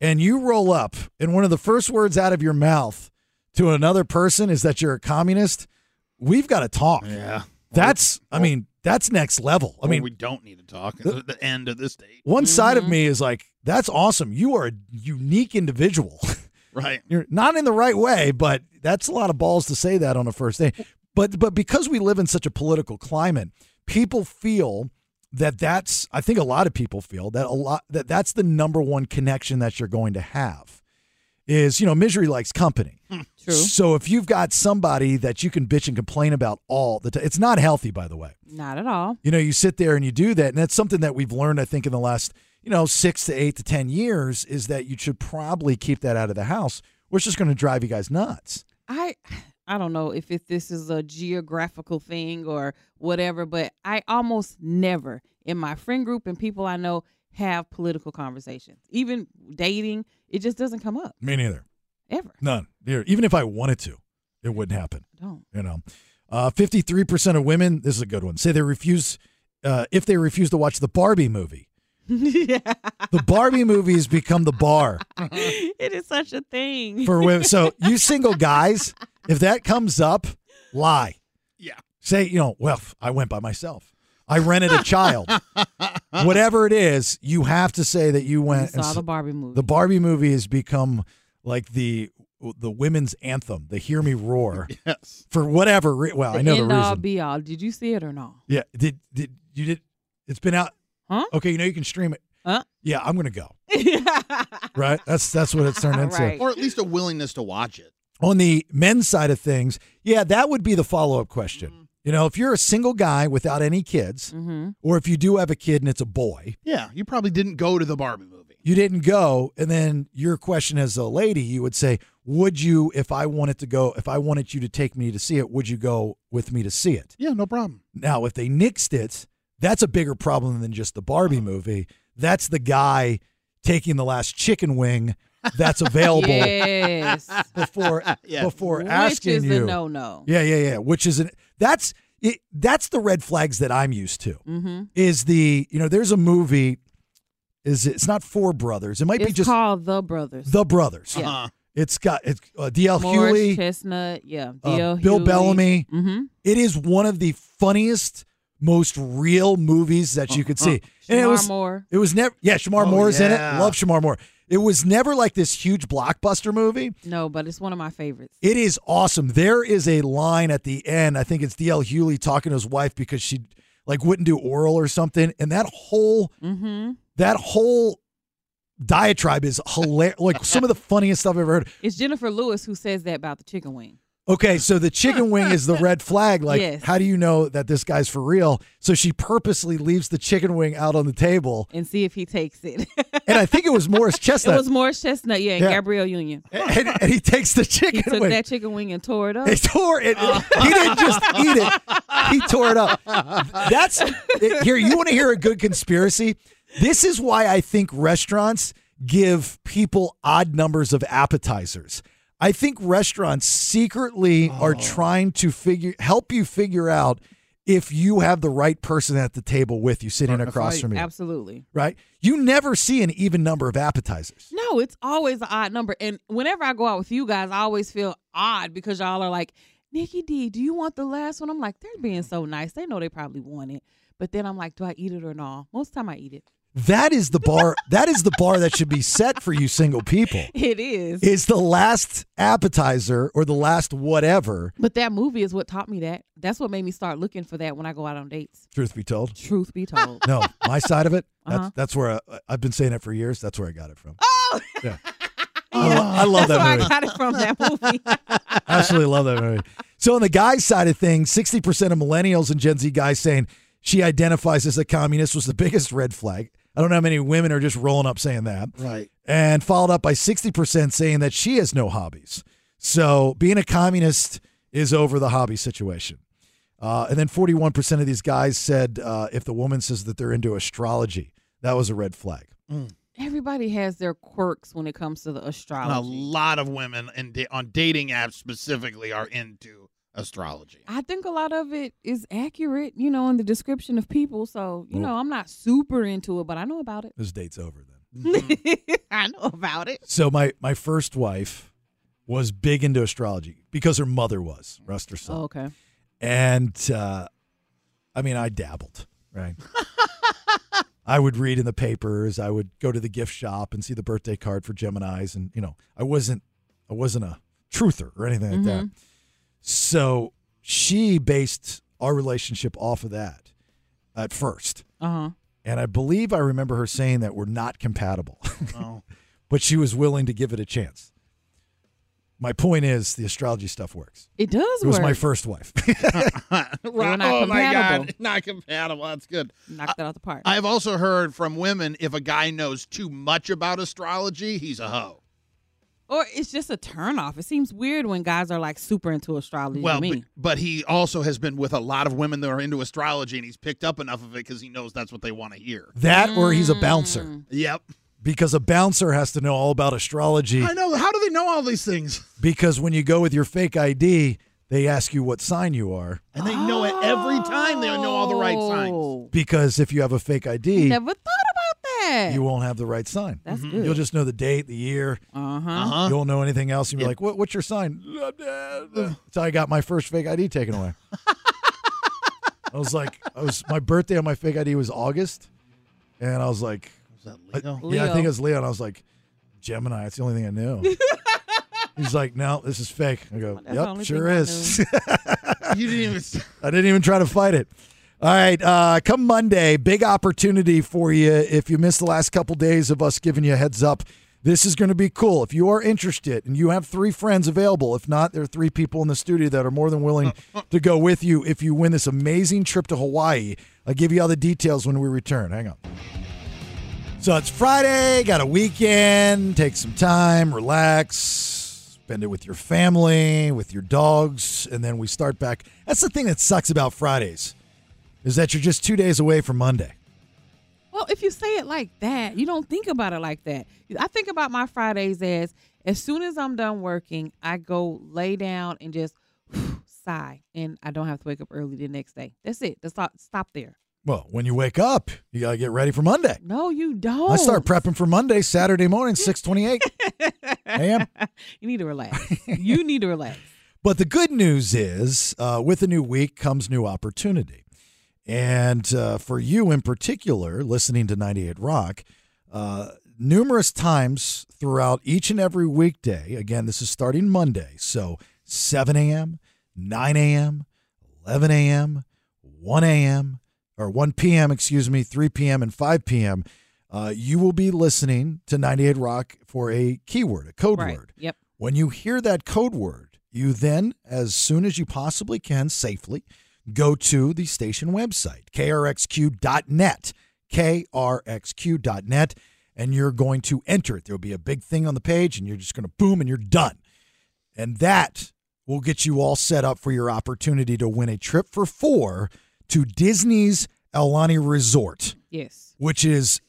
S8: and you roll up and one of the first words out of your mouth to another person is that you're a communist, we've got to talk.
S10: Yeah.
S8: That's, I mean, that's next level. I
S10: Or
S8: mean,
S10: we Mm-hmm. don't need to talk. The, the end of this date.
S8: one side of me is like, that's awesome. You are a unique individual.
S10: Right.
S8: You're not in the right way, but that's a lot of balls to say that on a first date. But but because we live in such a political climate, people feel that that's I think a lot of people feel that a lot that that's the number one connection that you're going to have is, you know, misery likes company.
S9: True.
S8: So if you've got somebody that you can bitch and complain about all the time, it's not healthy by the way.
S9: Not at all.
S8: You know, you sit there and you do that. And that's something that we've learned, I think, in the last, you know, six to eight to 10 years is that you should probably keep that out of the house. We're just going to drive you guys nuts.
S9: I I don't know if it, this is a geographical thing or whatever, but I almost never in my friend group and people I know have political conversations. Even dating, it just doesn't come up
S8: Me neither.
S9: ever.
S8: None. Here, Even if I wanted to, it wouldn't happen.
S9: Don't.
S8: You know, uh, 53% of women, this is a good one, say they refuse, uh, if they refuse to watch the Barbie movie.
S9: yeah.
S8: The Barbie movie has become the bar
S9: It is such a thing.
S8: for women. So you single guys, if that comes up, lie.
S10: Yeah.
S8: Say, you know, well, I went by myself. I rented a child. Whatever it is, you have to say that you
S9: You
S8: went and
S9: saw
S8: s-
S9: the Barbie movie.
S8: the Barbie movie has become like the the women's anthem, the hear me roar.
S10: Yes.
S8: For whatever re- well, I know the
S9: end all
S8: reason.
S9: be all. Did you see it or not?
S8: yeah, did did you did it's been out.
S9: Huh?
S8: Okay, you know you can stream it.
S9: Huh?
S8: Yeah, I'm going to go.
S9: Mm-hmm.
S8: Right? That's that's what it's turned into.
S9: Right.
S10: Or at least a willingness to watch it.
S9: Mm-hmm.
S8: on the men's side of things, yeah, that would be the follow up question. You know, if you're a single guy without any kids, or if you do have a kid and it's a boy,
S10: Yeah, you probably didn't go to the Barbie movie.
S8: you didn't go, and then your question as a lady, you would say, "Would you, if I wanted to go, if I wanted you to take me to see it, would you go with me to see it?"
S10: Yeah, no problem.
S8: Now, if they nixed it, that's a bigger problem than just the
S9: Oh.
S8: Barbie movie. That's the guy taking the last chicken wing that's available
S9: Yes.
S8: before before
S9: Which
S8: asking
S9: is
S8: you.
S9: a no no.
S8: Yeah, yeah, yeah. Which is an that's it, that's the red flags that I'm used to.
S9: Mm-hmm.
S8: Is the you know there's a movie, is it's not Four Brothers. It might
S9: It's
S8: be just
S9: called The Brothers.
S8: the Brothers.
S9: Yeah. Uh-huh.
S8: It's got it's uh, D.L.
S9: Morris
S8: Hewley,
S9: Chestnut. Yeah.
S8: uh,
S9: D.L.
S8: Bill
S9: Hewley.
S8: Bellamy.
S9: Mm-hmm.
S8: It is one of the funniest, most real movies that you could see. it
S9: Uh-huh. Shamar
S8: was
S9: Moore.
S8: it was never yeah Shamar
S9: Oh,
S8: Moore's in
S9: yeah.
S8: it. Love Shamar Moore. It was never like this huge blockbuster movie.
S9: No, but it's one of my favorites.
S8: It is awesome. There is a line at the end. I think it's D.L. Hewley talking to his wife because she like wouldn't do oral or something, and that whole
S9: Mm-hmm.
S8: that whole diatribe is hilarious. like some of the funniest stuff I've ever heard.
S9: It's Jennifer Lewis who says that about the chicken wing.
S8: Okay, so the chicken wing is the red flag. Like,
S9: Yes.
S8: how do you know that this guy's for real? So she purposely leaves the chicken wing out on the table,
S9: And see if he takes it.
S8: and I think it was Morris
S9: it
S8: Chestnut,
S9: was Morris Chestnut, yeah, and
S8: Yeah.
S9: Gabrielle Union.
S8: and, and he takes the
S9: He
S8: chicken
S9: took
S8: wing.
S9: that chicken wing and tore it up.
S8: He tore it. He didn't just eat it. He tore it up. That's here. You want to hear a good conspiracy? This is why I think restaurants give people odd numbers of appetizers. I think restaurants secretly are trying to figure help you figure out if you have the right person at the table with you sitting across from you.
S9: Absolutely.
S8: Right? You never see an even number of appetizers.
S9: No, it's always an odd number. And whenever I go out with you guys, I always feel odd because y'all are like, Nikki D, do you want the last one? I'm like, they're being so nice. They know they probably want it. But then I'm like, do I eat it or not? Most time I eat it.
S8: That is the bar. that is the bar that should be set for you single people.
S9: It is.
S8: is the last appetizer or the last whatever.
S9: but that movie is what taught me that. That's what made me start looking for that when I go out on dates.
S8: Truth be told,
S9: Truth be told.
S8: no, my side of it. That's
S9: Uh-huh.
S8: that's where I, I've been saying it for years. That's where I got it from.
S9: Oh,
S8: Yeah. I, lo- I love
S9: that's
S8: that
S9: where
S8: movie.
S9: I got it from that movie.
S8: Absolutely love that movie. So on the guy side of things, sixty percent of millennials and Gen Z guys saying she identifies as a communist was the biggest red flag. I don't know how many women are just rolling up saying that.
S10: Right.
S8: and followed up by 60% saying that she has no hobbies. So being a communist is over the hobby situation. Uh, and then 41% of these guys said uh, if the woman says that they're into astrology, that was a red flag.
S9: Everybody has their quirks when it comes to the
S10: And a
S9: astrology.
S10: lot of women in da- on dating apps specifically are into astrology.
S9: I think a lot of it is accurate, you know, in the description of people. So, you know, I'm not super into it, but I know about it.
S8: This date's over then.
S9: I know about it.
S8: So my, my first wife was big into astrology because her mother was, Rust herself.
S9: Oh, okay.
S8: And uh, I mean, I dabbled, right? I would read in the papers. I would go to the gift shop and see the birthday card for Gemini's, and you know, I wasn't, I wasn't a truther or anything like that.
S14: Mhm.
S8: So she based our relationship off of that at first,
S9: Uh huh.
S8: and I believe I remember her saying that we're not compatible,
S10: Oh.
S8: but she was willing to give it a chance. My point is, the astrology stuff works.
S9: It does
S8: It was
S9: work.
S8: my first wife.
S10: Right.
S9: not
S10: oh my
S9: compatible.
S10: god, not compatible. That's good.
S9: Knocked that out the park.
S10: I've also heard from women if a guy knows too much about astrology, he's a hoe.
S9: or it's just a turnoff. It seems weird when guys are like super into astrology. to
S10: Well,
S9: me.
S10: but, but he also has been with a lot of women that are into astrology, and he's picked up enough of it because he knows that's what they want to hear.
S8: That or he's a
S9: Mm.
S8: bouncer.
S10: Yep.
S8: Because a bouncer has to know all about astrology.
S10: I know. How do they know all these things?
S8: Because when you go with your fake ID, they ask you what sign you are.
S10: And they know it every time. They know all the right signs.
S8: Because if you have a fake
S9: I
S8: ID,
S9: Oh, never thought about that.
S8: you won't have the right sign.
S9: That's
S10: Mm-hmm. Mm.
S9: Mhm. good.
S8: You'll just know the date, the year.
S9: Uh-huh.
S10: Uh-huh.
S8: You won't know anything else. You'll be like, what, what's your sign? That's how I got my first fake ID taken away. I was like, I was my birthday on my fake ID was August, and I was like, I- yeah, I think it was Leo. And I was like, Gemini. That's the only thing I knew. He's like, no, this is fake. I go,
S10: That's the
S8: yep,
S10: only
S8: sure
S10: thing I
S8: is.
S10: you didn't even.
S8: I didn't even try to fight it. All right, uh, come Monday, big opportunity for you. If you missed the last couple days of us giving you a heads up This is going to be cool. If you are interested and you have three friends available, if not, there are three people in the studio that are more than willing to go with you if you win this amazing trip to Hawaii. I'll give you all the details when we return. Hang on. So it's Friday, got a weekend, take some time, relax, spend it with your family, with your dogs, and then we start back. That's the thing that sucks about Fridays is that you're just 2 days away from Monday.
S9: Well, if you say it like that, you don't think about it like that. I think about my Fridays as as soon as I'm done working, I go lay down and just sigh, and I don't have to wake up early the next day. That's it. That's stop, stop there.
S8: Well, when you wake up, you got to get ready for Monday.
S9: No, you don't.
S8: I start prepping for Monday, Saturday morning, 6:28 a.m.
S9: You need to relax. you need to relax.
S8: But the good news is, uh, with a new week comes new opportunity. And uh, for you in particular, listening to 98 Rock, uh, numerous times throughout each and every weekday, again, this is starting Monday. So 7 a.m., 9 a.m., 11 a.m., 1 a.m., or 1 p.m., excuse me, 3 p.m., and 5 p.m., uh, you will be listening to 98 Rock for a keyword, a code
S9: Right.
S8: word.
S9: Yep.
S8: When you hear that code word, you then, as soon as you possibly can, safely go to the station website, krxq.net, krxq.net, and you're going to enter it. There'll be a big thing on the page, and you're just going to boom, and you're done. And that will get you all set up for your opportunity to win a trip for four to Disney's Aulani Resort,
S9: Yes.
S8: which is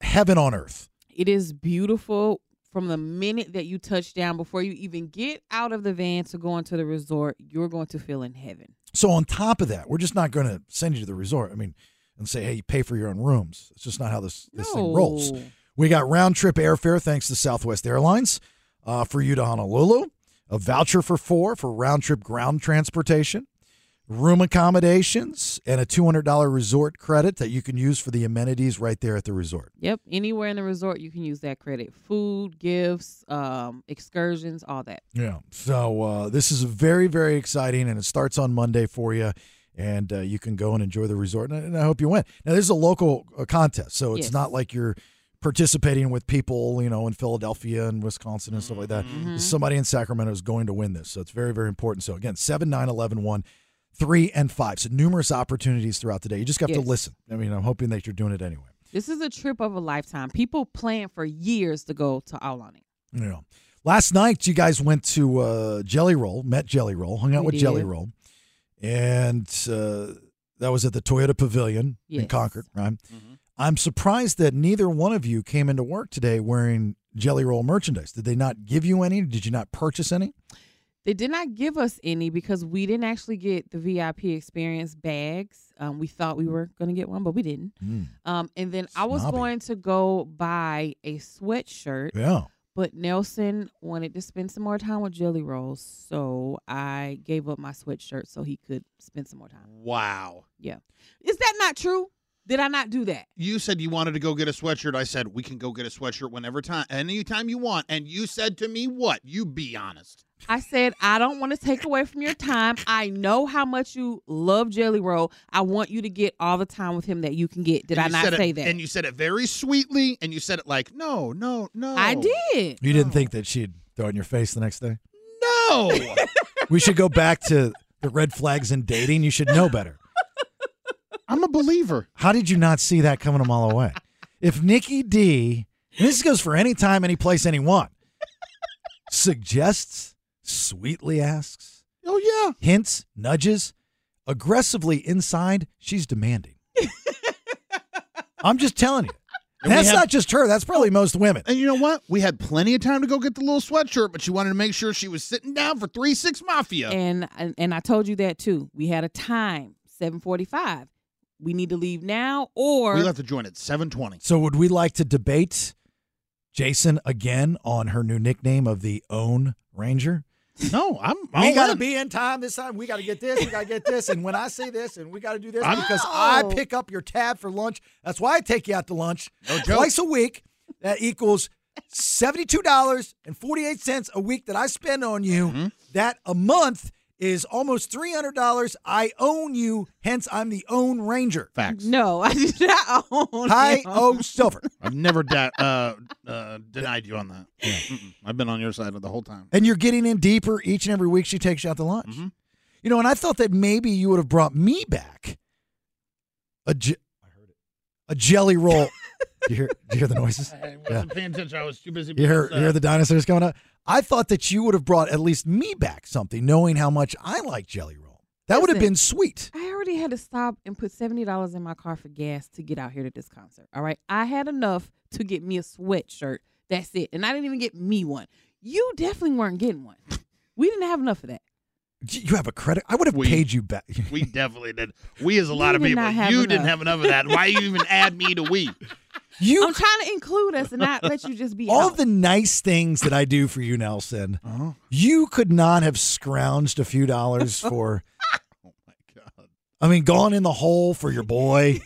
S8: heaven on earth.
S9: It is beautiful from the minute that you touch down before you even get out of the van to go into the resort, you're going to feel in heaven.
S8: So on top of that, we're just not going to send you to the resort. I mean, and say, hey, you pay for your own rooms. It's just not how this this thing rolls.
S9: No.
S8: We got round trip airfare thanks to Southwest Airlines uh, for you to Honolulu. A voucher for four for round trip ground transportation, room accommodations, and a two hundred dollar resort credit that you can use for the amenities right there at the resort.
S9: Yep. Anywhere in the resort, you can use that credit. Food, gifts, um, excursions, all that.
S8: Yeah. So uh, this is very, very exciting, and it starts on Monday for you. And uh, you can go and enjoy the resort, and I, and I hope you win. Now, this is a local uh, contest, so it's
S9: Yes.
S8: not like you're participating with people, you know, in Philadelphia and Wisconsin and stuff like that.
S9: Mhm.
S8: Somebody in Sacramento is going to win this, so it's very, very important. So again, seven, nine, eleven, one, three, and five. So numerous opportunities throughout the day. You just have
S9: Yes.
S8: to listen. I mean, I'm hoping that you're doing it anyway.
S9: This is a trip of a lifetime. People plan for years to go to Aulani.
S8: Yeah. Last night, you guys went to uh, Jelly Roll, met Jelly Roll, hung out
S9: We
S8: with Jelly
S9: did.
S8: Roll, and uh, that was at the Toyota Pavilion in
S9: Yes.
S8: Concord, right? I'm surprised that neither one of you came into work today wearing Jelly Roll merchandise. Did they not give you any? Did you not purchase any?
S9: They did not give us any because we didn't actually get the VIP experience bags. Um, we thought we were going to get one, but we didn't. Um, and then I was
S8: Snobby.
S9: going to go buy a sweatshirt.
S8: Yeah.
S9: But Nelson wanted to spend some more time with Jelly Rolls, so I gave up my sweatshirt so he could spend some more time.
S10: Wow.
S9: Yeah. Is that not true? Did I not do that?
S10: You said you wanted to go get a sweatshirt. I said we can go get a sweatshirt whenever time, anytime you want. And you said to me, "What? You be honest."
S9: I said, I don't want to take away from your time. I know how much you love Jelly Roll. I want you to get all the time with him that you can get. Did
S10: And
S9: I
S10: you
S9: not
S10: said it-
S9: say that?
S10: And you said it very sweetly, and you said it like, "No, no, no."
S9: I did.
S8: You didn't think that she'd throw it in your face the next day?
S10: No.
S8: we should go back to the red flags in dating. You should know better.
S10: I'm a believer.
S8: How did you not see that coming a mile away? If Nikki D, and this goes for any time, any place, anyone, suggests, sweetly asks,
S10: oh yeah,
S8: hints, nudges, aggressively inside, she's demanding. I'm just telling you. And
S10: And we
S8: that's
S10: have-
S8: not just her. That's probably most women.
S10: And you know what? We had plenty of time to go get the little sweatshirt, but she wanted to make sure she was sitting down for three six mafia.
S9: And, and and I told you that too. We had a time, 745. We need to leave now or
S10: we left to join at seven twenty.
S8: So, would we like to debate Jason again on her new nickname of the Own Ranger?
S10: No, I'm.
S8: We
S10: I'm
S8: gotta
S10: in.
S8: be in time this time. We gotta get this. We gotta get this. And when I say this, and we gotta do this,
S10: I'm-
S8: because I
S10: No.
S8: pick up your tab for lunch. That's why I take you out to lunch
S10: No joke.
S8: twice a week. That equals
S10: Mm-hmm.
S8: seventy-two dollars and forty-eight cents a week that I spend on you. That a month is almost $300. I own you, hence I'm the own ranger.
S10: Facts.
S9: No, I did not own
S8: I
S9: him.
S8: owe silver.
S10: I've never da- uh, uh, denied you on that. Mm-mm. I've been on your side the whole time.
S8: And you're getting in deeper each and every week she takes you out to lunch. You know, and I thought that maybe you would have brought me back a, je- a jelly roll. do, you hear, do you hear the noises?
S10: I wasn't
S8: Yeah.
S10: paying attention. I was too busy.
S8: You hear,
S10: being,
S8: you hear
S10: uh,
S8: the dinosaurs going up? I thought that you would have brought at least me back something, knowing how much I like jelly roll. That would have
S9: Listen.
S8: been sweet.
S9: I already had to stop and put seventy dollars in my car for gas to get out here to this concert. All right, I had enough to get me a sweatshirt. That's it, and I didn't even get me one. You definitely weren't getting one. We didn't have enough of that.
S8: You have a credit. I would have paid you back.
S10: We definitely did. We is a
S9: We
S10: lot of
S9: did
S10: people.
S9: not have
S10: You didn't
S9: enough.
S10: have enough of that. Why you even add me to we?
S8: You
S9: I'm trying to include us and not let you just be
S8: all
S9: out.
S8: of the nice things that I do for you, Nelson, you could not have scrounged a few dollars for. oh my god! I mean, gone in the hole for your boy.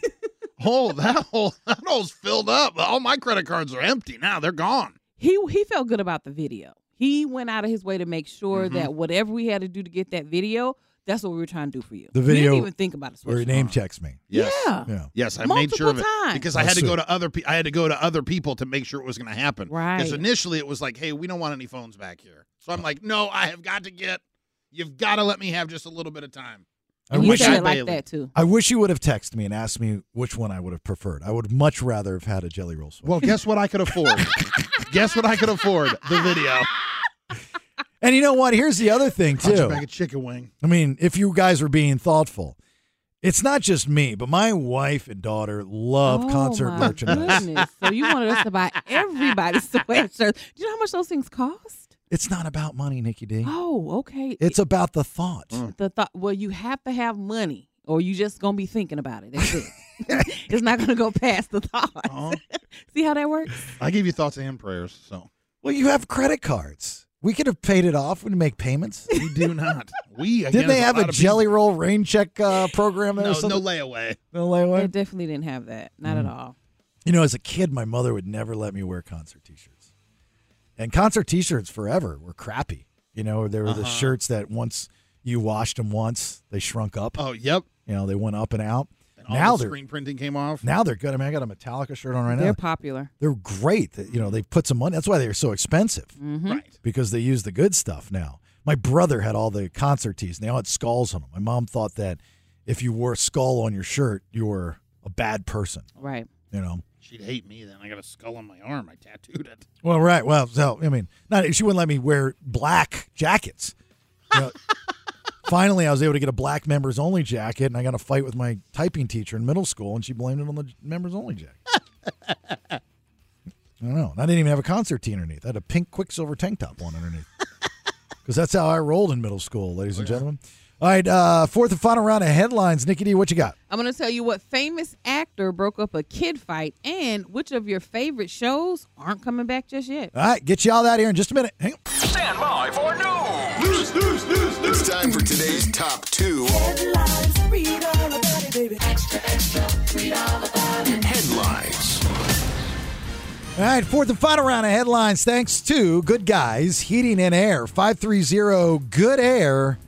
S10: Oh, that hole, that hole's filled up. All my credit cards are empty now. They're gone.
S9: he he felt good about the video. He went out of his way to make sure
S8: Mm-hmm.
S9: that whatever we had to do to get that video, that's what we were trying to do for you.
S8: The
S9: We
S8: video
S9: didn't even think about it.
S8: where he name checks me.
S10: Yes.
S9: Yeah.
S8: Yeah.
S10: Yes, I made
S9: Multiple
S10: sure of it
S9: times.
S10: because I
S8: That's
S10: had to go
S8: it.
S10: to other. Pe- I had to go to other people to make sure it was going to happen.
S9: Right.
S10: Because initially it was like, hey, we don't want any phones back here. So I'm like, no, I have got to get. You've got to let me have just a little bit of time.
S9: And he
S10: wish
S9: said
S10: I
S9: it like
S10: Bailey.
S9: that too.
S8: I wish you would have texted me and asked me which one I would have preferred. I would much rather have had a jelly roll. Sweat.
S10: Well, guess what I could afford? guess what I could afford? The video.
S8: And you know what? Here's the other thing
S10: Punch
S8: too.
S10: a bag of chicken wing.
S8: I mean, if you guys were being thoughtful, it's not just me, but my wife and daughter love
S9: Oh,
S8: concert
S9: my
S8: merchandise.
S9: goodness. So you wanted us to buy everybody's sweatshirts. Do you know how much those things cost?
S8: It's not about money, Nikki D.
S9: Oh, okay.
S8: It's about the thought.
S9: the thought. Well, you have to have money, or you just gonna be thinking about it. That's it. it's not gonna go past the thought.
S8: Oh.
S9: See how that works?
S10: I give you thoughts and prayers. So
S8: Well, you have credit cards. We could have paid it off. We make payments.
S10: we do not. We again,
S8: Didn't they
S10: there's
S8: have a,
S10: lot of
S8: jelly roll rain check uh, program there
S10: people-
S8: or
S10: No,
S8: something?
S10: no layaway.
S8: No layaway?
S9: They definitely didn't have that. Not
S8: Mm.
S9: at all.
S8: You know, as a kid, my mother would never let me wear concert T-shirts, and concert T-shirts forever were crappy. You know, there were the
S10: Uh-huh.
S8: shirts that once you washed them once, they shrunk up.
S10: Oh, yep.
S8: You know, they went up and out.
S10: And all
S8: now
S10: the
S8: they're
S10: screen printing came off.
S8: now they're good. I mean, I got a Metallica shirt on right
S9: They're
S8: now.
S9: popular.
S8: They're great. They- You know, they put some money. That's why they're so expensive
S10: Right.
S8: because they use the good stuff now. My brother had all the concert tees and they all had skulls on them. My mom thought that if you wore a skull on your shirt, you were a bad person.
S9: Right.
S8: You know.
S10: She'd hate me then. I got a skull on my arm. I tattooed it.
S8: Well, right. Well, so I mean, not she wouldn't let me wear black jackets. You know, finally, I was able to get a black members only jacket, and I got in a fight with my typing teacher in middle school, and she blamed it on the members only jacket. I don't know. And I didn't even have a concert tee underneath. I had a pink Quicksilver tank top on underneath. Because that's how I rolled in middle school, ladies and gentlemen. All right, uh, fourth and final round of headlines. Nikki D, what you got?
S9: I'm gonna tell you what famous actor broke up a kid fight, and which of your favorite shows aren't coming back just yet.
S8: All right, get you all out here in just a minute. Hang on.
S4: Stand by for news. News, news, news, news. It's time for today's top two. Headlines.
S8: All right, fourth and final round of headlines. Thanks to Good Guys Heating and Air, 530 Good Air.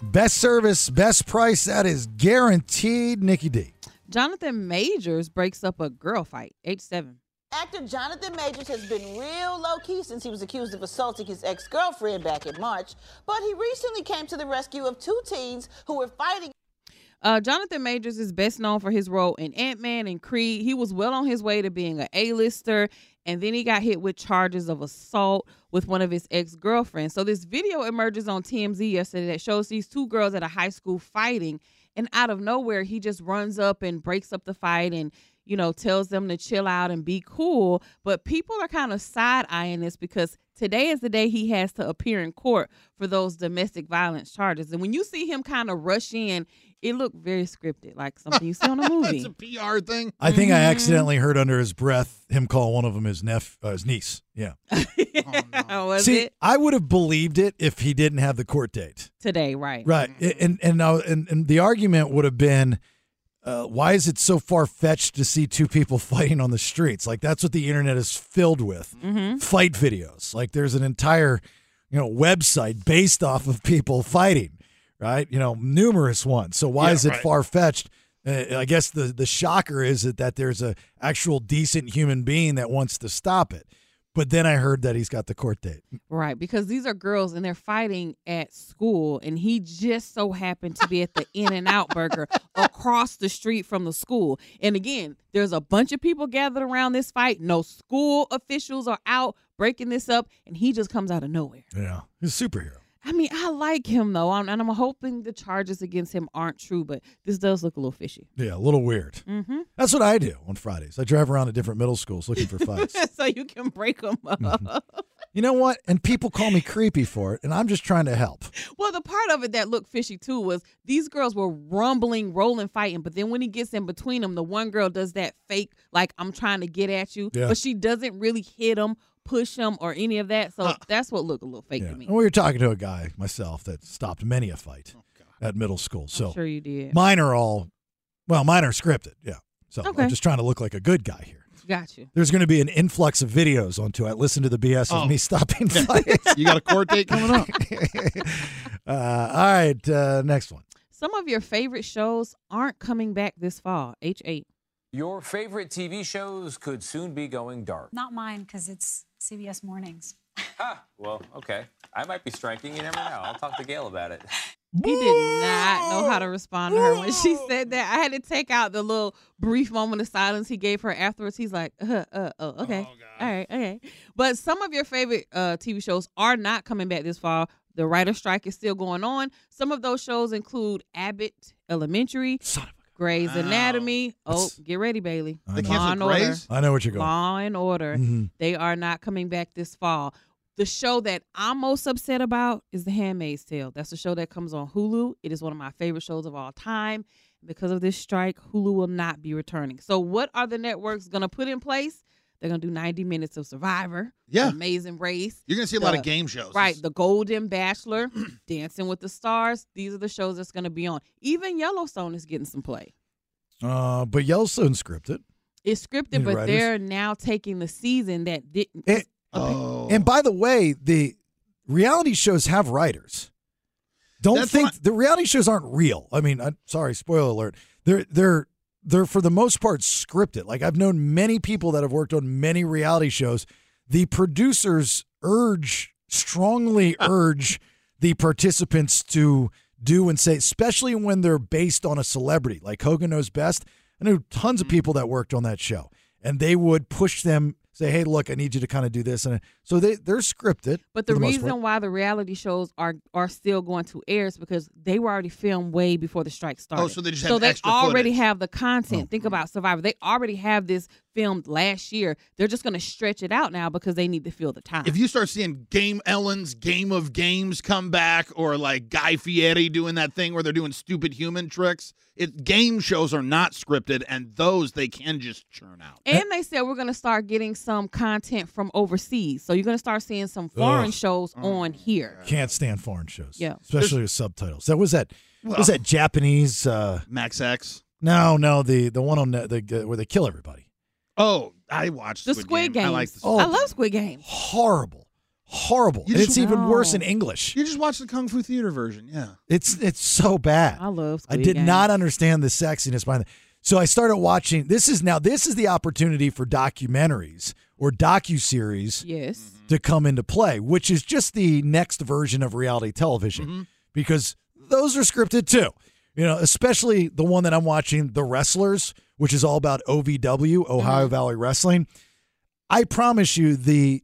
S8: Best service, best price. That is guaranteed, Nikki D.
S9: Jonathan Majors breaks up a girl fight, age seven.
S14: Actor Jonathan Majors has been real low key since he was accused of assaulting his ex girlfriend back in March, but he recently came to the rescue of two teens who were fighting.
S9: Uh, Jonathan Majors is best known for his role in Ant Man and Creed. He was well on his way to being a A-lister, and then he got hit with charges of assault with one of his ex-girlfriends. So this video emerges on TMZ yesterday that shows these two girls at a high school fighting, and out of nowhere he just runs up and breaks up the fight and you know tells them to chill out and be cool. But people are kind of side eyeing this because today is the day he has to appear in court for those domestic violence charges. And when you see him kind of rush in, it looked very scripted, like something you see on a movie.
S10: That's a PR thing.
S8: I think I
S9: Mm-hmm.
S8: accidentally heard under his breath him call one of them his neph- uh, his niece. Yeah.
S9: Was
S8: See,
S9: it
S8: I would have believed it if he didn't have the court date.
S9: today? Right.
S8: Right.
S10: Mm-hmm.
S8: And and I- and, and the argument would have been uh, why is it so far fetched to see two people fighting on the streets? Like that's what the internet is filled with.
S10: Mm-hmm.
S8: Fight videos. Like there's an entire, you know, website based off of people fighting. right? You know, numerous ones. So why
S10: Yeah,
S8: is it
S10: right.
S8: far fetched? Uh, I guess the the shocker is that, that there's a actual decent human being that wants to stop it. But then I heard that he's got the court date.
S9: Right, because these are girls and they're fighting at school, and he just so happened to be at the In and Out Burger across the street from the school. And again, there's a bunch of people gathered around this fight. No school officials are out breaking this up, and he just comes out of nowhere.
S8: Yeah, he's a superhero.
S9: I mean, I like him though, I'm- and I'm hoping the charges against him aren't true, but this does look a little fishy.
S8: Yeah, a little weird.
S9: Mm-hmm.
S8: That's what I do on Fridays. I drive around to different middle schools looking for fights.
S9: so you can break them up.
S8: you know what? And people call me creepy for it, and I'm just trying to help.
S9: Well, the part of it that looked fishy too was these girls were rumbling, rolling, fighting. But then when he gets in between them, the one girl does that fake, like I'm trying to get at you,
S8: Yeah.
S9: but she doesn't really hit him, push him, or any of that.
S8: Uh.
S9: So that's what looked a little fake to me.
S8: And we were talking to a guy myself that stopped many a fight at middle school. So
S9: Oh, sure you did.
S8: Mine are all, well, mine are scripted. Yeah. So
S9: Okay.
S8: I'm just trying to look like a good guy here.
S9: Got you.
S8: There's going to be an influx of videos onto it. Listen to the BS
S10: Oh.
S8: of me stopping fights.
S10: You got a court date coming up.
S8: uh, all right, uh, next one.
S9: Some of your favorite shows aren't coming back this fall. H eight.
S15: Your favorite TV shows could soon be going dark.
S16: Not mine, because it's CBS Mornings.
S15: Well, okay. I might be striking. You never know. I'll talk to Gail about it.
S9: He did not know how to respond to her when she said that. I had to take out the little brief moment of silence he gave her afterwards. He's like, uh, uh, oh, okay. All right, okay. But some of your favorite uh, TV shows are not coming back this fall. The writer strike is still going on. Some of those shows include Abbott Elementary, Grey's
S8: Wow.
S9: Anatomy. Oh, get ready, Bailey.
S8: I They know.
S9: Law
S8: canceled
S9: and Order.
S8: Grey's? I know what you're going.
S9: Law and Order.
S8: Mhm.
S9: They are not coming back this fall. The show that I'm most upset about is The Handmaid's Tale. That's the show that comes on Hulu. It is one of my favorite shows of all time. Because of this strike, Hulu will not be returning. So, what are the networks going to put in place? They're going to do 90 minutes of Survivor,
S10: Yeah.
S9: Amazing Race.
S10: You're gonna see a lot of game shows.
S9: Right. The Golden Bachelor, Dancing with the Stars. These are the shows that's going to be on. Even Yellowstone is getting some play.
S8: Uh, but Yellowstone scripted.
S9: It's scripted,
S8: Need
S9: but
S8: writers.
S9: they're now taking the season that didn't.
S8: Oh. And by the way, the reality shows have writers. Don't think the reality shows aren't real. I mean, I'm sorry, spoiler alert. They're they're they're for the most part scripted. Like I've known many people that have worked on many reality shows. The producers urge strongly urge the participants to do and say, especially when they're based on a celebrity like Hogan knows best. I knew tons of people that worked on that show, and they would push them, say, "Hey, look, I need you to kind of do this," and so they they're scripted.
S9: But the,
S8: for most part.
S9: reason why the reality shows are are still going to air is because they were already filmed way before the strike started.
S10: Oh, so they just
S9: so
S10: have
S9: they
S10: extra
S9: already
S10: footage.
S9: have the
S8: Oh.
S9: content. Think about Survivor; they already have this filmed last year. They're just going to stretch it out now because they need to fill the time.
S10: If you start seeing Game Ellen's Game of Games come back, or like Guy Fieri doing that thing where they're doing stupid human tricks, it game shows are not scripted, and those they can just churn out.
S9: and they said we're going to start getting some content from overseas, so you're going to start seeing some foreign
S8: Ugh.
S9: shows
S10: Mm.
S9: on here.
S8: can't stand foreign shows.
S9: Yeah.
S8: especially with subtitles. That was that what was
S10: Well-
S8: that Japanese. Uh,
S10: Max X.
S8: no, no, the the one on the, the where they kill everybody.
S10: Oh, I watched
S9: The
S10: Squid,
S9: Squid
S10: Game.
S9: Games.
S10: I like the
S8: Oh.
S9: I love Squid Games.
S8: Horrible, horrible.
S10: You
S8: and
S10: just-
S8: it's even worse
S10: No.
S8: in English.
S10: You just watched the Kung Fu Theater version, yeah.
S8: It's it's so bad.
S9: I love.
S8: I
S9: Squid
S8: did
S9: Game.
S8: not understand the sexiness behind it. So I started watching. This is now this is the opportunity for documentaries or docu series
S9: Yes.
S8: to come into play, which is just the next version of reality television because those are scripted too. You know, especially the one that I'm watching, The Wrestlers, which is all about OVW, Ohio Valley Wrestling. I promise you, the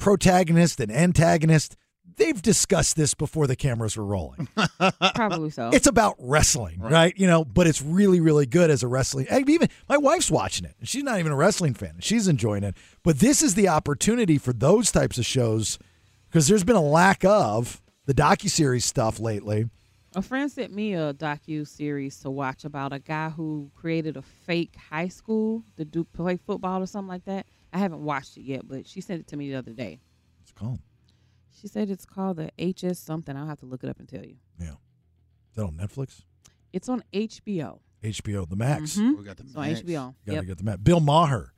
S8: protagonist and antagonist, they've discussed this before the cameras were rolling.
S10: Mm-hmm.
S9: Probably so.
S8: It's about wrestling, right. You know, but it's really, really good as a wrestling. I mean, Even my wife's watching it, and she's not even a wrestling fan. and She's enjoying it. But this is the opportunity for those types of shows because there's been a lack of the docu series stuff lately.
S9: A friend sent me a docu series to watch about a guy who created a fake high school to do play football or something like that. I haven't watched it yet, but she sent it to me the other day.
S8: It's called.
S9: She said it's called the HS something. I'll have to look it up and tell you.
S8: Is that on Netflix?
S9: It's on HBO.
S8: HBO, the Max.
S9: Mhm. We got the It's on Max. HBO.
S8: Got to
S9: Mm-hmm. Yep.
S8: get the Max. Bill Maher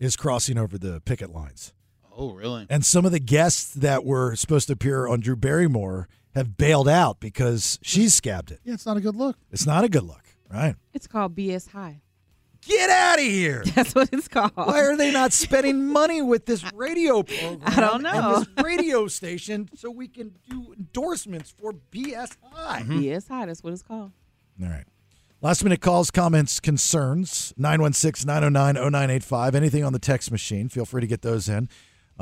S8: is crossing over the picket lines.
S10: Oh, really?
S8: And some of the guests that were supposed to appear on Drew Barrymore have bailed out because she's scabbed it.
S10: Yeah, it's not a good look.
S8: It's not a good look, right?
S9: It's called BS High.
S8: Get out of here.
S9: That's what it's called.
S8: Why are they not spending money with this radio program?
S9: I don't know.
S8: And this radio station so we can do endorsements for BS High.
S9: BS High. That's what it's called.
S8: All right. Last minute calls, comments, concerns 916 909 0985. Anything on the text machine, feel free to get those in.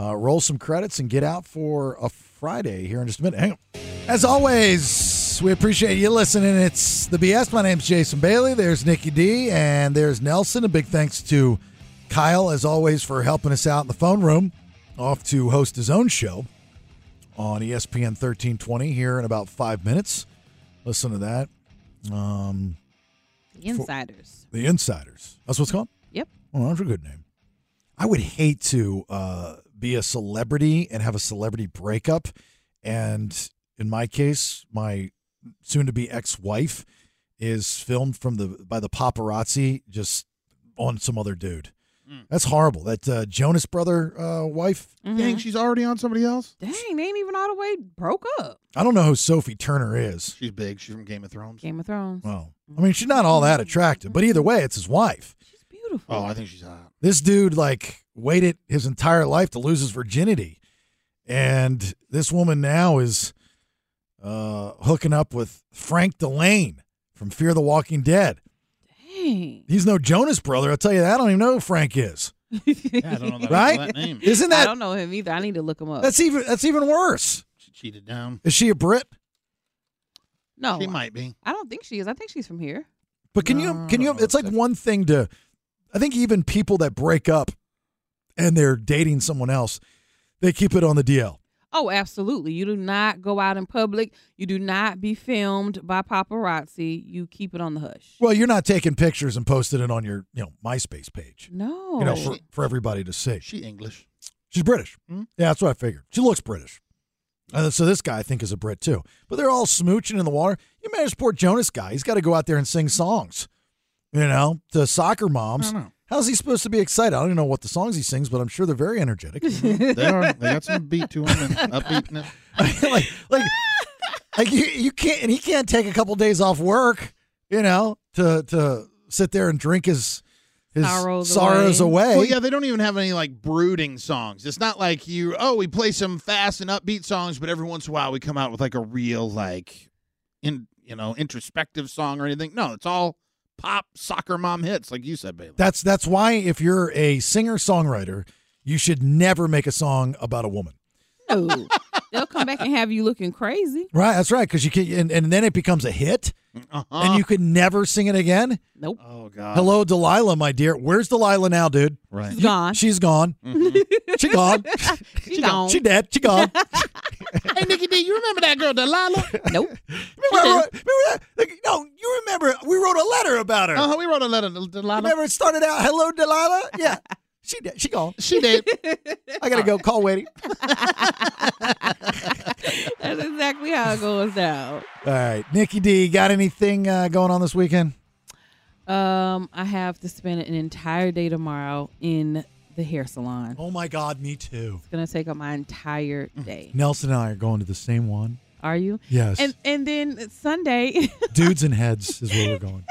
S8: Uh, roll some credits and get out for a Friday here in just a minute. Hang on. As always, we appreciate you listening. It's the BS. My name's Jason Bailey. There's Nikki D. And there's Nelson. A big thanks to Kyle, as always, for helping us out in the phone room. Off to host his own show on E ESPN 1320 here in about five minutes. Listen to that. Um,
S9: The Insiders.
S8: the Insiders. That's what's called.
S9: Yep.
S8: Oh, that's a good name. I would hate to uh, be a celebrity and have a celebrity breakup, and in my case, my soon-to-be ex-wife is filmed from the by the paparazzi just on some other dude. That's horrible. That uh, Jonas brother uh, wife.
S10: Dang, she's already on somebody else?
S9: Mm-hmm. Dang, they ain't even all the way broke up.
S8: I don't know who Sophie Turner is.
S10: She's big. She's from Game of Thrones.
S9: Game of Thrones.
S8: Well, I mean, she's not all that attractive, but either way, it's his wife.
S9: Beautiful.
S10: Oh, I think she's hot.
S8: this dude like waited his entire life to lose his virginity and this woman now is uh hooking up with frank delane from fear the walking dead
S9: Dang.
S8: he's no jonas brother i'll tell you that i don't even know who frank is
S10: Yeah, I don't know that,
S8: Right?
S10: that name.
S8: Isn't
S9: I
S8: that-
S9: don't know him either. I need to look him up.
S8: that's even that's even worse
S10: She cheated down. Oh.
S8: is she a brit
S9: no.
S10: She might be.
S9: I don't think she is. I think she's from here.
S8: but can you can you it's like one thing to i think even people that break up and they're dating someone else they keep it on the dl
S9: Oh, absolutely. You do not go out in public. You do not be filmed by paparazzi. You keep it on the hush.
S8: well you're not taking pictures and posting it on your you know myspace page
S9: No.
S8: you know, for, for everybody to see.
S10: She English.
S8: She's British. Yeah, that's what I figured. She looks British. And so this guy, I think, is a Brit too. But they're all smooching in the water. You manage poor Jonas guy. He's got to go out there and sing songs, you know, to soccer moms.
S10: know.
S8: How's he supposed to be excited? I don't even know what the songs he sings, but I'm sure they're very energetic.
S10: They are. They got some beat to them and upbeatness.
S8: like, like, like you, you can't, and he can't take a couple days off work, you know, to to sit there and drink his his
S9: Sorrows
S8: sorrows away.
S10: Well, yeah, they don't even have any like brooding songs. It's not like you. Oh, we play some fast and upbeat songs, but every once in a while we come out with like a real like, in you know, introspective song or anything. No, it's all pop soccer mom hits, like you said, Bailey.
S8: That's that's why if you're a singer songwriter, you should never make a song about a woman.
S9: No. They'll come back and have you looking crazy.
S8: Right, that's right, because you can, and, and then it becomes a hit,
S10: Uh-huh.
S8: and you can never sing it again.
S9: Nope.
S10: oh god.
S8: Hello, Delilah, my dear. Where's Delilah now, dude?
S10: Right. Mm-hmm.
S9: She's gone.
S8: She's gone. She gone. Uh-huh.
S9: She's gone.
S8: She dead. She gone.
S10: hey, Nikki D, you remember that girl Delilah?
S9: nope.
S8: remember, I wrote- remember that? Like, no, you remember we wrote a letter about her.
S10: Uh huh. We wrote a letter to Delilah.
S8: Remember it started out, "Hello, Delilah." Yeah, she dead. She gone.
S10: She did.
S8: I gotta go. Call waiting.
S9: That's exactly how it goes down.
S8: All right, Nikki D, got anything uh, going on this weekend?
S9: Um, I have to spend an entire day tomorrow in the hair salon.
S8: Oh my God, me too.
S9: It's gonna take up my entire day.
S8: Nelson and I are going to the same one.
S9: Are you?
S8: Mm. Yes.
S9: And and then Sunday,
S8: Dudes and heads is where we're going.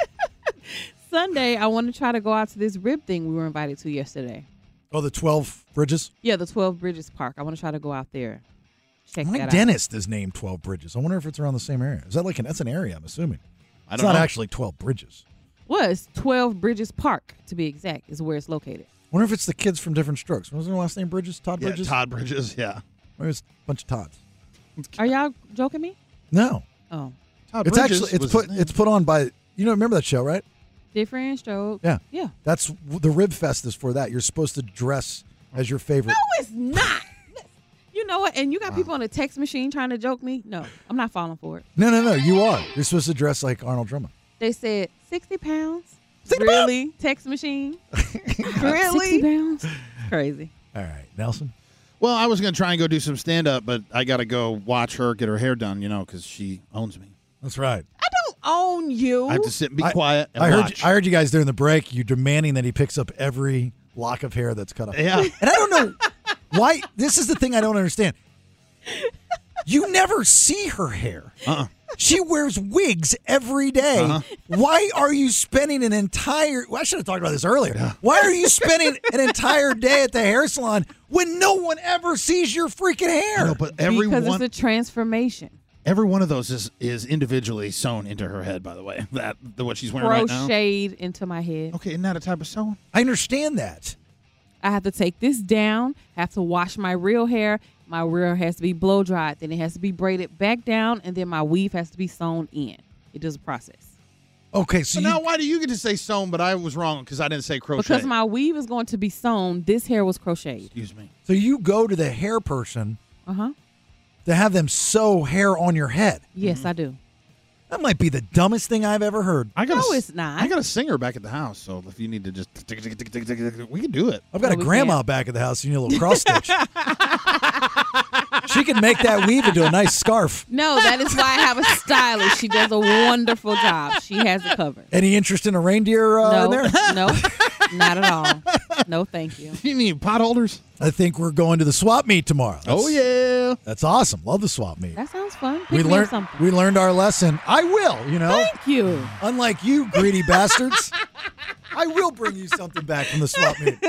S9: Sunday, I want to try to go out to this rib thing we were invited to yesterday.
S8: Oh, the 12 Bridges?
S9: Yeah, the Twelve Bridges Park. I want to try to go out there. Check
S8: My
S9: that
S8: dentist is named 12 Bridges. I wonder if it's around the same area. Is that like an, that's an area, I'm assuming.
S10: I
S8: it's
S10: don't
S8: not
S10: know.
S8: actually 12 Bridges.
S9: out. Well, it's Twelve Bridges Park to be exact, is where it's located.
S8: I wonder if it's the kids from different strokes. Wasn't their last name Bridges? Todd
S10: Yeah,
S8: Bridges?
S10: Todd Bridges. Yeah.
S8: Maybe it's a bunch of Todds.
S9: Are y'all joking me?
S8: No.
S9: Oh,
S10: Todd
S8: it's
S10: Bridges
S8: actually, it's
S10: was
S8: put,
S10: his name.
S8: it's put on by, you know, remember that show, right?
S9: different stroke.
S8: Yeah.
S9: Yeah.
S8: That's the Rib Fest is for that. You're supposed to dress as your favorite.
S9: No, it's not. You know what? And you got people on the text machine trying to joke me. No, I'm not falling for it.
S8: No, no, no. You are. You're supposed to dress like Arnold Drummond.
S9: They said 60 pounds.
S8: 60 pounds?
S9: really? Text machine? really? 60 pounds? Crazy.
S8: All right, Nelson.
S10: Well, I was gonna try and go do some stand up, but I gotta go watch her get her hair done, you know, because she owns me.
S8: That's right.
S9: I don't own you.
S10: I have to sit, and be
S8: I-
S10: quiet, and
S8: I heard,
S10: watch.
S8: I heard you guys during the break. You demanding that he picks up every lock of hair that's cut off.
S10: yeah,
S8: And I don't know. Why? This is the thing I don't understand. You never see her hair.
S10: Uh-uh. Uh-huh.
S8: She wears wigs every day. Why are you spending an entire? Well, I should have talked about this earlier. Why are you spending an entire day at the hair salon when no one ever sees your freaking hair?
S10: No, but everyone
S9: because it's a transformation.
S10: every one of those is is individually sewn into her head. By the way, that the, what she's wearing right now.
S9: Crocheted into my head.
S10: Okay, isn't that a type of sewing?
S8: I understand that.
S9: I have to take this down. Have to wash my real hair. My real has to be blow dried. Then it has to be braided back down, and then my weave has to be sewn in. It does a process.
S8: Okay,
S10: so, now why do you get to say sewn, but I was wrong because I didn't say crochet.
S9: Because my weave is going to be sewn, this hair was crocheted.
S10: Excuse me.
S8: So you go to the hair person
S9: Uh huh.
S8: to have them sew hair on your head.
S9: Yes,
S10: Mm-hmm.
S9: I do.
S8: That might be the dumbest thing I've ever heard.
S10: I got
S9: No,
S10: a, s-
S9: it's not.
S10: I got a singer back at the house, so if you need to just tick, tick, tick, tick, tick, tick, we can do it.
S8: I've got a grandma back at the house. You need a little cross stitch. she can make that weave into a nice scarf.
S9: No, that is why I have a stylist. She does a wonderful job. She has it covered.
S8: Any interest in a reindeer uh,
S9: No,
S8: in there?
S9: no, not at all. No, thank you.
S10: You need pot holders.
S8: I think we're going to the swap meet tomorrow.
S10: Oh yeah,
S8: that's awesome. Love the swap meet.
S9: That sounds fun. Pick
S8: we
S9: me
S8: learned
S9: up something.
S8: we learned our lesson. I will, you know.
S9: Thank you.
S8: Unlike you, greedy bastards, I will bring you something back from the swap meet.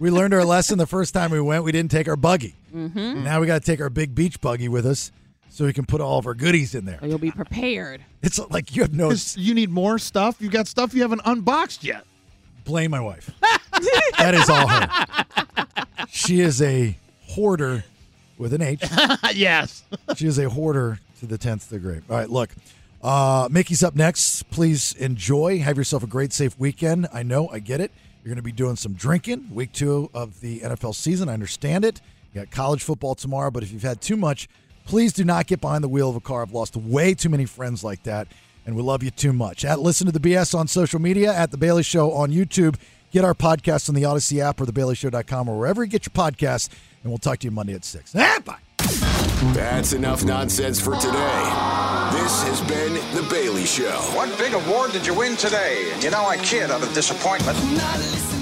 S8: we learned our lesson the first time we went. We didn't take our buggy.
S9: Mm-hmm.
S8: Now we got to take our big beach buggy with us so we can put all of our goodies in there.
S9: You'll be prepared.
S8: It's like you have no
S10: 'Cause you need more stuff. You got stuff you haven't unboxed yet.
S8: blame my wife. that is all her. She is a hoarder with an H.
S10: yes.
S8: she is a hoarder to the 10th degree. All right, look. Uh, Mickey's up next. Please enjoy. Have yourself a great, safe weekend. I know, I get it. You're going to be doing some drinking week two of the NFL season. I understand it. You got college football tomorrow, but if you've had too much, please do not get behind the wheel of a car. I've lost way too many friends like that, and we love you too much. At Listen to the BS on social media, at The Bailey Show on YouTube. Get our podcast on the Odyssey app or TheBaileyShow.com or wherever you get your podcasts, and we'll talk to you Monday at 6. Ah, bye.
S4: That's enough nonsense for today. This has been The Bailey Show.
S7: What big award did you win today? You know, I kid out of disappointment.
S5: Not listening.